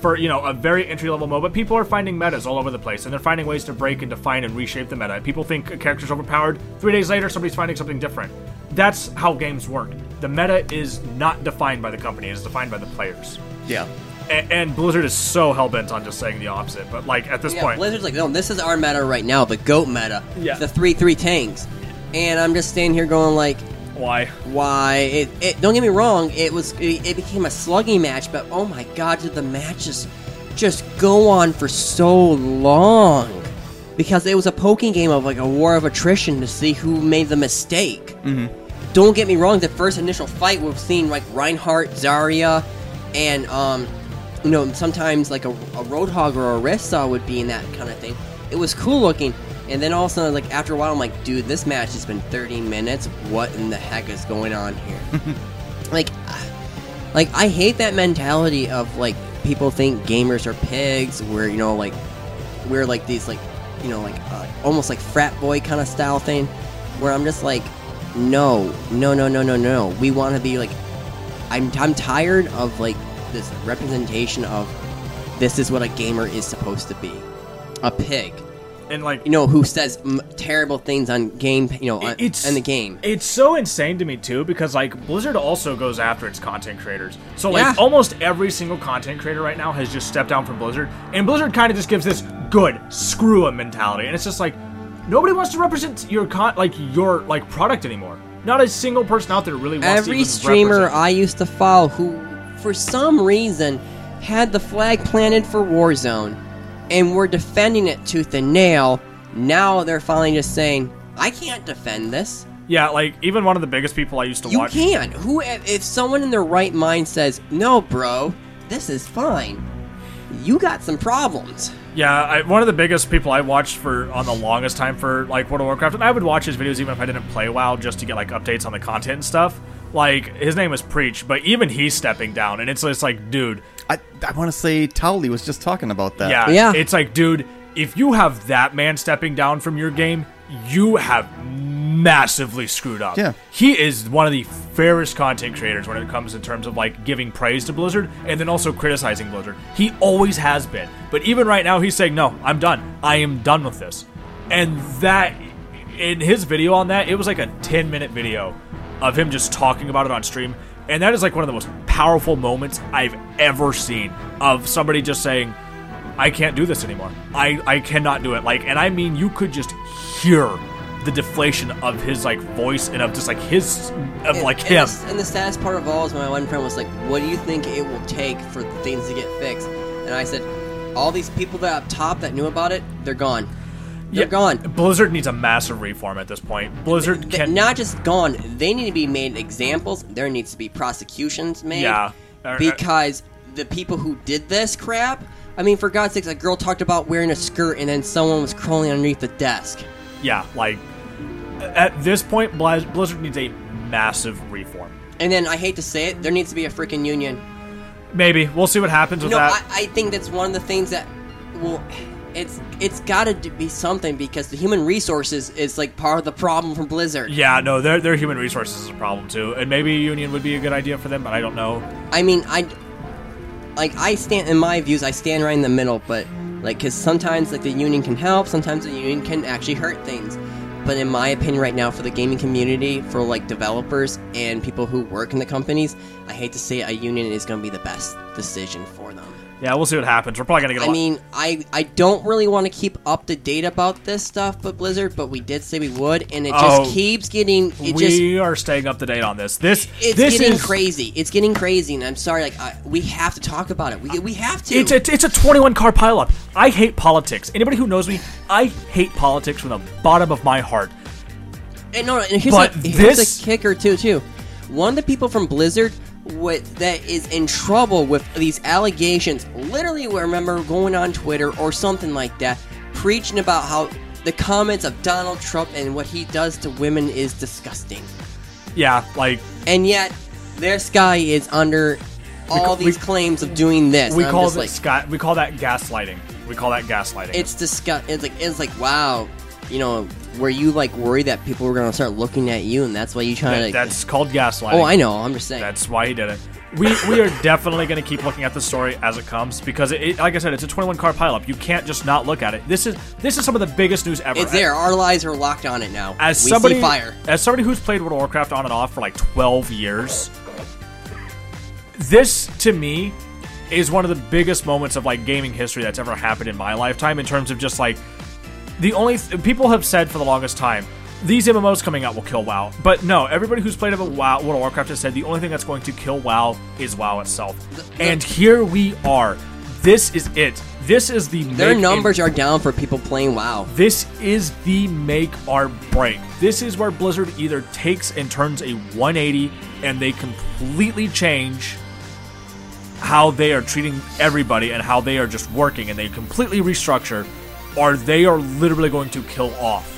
Speaker 1: for you know a very entry level MOBA, people are finding metas all over the place, and they're finding ways to break and define and reshape the meta. People think a character's overpowered. Three days later, somebody's finding something different. That's how games work. The meta is not defined by the company; it's defined by the players.
Speaker 3: Yeah.
Speaker 1: And, and Blizzard is so hell bent on just saying the opposite. But like at this
Speaker 2: yeah,
Speaker 1: point,
Speaker 2: Blizzard's like, no, this is our meta right now, the goat meta,
Speaker 1: Yeah.
Speaker 2: the three three tanks, and I'm just standing here going like,
Speaker 1: why?
Speaker 2: Why? It, it don't get me wrong, it was it, it became a slugging match, but oh my god, did the matches just go on for so long? Because it was a poking game of like a war of attrition to see who made the mistake. Don't get me wrong, the first initial fight we've seen like Reinhardt, Zarya, and um, you know, sometimes like a, a Roadhog or a Rissa would be in that kind of thing. It was cool looking, and then all of a sudden, like after a while, I'm like, dude, this match has been 30 minutes. What in the heck is going on here? like, I- like I hate that mentality of like people think gamers are pigs. We're you know like we're like these like you know like uh, almost like frat boy kind of style thing, where I'm just like, no, no, no, no, no, no. We want to be like, I'm I'm tired of like this representation of this is what a gamer is supposed to be, a pig.
Speaker 1: And like
Speaker 2: you know who says m- terrible things on game, you know, on,
Speaker 1: It's-
Speaker 2: in the game.
Speaker 1: It's so insane to me too because like Blizzard also goes after its content creators. So like
Speaker 2: Yeah.
Speaker 1: almost every single content creator right now has just stepped down from Blizzard, and Blizzard kind of just gives this good screw 'em mentality, and it's just like nobody wants to represent your con like your like product anymore. Not a single person out there really wants to
Speaker 2: every
Speaker 1: even
Speaker 2: streamer
Speaker 1: represent-
Speaker 2: I used to follow who, for some reason, had the flag planted for Warzone and were defending it tooth and nail, now they're finally just saying, I can't defend this.
Speaker 1: yeah, like even one of the biggest people I used to
Speaker 2: You
Speaker 1: watch.
Speaker 2: can't. Who, if if someone in their right mind says, No, bro, this is fine, you got some problems.
Speaker 1: Yeah, I, one of the biggest people I watched for on the longest time for like World of Warcraft, and I would watch his videos even if I didn't play WoW just to get like updates on the content and stuff. Like his name is Preach, but even he's stepping down, and it's it's like, dude,
Speaker 3: I, I want to say Towley was just talking about that.
Speaker 1: yeah, it's like, dude, if you have that man stepping down from your game, you have massively screwed up.
Speaker 3: Yeah.
Speaker 1: he is one of the fairest content creators when it comes in terms of like giving praise to Blizzard and then also criticizing Blizzard. He always has been, but even right now, he's saying, "No, I'm done. I am done with this." And that, in his video on that, it was like a 10 minute video of him just talking about it on stream. And that is like one of the most powerful moments I've ever seen of somebody just saying, I can't do this anymore. I, I cannot do it. Like, and I mean, you could just hear the deflation of his like voice and of just like his of like
Speaker 2: and
Speaker 1: him.
Speaker 2: The, and the saddest part of all is my one friend was like, "What do you think it will take for things to get fixed?" And I said, "All these people that up top that knew about it, they're gone. They're gone.
Speaker 1: Blizzard needs a massive reform at this point. Blizzard
Speaker 2: Th-
Speaker 1: can
Speaker 2: not just gone. They need to be made examples. There needs to be prosecutions made.
Speaker 1: Yeah. Or- or-
Speaker 2: because the people who did this crap. I mean, for God's sakes, a girl talked about wearing a skirt and then someone was crawling underneath the desk.
Speaker 1: yeah, like at this point, Blizz- Blizzard needs a massive reform.
Speaker 2: And then I hate to say it, there needs to be a freaking union.
Speaker 1: Maybe we'll see what happens
Speaker 2: You
Speaker 1: with
Speaker 2: know,
Speaker 1: that.
Speaker 2: I, I think that's one of the things that well, it's it's got to be something because the human resources is like part of the problem from Blizzard.
Speaker 1: Yeah, no, their their human resources is a problem too, and maybe a union would be a good idea for them, but I don't know.
Speaker 2: I mean, I like I stand in my views, I stand right in the middle, but like because sometimes like the union can help, sometimes the union can actually hurt things. But in my opinion, right now for the gaming community, for like developers and people who work in the companies, I hate to say it, a union is going to be the best decision for them.
Speaker 1: Yeah, we'll see what happens. We're probably gonna get. a
Speaker 2: I
Speaker 1: lot-
Speaker 2: mean, I I don't really want to keep up to date about this stuff, but Blizzard, but we did say we would, and it
Speaker 1: Oh.
Speaker 2: just keeps getting
Speaker 1: we
Speaker 2: it just
Speaker 1: are staying up to date on this. This
Speaker 2: it's
Speaker 1: this
Speaker 2: getting
Speaker 1: is
Speaker 2: crazy. It's getting crazy, and I'm sorry. Like I, we have to talk about it. We, we have to.
Speaker 1: It's a it's a 21 car pileup. I hate politics. Anybody who knows me, I hate politics from the bottom of my heart.
Speaker 2: And no, no, and here's,
Speaker 1: But
Speaker 2: a, here's
Speaker 1: this-
Speaker 2: a kicker too. Too, one of the people from Blizzard what, that is in trouble with these allegations. Literally, I remember going on Twitter or something like that, preaching about how the comments of Donald Trump and what he does to women is disgusting.
Speaker 1: Yeah, like
Speaker 2: And yet, this guy is under all
Speaker 1: we-
Speaker 2: these claims of doing this.
Speaker 1: we
Speaker 2: and I'm
Speaker 1: call
Speaker 2: just
Speaker 1: that
Speaker 2: like,
Speaker 1: sky, we call that gaslighting. We call that gaslighting.
Speaker 2: it's disgust. It's like it's like wow, you know, were you like worried that people were gonna start looking at you, and that's why you try
Speaker 1: That-
Speaker 2: to. Like,
Speaker 1: that's called gaslighting.
Speaker 2: Oh, I know. I'm just saying.
Speaker 1: That's why he did it. we we are definitely going to keep looking at the story as it comes because, it, it- like I said, it's a 21 car pileup. You can't just not look at it. This is this is some of the biggest news ever.
Speaker 2: It's there. Our lives are locked on it now.
Speaker 1: As
Speaker 2: we
Speaker 1: somebody,
Speaker 2: see fire.
Speaker 1: as somebody who's played World of Warcraft on and off for like 12 years, this to me is one of the biggest moments of like gaming history that's ever happened in my lifetime in terms of just like the only th- people have said for the longest time these MMOs coming out will kill WoW, but no, everybody who's played about WoW, World of Warcraft has said the only thing that's going to kill WoW is WoW itself, and here we are. This is it. This is the
Speaker 2: Their
Speaker 1: make in-
Speaker 2: numbers are down for people playing WoW.
Speaker 1: this is the make or break. This is where Blizzard either takes and turns a 180 and they completely change how they are treating everybody and how they are just working and they completely restructure, or they are literally going to kill off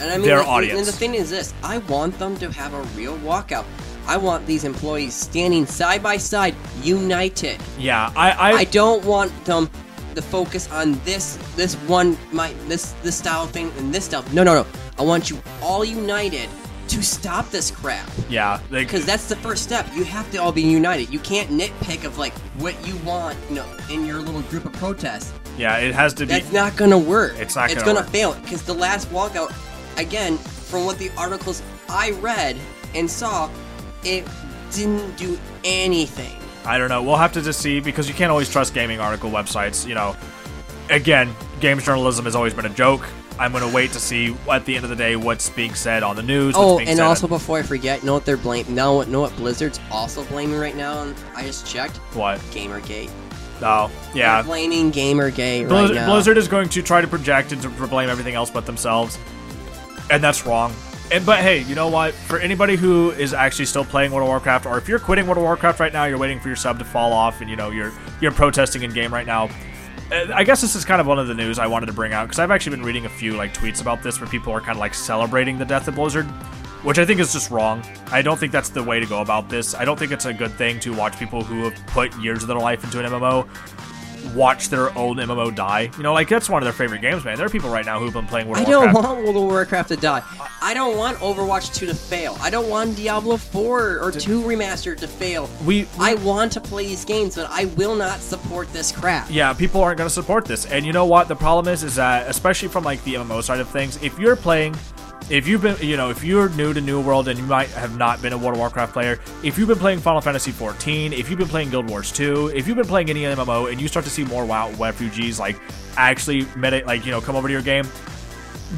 Speaker 2: And I mean,
Speaker 1: their
Speaker 2: like, and-
Speaker 1: audience.
Speaker 2: And the thing is this: I want them to have a real walkout. I want these employees standing side by side, united.
Speaker 1: yeah, I, I,
Speaker 2: I don't want them to focus on this this one my this this style thing and this stuff. No, no, no. I want you all united to stop this crap.
Speaker 1: yeah, like,
Speaker 2: Because that's the first step. You have to all be united. You can't nitpick of like what you want, you know, in your little group of protests.
Speaker 1: yeah, it has to be.
Speaker 2: That's not gonna work.
Speaker 1: It's not
Speaker 2: it's
Speaker 1: gonna,
Speaker 2: gonna
Speaker 1: work.
Speaker 2: fail because the last walkout, again, from what the articles I read and saw, it didn't do anything.
Speaker 1: I don't know. We'll have to just see because you can't always trust gaming article websites. You know, again, games journalism has always been a joke. I'm going to wait to see at the end of the day what's being said on the news. what's
Speaker 2: Oh,
Speaker 1: being
Speaker 2: and
Speaker 1: said on-
Speaker 2: also before I forget, know what they're blaming? Now, know what Blizzard's also blaming right now? And I just checked.
Speaker 1: What?
Speaker 2: Gamergate.
Speaker 1: Oh,
Speaker 2: They're
Speaker 1: yeah.
Speaker 2: blaming Gamergate
Speaker 1: Blizz-
Speaker 2: right now.
Speaker 1: Blizzard is going to try to project and to blame everything else but themselves, and that's wrong. And but hey, you know what? For anybody who is actually still playing World of Warcraft, or if you're quitting World of Warcraft right now, you're waiting for your sub to fall off, and you know you're you're protesting in game right now. Uh, I guess this is kind of one of the news I wanted to bring out because I've actually been reading a few like tweets about this where people are kind of like celebrating the death of Blizzard, which I think is just wrong. I don't think that's the way to go about this. I don't think it's a good thing to watch people who have put years of their life into an MMO watch their own MMO die. You know, like that's one of their favorite games, man. There are people right now who've been playing World
Speaker 2: I
Speaker 1: of
Speaker 2: don't
Speaker 1: Warcraft.
Speaker 2: want World of Warcraft to die. I don't want Overwatch 2 to fail. I don't want Diablo 4 or 2 Remastered to fail.
Speaker 1: We-
Speaker 2: I want to play these games, but I will not support this crap.
Speaker 1: yeah, people aren't going to support this. And you know what? The problem is, is that especially from like the MMO side of things, if you're playing, if you've been, you know, if you're new to New World and you might have not been a World of Warcraft player, if you've been playing Final Fantasy 14, if you've been playing Guild Wars 2, if you've been playing any MMO, and you start to see more WoW refugees like actually meta, like you know, come over to your game,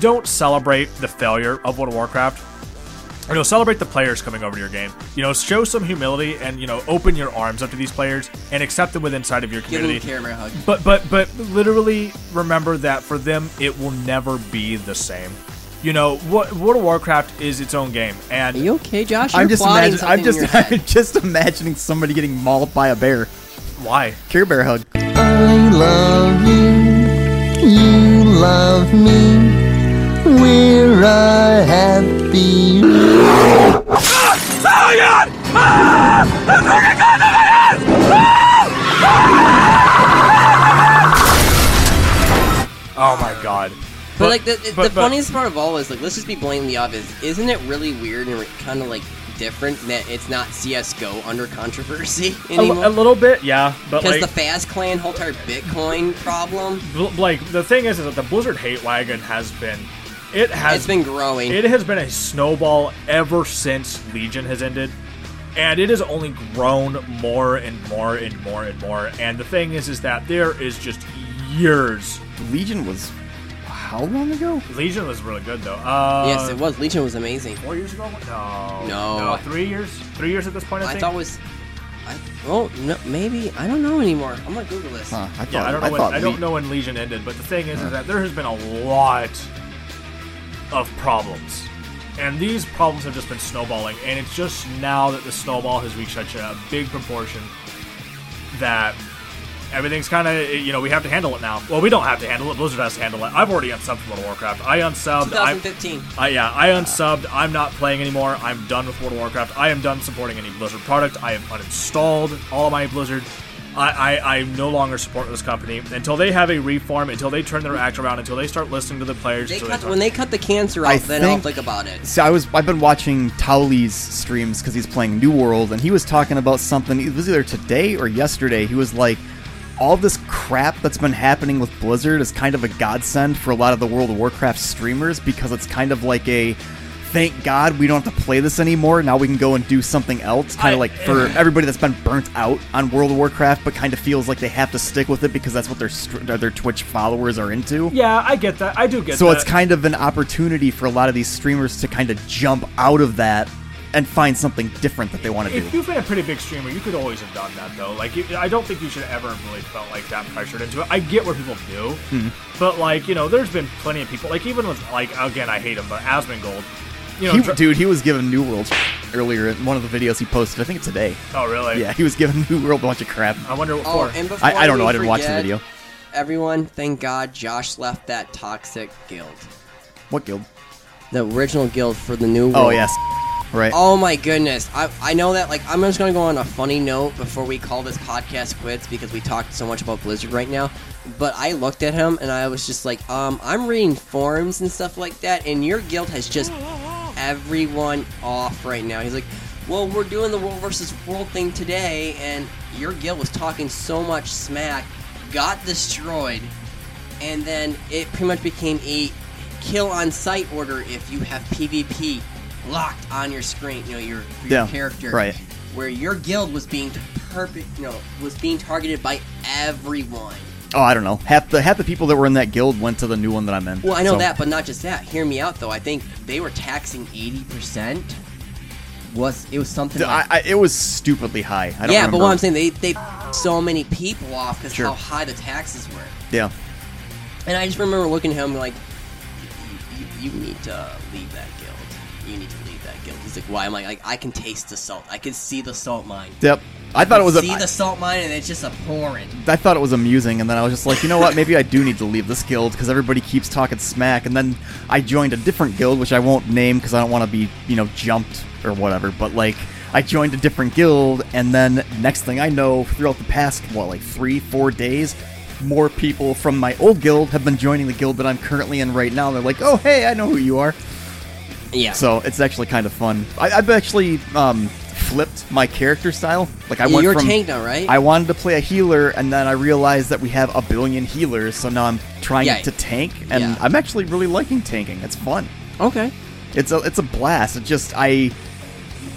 Speaker 1: don't celebrate the failure of World of Warcraft. you know, celebrate the players coming over to your game. You know, show some humility and you know, open your arms up to these players and accept them within side of your
Speaker 2: Give them
Speaker 1: community.
Speaker 2: a camera hug.
Speaker 1: But but but literally remember that for them it will never be the same. You know, what World of Warcraft is its own game. And Are
Speaker 2: you okay, Josh?
Speaker 3: I'm just imagining. I'm just. I'm just imagining somebody getting mauled by a bear.
Speaker 1: Why?
Speaker 3: Care Bear hug.
Speaker 20: I love you, you love me, we're a happy.
Speaker 1: Oh my god.
Speaker 2: But, like the, the, the funniest part of all is like let's just be blatantly obvious. Isn't it really weird and kind of like different that it's not CS:GO under controversy
Speaker 1: a, li-
Speaker 2: anymore?
Speaker 1: a little bit, yeah, but
Speaker 2: Because
Speaker 1: like
Speaker 2: the Faz Clan whole entire Bitcoin problem.
Speaker 1: Bl- like the thing is, is that the Blizzard hate wagon has been, it has
Speaker 2: It's been growing.
Speaker 1: It has been a snowball ever since Legion has ended, and it has only grown more and more and more and more. And the thing is, is that there is just years.
Speaker 3: Legion was how long ago?
Speaker 1: Legion was really good though. Uh,
Speaker 2: yes, it was. Legion was amazing.
Speaker 1: Four years ago? No.
Speaker 2: No.
Speaker 1: three years. Three years at this point. I,
Speaker 2: I
Speaker 1: think.
Speaker 2: thought it was. I, oh no, maybe I don't know anymore. I'm gonna Google this.
Speaker 3: Huh, I
Speaker 1: yeah, I don't know.
Speaker 3: I
Speaker 1: when,
Speaker 3: thought
Speaker 1: I don't
Speaker 3: Le-
Speaker 1: know when Legion ended, but the thing is, is that there has been a lot of problems, and these problems have just been snowballing, and it's just now that the snowball has reached such a big proportion that everything's kind of you know we have to handle it now. Well, we don't have to handle it. Blizzard has to handle it. I've already unsubbed from World of Warcraft. I unsubbed. I-
Speaker 2: 2015.
Speaker 1: I, yeah, I unsubbed. I'm not playing anymore. I'm done with World of Warcraft. I am done supporting any Blizzard product. I am uninstalled all of my Blizzard.
Speaker 14: I, I, I no longer support this company until they have a reform, until they turn their act around, until they start listening to the players.
Speaker 2: They
Speaker 14: until
Speaker 2: cut,
Speaker 14: talk-
Speaker 2: when they cut the cancer out,
Speaker 14: I
Speaker 2: then I'll
Speaker 14: think-
Speaker 2: think about it.
Speaker 3: So I was I've been watching Towley's streams because he's playing New World, and he was talking about something. It was either today or yesterday. He was like, all this crap that's been happening with Blizzard is kind of a godsend for a lot of the World of Warcraft streamers because it's kind of like a thank God we don't have to play this anymore. Now we can go and do something else. Kind of like for everybody that's been burnt out on World of Warcraft, but kind of feels like they have to stick with it because that's what their str- their Twitch followers are into
Speaker 14: Yeah, I get that. I do get
Speaker 3: so
Speaker 14: that.
Speaker 3: it's kind of an opportunity for a lot of these streamers to kind of jump out of that and find something different that they want to do.
Speaker 14: If you've been a pretty big streamer, you could always have done that though. Like, you, I don't think you should ever have really felt like that pressured into it. I get where people do,
Speaker 3: Mhm.
Speaker 14: but like you know, there's been plenty of people. Like even with like again, I hate him, but Asmongold, you know,
Speaker 3: He-
Speaker 14: dr-
Speaker 3: dude, he was given New World earlier in one of the videos he posted. I think it's today.
Speaker 14: Oh, really?
Speaker 3: Yeah, he was given New World a bunch of crap.
Speaker 14: I wonder what
Speaker 2: Oh,
Speaker 14: for.
Speaker 2: and before
Speaker 3: I, I don't know.
Speaker 2: we
Speaker 3: I didn't watch the
Speaker 2: forget,
Speaker 3: video.
Speaker 2: Everyone, thank God Josh left that toxic guild.
Speaker 3: What guild?
Speaker 2: The original guild for the new
Speaker 3: Oh
Speaker 2: world.
Speaker 3: yes, right.
Speaker 2: Oh my goodness. I, I know that, like, I'm just going to go on a funny note before we call this podcast quits because we talked so much about Blizzard right now. But I looked at him and I was just like, um, I'm reading forums and stuff like that, and your guild has just everyone off right now. He's like, well, we're doing the world versus world thing today, and your guild was talking so much smack, got destroyed, and then it pretty much became a kill on sight order if you have PvP locked on your screen, you know, your, your
Speaker 3: Yeah,
Speaker 2: character.
Speaker 3: right.
Speaker 2: Where your guild was being perfect, you know, was being targeted by everyone.
Speaker 3: Oh, I don't know. Half the half the people that were in that guild went to the new one that I'm in.
Speaker 2: Well, I know
Speaker 3: so-
Speaker 2: that, but not just that. Hear me out, though. I think they were taxing eighty percent. Was it was something?
Speaker 3: D- I,
Speaker 2: like,
Speaker 3: I, it was stupidly high. I don't
Speaker 2: yeah, but
Speaker 3: remember.
Speaker 2: what I'm saying, they they so many people off because
Speaker 3: Sure.
Speaker 2: how high the taxes were.
Speaker 3: Yeah.
Speaker 2: And I just remember looking at him like, you, you, you need to leave that guild. You need to leave that guild. He's like, why? I'm like, like I can taste the salt. I can see the salt mine.
Speaker 3: Yep. I thought it was a.
Speaker 2: see the salt mine, and it's just abhorrent.
Speaker 3: I thought it was amusing, and then I was just like, you know what? Maybe I do need to leave this guild because everybody keeps talking smack. And then I joined a different guild, which I won't name because I don't want to be, you know, jumped or whatever. But like, I joined a different guild, and then next thing I know, throughout the past what, like three, four days, more people from my old guild have been joining the guild that I'm currently in right now. They're like, oh hey, I know who you are.
Speaker 2: Yeah.
Speaker 3: So it's actually kind of fun. I, I've actually um, flipped my character style. Like I
Speaker 2: Yeah,
Speaker 3: went
Speaker 2: you're a
Speaker 3: from
Speaker 2: tank now, right?
Speaker 3: I wanted to play a healer, and then I realized that we have a billion healers. So now I'm trying
Speaker 2: Yeah.
Speaker 3: to tank, and
Speaker 2: Yeah.
Speaker 3: I'm actually really liking tanking. It's fun.
Speaker 2: Okay.
Speaker 3: It's a it's a blast. It just I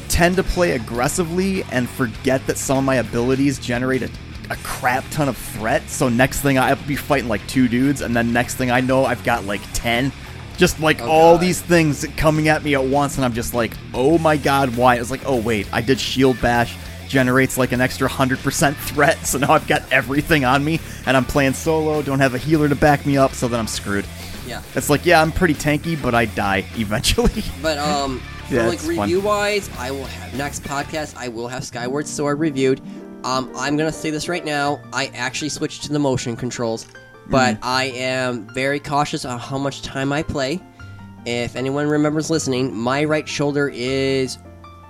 Speaker 3: tend to play aggressively and forget that some of my abilities generate a, a crap ton of threat. So next thing I'll be fighting like two dudes, and then next thing I know, I've got like ten. Just like all these things coming at me at once, and I'm just like, oh my god, why? It's like, oh wait, I did shield bash, generates like an extra 100% threat, so now I've got everything on me, and I'm playing solo, don't have a healer to back me up, so then I'm screwed.
Speaker 2: Yeah.
Speaker 3: It's like, yeah, I'm pretty tanky, but I die eventually.
Speaker 2: But um, for,
Speaker 3: Yeah,
Speaker 2: like
Speaker 3: it's fun.
Speaker 2: review wise, I will have next podcast. I will have Skyward Sword reviewed. Um, I'm gonna say this right now. I actually switched to the motion controls, but
Speaker 3: Mm-hmm.
Speaker 21: Mhm.
Speaker 2: I am very cautious on how much time I play. If anyone remembers listening, my right shoulder is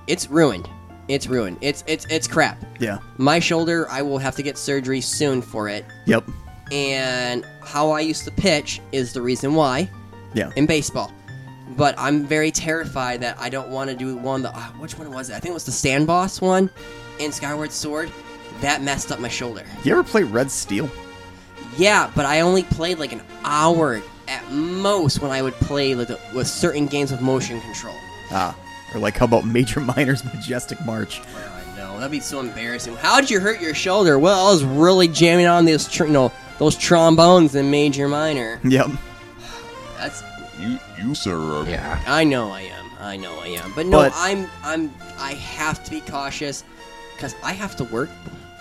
Speaker 2: it's ruined. It's ruined. It's it's it's crap.
Speaker 3: Yeah.
Speaker 2: My shoulder, I will have to get surgery soon for it.
Speaker 3: Yep.
Speaker 2: And how I used to pitch is the reason why
Speaker 3: Yeah.
Speaker 2: in baseball. But I'm very terrified that I don't want to do one. That, ah, which one was it? I think it was the Sand Boss one in Skyward Sword. That messed up my shoulder.
Speaker 3: You ever play Red Steel?
Speaker 2: Yeah, but I only played like an hour at most when I would play like the, with certain games with motion control.
Speaker 3: Ah. Or like, how about Major Minor's Majestic March?
Speaker 2: No, that'd be so embarrassing. How did you hurt your shoulder? Well, I was really jamming on those, tr- you know, those trombones in major minor.
Speaker 3: Yep.
Speaker 2: That's
Speaker 22: You, you, sir, are. Yeah.
Speaker 2: I know I am. I know I am. But no,
Speaker 22: But-
Speaker 2: I'm I'm I have to be cautious cuz I have to work.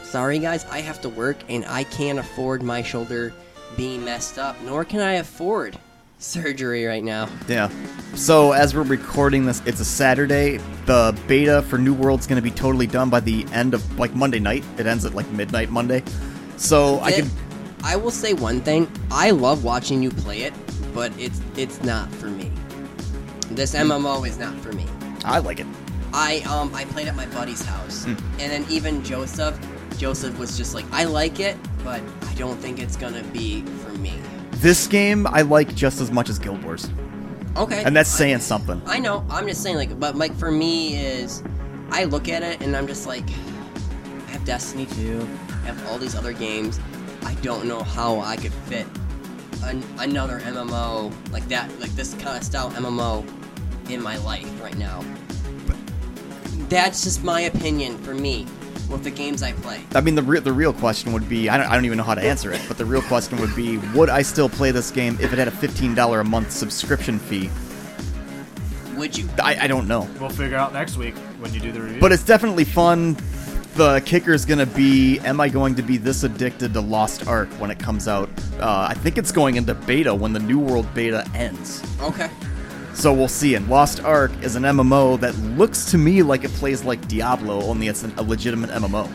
Speaker 2: Sorry guys, I have to work and I can't afford my shoulder being messed up, nor can I afford surgery right now.
Speaker 3: Yeah. So as we're recording this, it's a Saturday. The beta for New World's going to be totally done by the end of like Monday night. It ends at like midnight Monday. So I
Speaker 2: Th-
Speaker 3: can
Speaker 2: I will say one thing. I love watching you play it, but it's it's not for me. This MMO is not for me.
Speaker 3: I like it.
Speaker 2: I um I played at my buddy's house,
Speaker 3: Hmm.
Speaker 2: and then even Joseph, Joseph was just like, I like it, but I don't think it's gonna be for me.
Speaker 3: This game I like just as much as Guild Wars.
Speaker 2: Okay.
Speaker 3: And that's saying something.
Speaker 2: I know. I'm just saying, like, but like for me is, I look at it and I'm just like, I have Destiny 2, I have all these other games. I don't know how I could fit an, another MMO like that, like this kind of style MMO, in my life right now. That's just my opinion for me with the games I play.
Speaker 3: I mean, the re- the real question would be I don't, I don't even know how to answer it, but the real question would be would I still play this game if it had a fifteen dollar a month subscription fee?
Speaker 2: Would you?
Speaker 3: I, I don't know,
Speaker 1: We'll figure out next week when you do the review.
Speaker 3: but it's definitely fun. The kicker is gonna be: Am I going to be this addicted to Lost Ark when it comes out? Uh, I think it's going into beta when the New World beta ends.
Speaker 2: Okay.
Speaker 3: So we'll see. And Lost Ark is an MMO that looks to me like it plays like Diablo, only it's an, a legitimate MMO.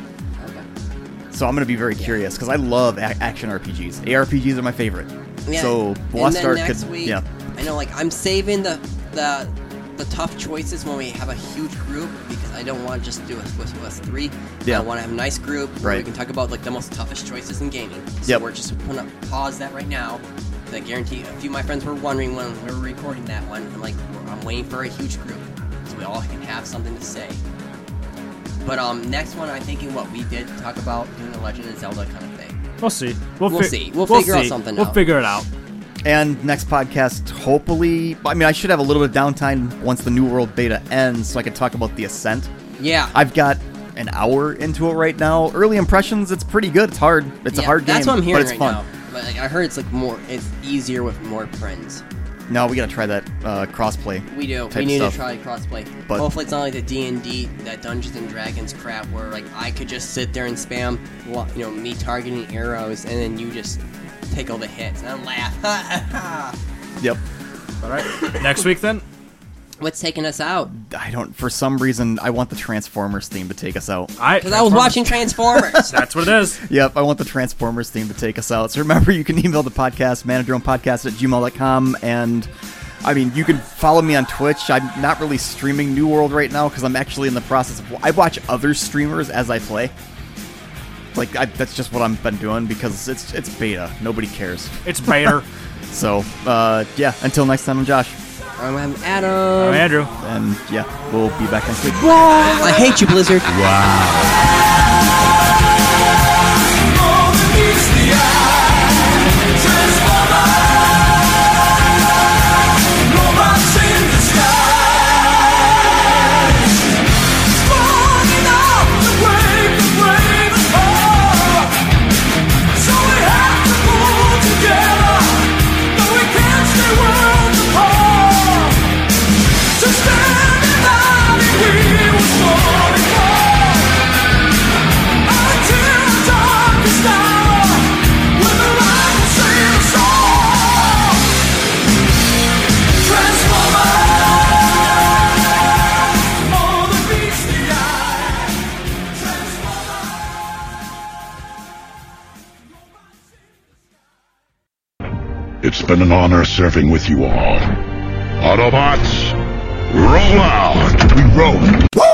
Speaker 3: So I'm going to be very curious because I love a- action RPGs. ARPGs are my favorite.
Speaker 2: Yeah.
Speaker 3: So
Speaker 2: and
Speaker 3: Lost
Speaker 2: then
Speaker 3: Ark
Speaker 2: next
Speaker 3: could,
Speaker 2: week,
Speaker 3: yeah.
Speaker 2: I know, like I'm saving the the the tough choices when we have a huge group because I don't want to just do a Swiss Plus three.
Speaker 3: Yeah.
Speaker 2: I want to have a nice group where we
Speaker 3: Right.
Speaker 2: can talk about like the most toughest choices in gaming. So
Speaker 3: Yep.
Speaker 2: we're just gonna pause that right now. 'cause I guarantee a few of my friends were wondering when we were recording that one. I'm like, I'm waiting for a huge group so we all can have something to say. But um, next one, I'm thinking what we did talk about doing the Legend of Zelda kind of thing.
Speaker 1: We'll see. We'll,
Speaker 2: We'll
Speaker 1: fi-
Speaker 2: see. We'll figure out something
Speaker 1: We'll
Speaker 2: out.
Speaker 1: figure it out.
Speaker 3: And next podcast, hopefully, I mean, I should have a little bit of downtime once the New World beta ends so I can talk about the Ascent.
Speaker 2: Yeah.
Speaker 3: I've got an hour into it right now. Early impressions, it's pretty good. It's hard. It's a
Speaker 2: Yeah,
Speaker 3: hard game,
Speaker 2: That's what I'm
Speaker 3: but
Speaker 2: hearing
Speaker 3: it's
Speaker 2: right
Speaker 3: fun.
Speaker 2: now. But like, I heard it's like more, it's easier with more friends.
Speaker 3: No, we got to try that uh, crossplay.
Speaker 2: We do.
Speaker 3: type
Speaker 2: We need
Speaker 3: stuff.
Speaker 2: to try crossplay.
Speaker 3: But-
Speaker 2: Hopefully, it's not like the D and D, that Dungeons and Dragons crap, where like I could just sit there and spam, wa- you know, me targeting arrows, and then you just take all the hits and I laugh.
Speaker 3: Yep.
Speaker 1: All right. next week then.
Speaker 2: What's taking us out?
Speaker 3: I don't. For some reason, I want the Transformers theme to take us out.
Speaker 2: Because I was watching Transformers.
Speaker 1: That's what it is.
Speaker 3: Yep, I want the Transformers theme to take us out. So remember, you can email the podcast, manadronepodcast at gmail.com. And I mean, you can follow me on Twitch. I'm not really streaming New World right now because I'm actually in the process of. I watch other streamers as I play. Like, I, that's just what I've been doing because it's, it's beta. Nobody cares.
Speaker 1: It's beta.
Speaker 3: so, uh, yeah, until next time, I'm Josh.
Speaker 2: I'm, I'm Adam. I'm
Speaker 1: Andrew.
Speaker 3: And yeah, we'll be back next week.
Speaker 2: I hate you, Blizzard.
Speaker 3: Wow.
Speaker 22: It's been an honor serving with you all. Autobots, roll out! We roll!